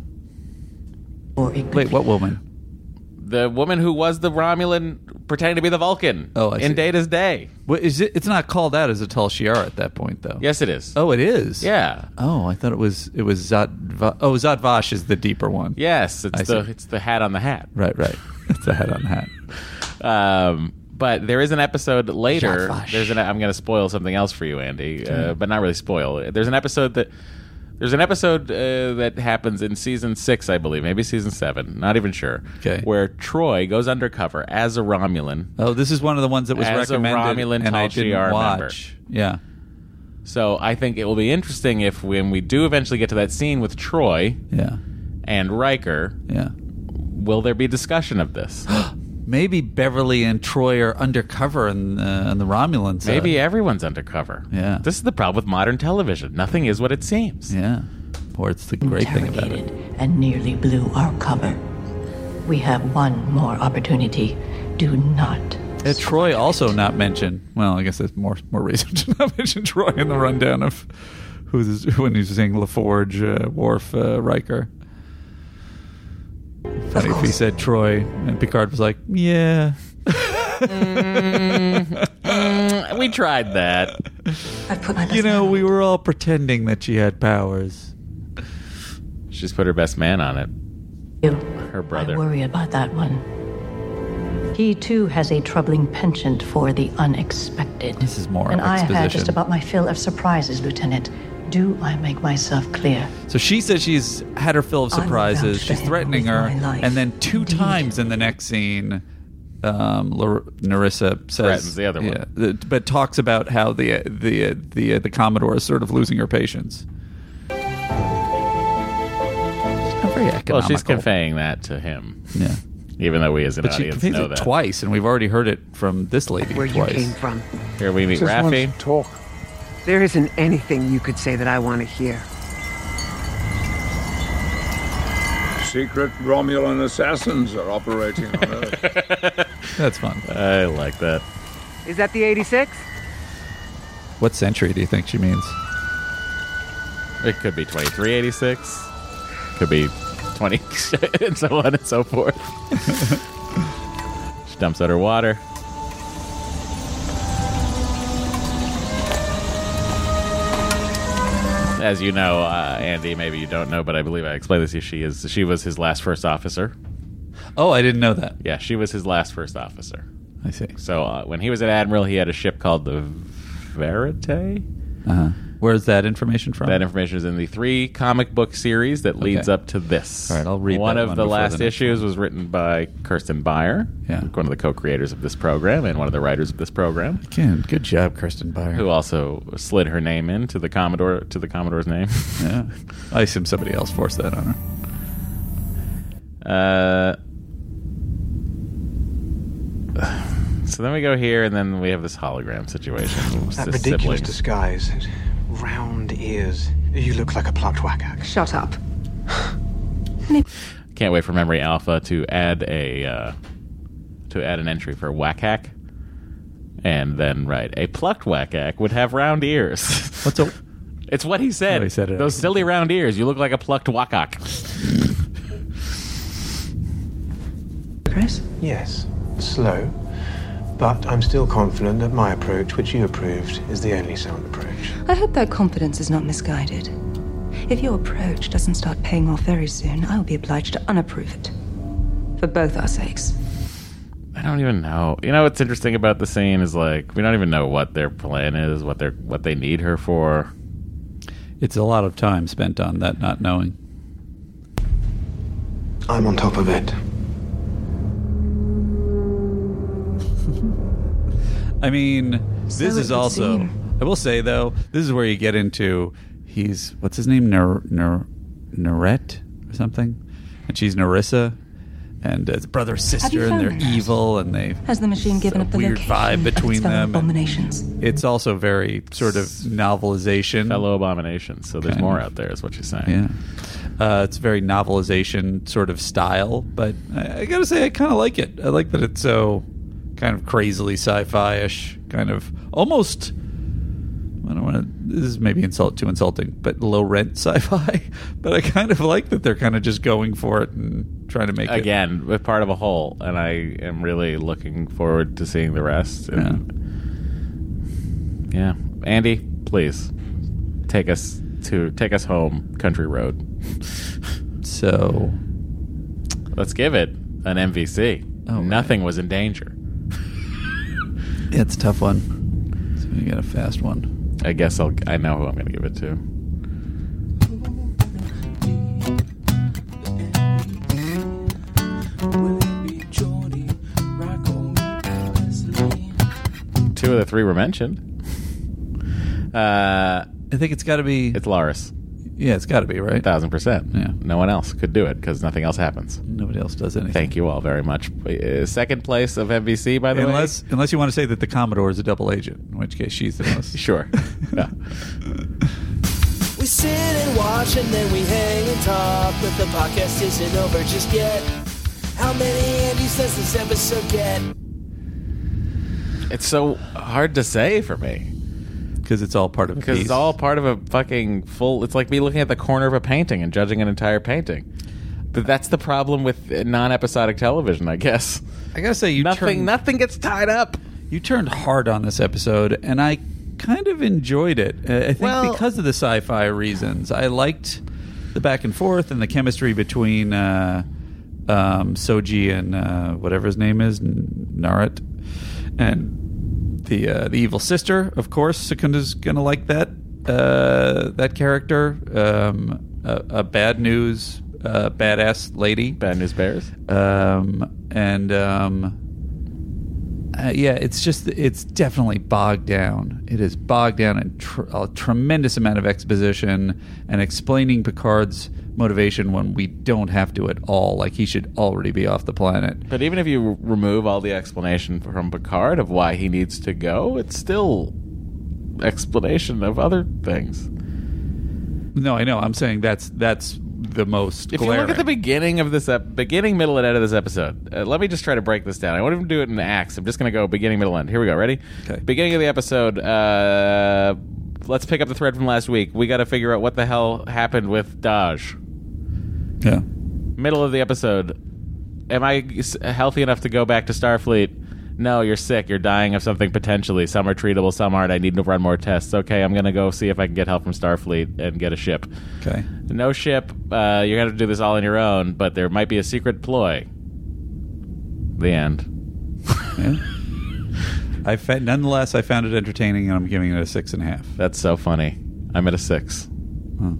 B: Wait, what woman?
A: The woman who was the Romulan pretending to be the Vulcan
B: Oh, I
A: in
B: see.
A: Data's Day.
B: What is it? It's not called that as a Tal Shiar at that point, though.
A: Yes, it is.
B: Oh, it is.
A: Yeah.
B: Oh, I thought it was it was Zadva- oh Zadvash is the deeper one.
A: Yes, it's
B: I
A: the
B: see.
A: it's the hat on the hat.
B: Right, right. (laughs) It's the head on hat.
A: Um, but there is an episode later.
B: Jatvash.
A: There's an. I'm going to spoil something else for you, Andy, uh, but not really spoil. There's an episode that there's an episode uh, that happens in season six, I believe, maybe season seven. Not even sure.
B: Okay.
A: Where Troy goes undercover as a Romulan.
B: Oh, this is one of the ones that was
A: As a
B: recommended
A: Romulan
B: and I
A: Tal
B: didn't
A: Shiar
B: watch. Yeah.
A: So I think it will be interesting if when we do eventually get to that scene with Troy
B: Yeah.
A: and Riker,
B: Yeah.
A: will there be discussion of this?
B: (gasps) Maybe Beverly and Troy are undercover in the, on the Romulan side.
A: Maybe everyone's undercover.
B: Yeah.
A: This is the problem with modern television. Nothing is what it seems.
B: Yeah. Or it's the great thing about it.
A: (laughs)
D: and nearly blew our cover. We have one more opportunity. Do not.
B: Uh, Troy also not mentioned. Well, I guess there's more more reason (laughs) to not mention Troy in the rundown of who's when he's saying LaForge, uh, Worf, uh, Riker. Funny if he said Troy and Picard was like, yeah, (laughs)
A: Mm, we tried that.
F: I've put my
B: you know, we were all pretending that she had powers.
A: She's put her best man on it.
D: You.
A: Her
D: I
A: brother.
D: worry about that one. He too has a troubling penchant for the unexpected.
B: This is more
D: and I have
B: exposition.
D: had just about my fill of surprises, Lieutenant. Do I make myself clear?
B: so she says she's had her fill of
F: I'm about to
B: surprises. She's
F: end
B: threatening her,
F: my life.
B: and then two times in the next scene. Um, Lar- Narissa says
A: Threatens the other one.
B: yeah, the- but talks about how the the the the Commodore is sort of losing her patience. She's not very economical.
A: Well, she's conveying that to him,
B: Yeah,
A: even though we as an
B: but she
A: audience
B: conveys
A: know
B: it
A: that.
B: twice, and we've already heard it from this lady
H: where
B: twice.
H: you came from.
A: Here we meet
H: Just wants
A: Raffi.
H: talk. There isn't anything you could say that I want to hear.
N: Secret Romulan assassins are operating on Earth.
A: (laughs)
B: That's fun.
A: I like that.
H: Is that the 86?
B: What century do you think she means?
A: It could be 2386, could be 20, (laughs) and so on and so forth. she dumps out her water. As you know, uh, Andy, maybe you don't know, but I believe I explained this. to you. She is she was his last first officer.
B: Oh, I didn't know that.
A: Yeah, she was his last first officer.
B: I see.
A: So uh, when he was an admiral, he had a ship called the Verite.
B: Uh-huh. Where's that information from?
A: That information is in the three comic book series that leads up to this.
B: All right, I'll read
A: One
B: that
A: of
B: one
A: the
B: before
A: last
B: the next
A: issues was written by Kirsten Beyer,
B: Yeah.
A: one of the co-creators of this program and one of the writers of this program,
B: Again, good job, Kirsten Beyer.
A: who also slid her name into the Commodore to the Commodore's name.
B: Yeah. I assume somebody else forced that on her.
A: Uh, (sighs) so then we go here, and then we have this hologram situation. It's
I: That
A: the
I: ridiculous
A: siblings.
I: disguise. and Round ears. You look like a plucked whack
H: Shut up.
A: Can't wait for Memory Alpha to add a uh, to add an entry for Whack Hack, And then, right, a plucked wackak would have round ears. (laughs)
B: What's a?
A: it's what he said.
B: Oh, he said it.
A: Those silly round ears. You look like a plucked wackak.
F: Chris?
I: Yes, slow. But I'm still confident that my approach, which you approved, is the only sound approach.
F: I hope that confidence is not misguided. If your approach doesn't start paying off very soon, I'll be obliged to unapprove it. For both our sakes.
A: I don't even know. You know what's interesting about the scene is like we don't even know what their plan is, what they're what they need her for.
B: It's a lot of time spent on that not knowing.
I: I'm on top of it.
B: (laughs) I mean, this
F: So
B: is
F: it would
B: also.
F: seem.
B: I will say though, this is where you get into. He's what's his name, Ner, Ner, Nerette or something, and she's Narissa, and uh, it's brother
F: Have you
B: sister, and
F: found
B: they're
F: them?
B: evil, and they.
F: Has the machine given
B: a
F: up the
B: weird
F: location (laughs)
B: vibe
F: of its
B: between
F: fellow
B: them and-
F: Abominations.
B: It's also very sort of novelization.
A: Fellow abominations. So there's
B: Kind
A: more
B: of.
A: out there, is what you're saying.
B: Yeah. Uh, it's very novelization sort of style, but I, I gotta say I kind of like it. I like that it's so kind of crazily sci-fi-ish, kind of almost. I don't want to. This is maybe insult too insulting, but low rent (laughs) sci-fi. but I kind of like that they're kind of just going for it and trying to make it.
A: Again, with part of a whole, and I am really looking forward to seeing the rest. And- yeah. Andy, please take us to take us home, country road.
B: so
A: let's give it an MVC. Nothing was in danger.
B: Yeah, it's a tough one. So we got a fast one.
A: I guess I'll. I know who I'm going to give it to. Two of the three were mentioned. Uh,
B: I think it's got to be.
A: It's Laris.
B: Yeah, it's got to be right.
A: Thousand percent.
B: Yeah.
A: No one else could do it because nothing else happens.
B: Nobody else does anything.
A: Thank you all very much. Uh, second place of MVC, by the way.
B: unless unless you want to say that the Commodore is a double agent, in which case she's the most
A: (laughs) sure.
B: (laughs)
A: No.
K: We sit and watch and then we hang and talk, but the podcast isn't over just yet. How many Andys does this episode get?
A: It's so hard to say for me
B: because it's all part of a
A: because
B: piece.
A: it's all part of a fucking full. It's like me looking at the corner of a painting and judging an entire painting. But that's the problem with uh, non-episodic television, I guess.
B: I gotta say, you
A: nothing,
B: turned-
A: nothing gets tied up.
B: You turned hard on this episode, and I kind of enjoyed it. Uh, I think
A: Well-
B: because of the sci-fi reasons, I liked the back and forth and the chemistry between uh, um, Soji and uh, whatever his name is, N- Narat, and the uh, the evil sister. Of course, Secunda's gonna like that uh, that character. Um, a, a bad news, uh, badass lady.
A: Bad news bears.
B: Um, and um, uh, yeah, it's just it's definitely bogged down. It is bogged down in tr- a tremendous amount of exposition and explaining Picard's motivation when we don't have to at all. Like he should already be off the planet.
A: But even if you remove all the explanation from Picard of why he needs to go, it's still explanation of other things.
B: No, I know. I'm saying that's that's the most.
A: If you
B: glaring.
A: look at the beginning of this ep- beginning, middle, and end of this episode, uh, let me just try to break this down. I won't even do it in acts. I'm just going to go beginning, middle, end. Here we go. Ready? Okay. Beginning of the episode. Uh, let's pick up the thread from last week. We got to figure out what the hell happened with Daj.
B: Yeah.
A: Middle of the episode. Am I s- healthy enough to go back to Starfleet? No, you're sick. You're dying of something potentially. Some are treatable, some aren't. I need to run more tests. Okay, I'm going to go see if I can get help from Starfleet and get a ship.
B: okay.
A: No ship. Uh, you're going to have to do this all on your own, but there might be a secret ploy. The end. (laughs)
B: Yeah. I fa- nonetheless I found it entertaining, and I'm giving it a six and a half.
A: That's so funny. I'm at a six.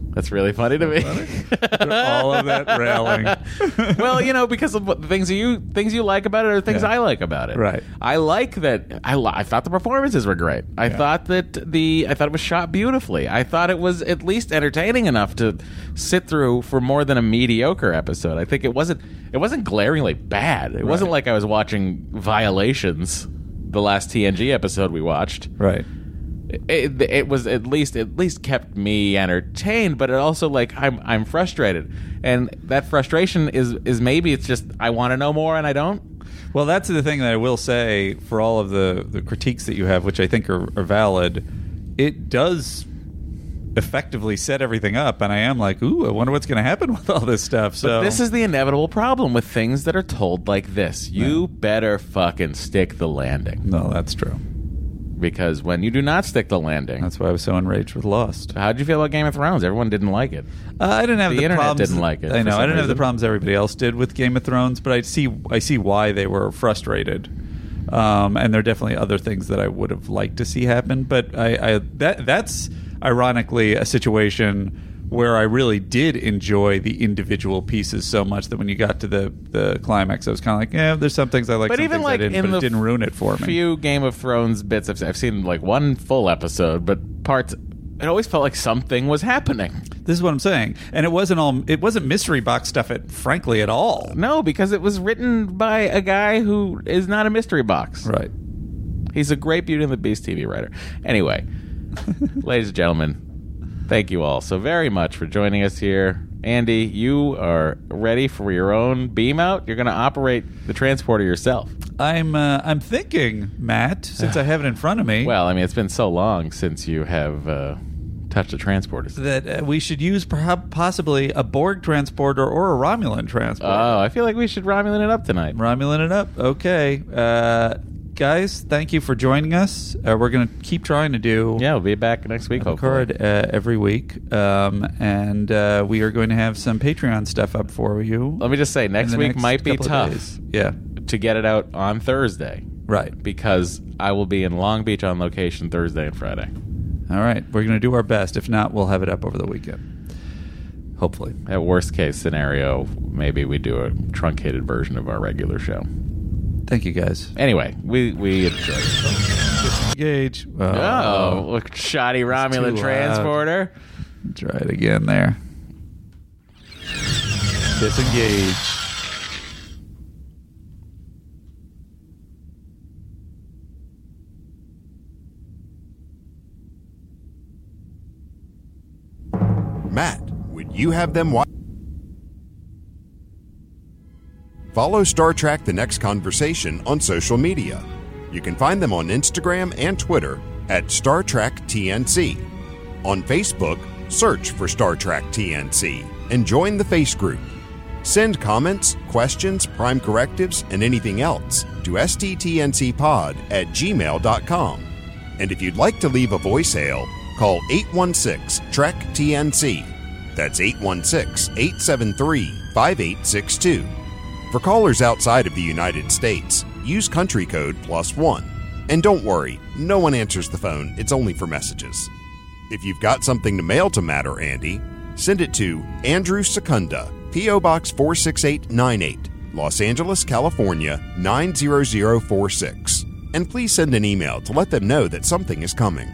A: That's really funny to me. (laughs)
B: all of that railing.
A: well, you know, because of what, the things that you things you like about it are things I like about it.
B: Right.
A: I like that. I li- I thought the performances were great. I thought that the I thought it was shot beautifully. I thought it was at least entertaining enough to sit through for more than a mediocre episode. I think it wasn't it wasn't glaringly bad. It wasn't like I was watching Violations, the last TNG episode we watched.
B: Right.
A: It, it was at least at least kept me entertained, but it also like I'm I'm frustrated, and that frustration is is maybe it's just I want to know more and I don't.
B: Well, that's the thing that I will say for all of the, the critiques that you have, which I think are, are valid. It does effectively set everything up, and I am like, ooh, I wonder what's going to happen (laughs) with all this stuff. So
A: But this is the inevitable problem with things that are told like this. You better fucking stick the landing.
B: No, that's true.
A: Because when you do not stick the landing,
B: that's why I was so enraged with Lost.
A: How'd you feel about Game of Thrones? Everyone didn't like it.
B: Uh, I didn't have the,
A: internet
B: problems.
A: didn't like it.
B: I
A: for
B: know. I
A: some
B: didn't have the
A: reason.
B: problems everybody else did with Game of Thrones, but I see. I see why they were frustrated. Um, and there are definitely other things that I would have liked to see happen. But I, I that that's ironically a situation where I really did enjoy the individual pieces so much that when you got to the the climax, I was kind of like, yeah, there's some things I like,
A: But
B: some
A: even
B: things I
A: like
B: didn't,
A: in
B: but
A: the
B: it didn't ruin it for me.
A: Few Game of Thrones bits. I've, I've seen like one full episode, but parts. It always felt like something was happening.
B: This is what I'm saying, and it wasn't all. It wasn't mystery box stuff. It frankly at all.
A: No, because it was written by a guy who is not a mystery box.
B: Right.
A: He's a great Beauty and the Beast TV writer.
B: (laughs)
A: Anyway, ladies and gentlemen, thank you all so very much for joining us here. Andy, you are ready for your own beam out. You're going to operate the transporter yourself.
B: I'm uh, I'm thinking, Matt, since
A: (sighs)
B: I have it in front of me,
A: Well, I mean, it's been so long since you have uh, touched a transporter.
B: that uh, we should use perhaps possibly a Borg transporter or a Romulan transporter.
A: Oh, I feel like we should Romulan it up tonight.
B: Romulan it up. Okay, uh, guys, thank you for joining us. Uh, we're gonna keep trying to do.
A: Yeah, we'll be back next week.
B: Card uh, every week, um, and uh, we are going to have some Patreon stuff up for you.
A: Let me just say, next
B: the
A: week
B: next
A: might be
B: couple of
A: tough.
B: days. Yeah.
A: To get it out on Thursday.
B: Right.
A: Because I will be in Long Beach on location Thursday and Friday.
B: All right, we're going to do our best. If not, we'll have it up over the weekend. Hopefully.
A: At worst case scenario, maybe we do a truncated version of our regular show.
B: Thank you, guys.
A: Anyway, we we enjoy it.
B: Gage.
A: Oh, look, shoddy Romulan
B: Uh, too
A: transporter.
B: Try it again there. Disengage.
L: Matt, would you have them watch? Follow Star Trek The Next Conversation on social media. You can find them on Instagram and Twitter at Star Trek TNC. On Facebook, search for Star Trek TNC and join the Face Group. Send comments, questions, prime correctives, and anything else to sttncpod at gmail.com. And if you'd like to leave a voicemail, call 816 Trek TNC. That's 816 873 5862. For callers outside of the United States, use country code plus one. And don't worry, no one answers the phone, it's only for messages. If you've got something to mail to Matter Andy, send it to Andrew Secunda, P.O. Box 46898, Los Angeles, California 90046. And please send an email to let them know that something is coming.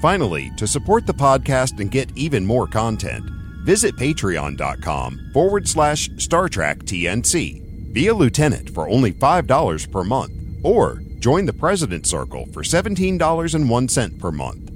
L: Finally, to support the podcast and get even more content, visit patreon.com forward slash Star Trek TNC. Be a lieutenant for only $5 per month, or join the President's Circle for $17.01 per month.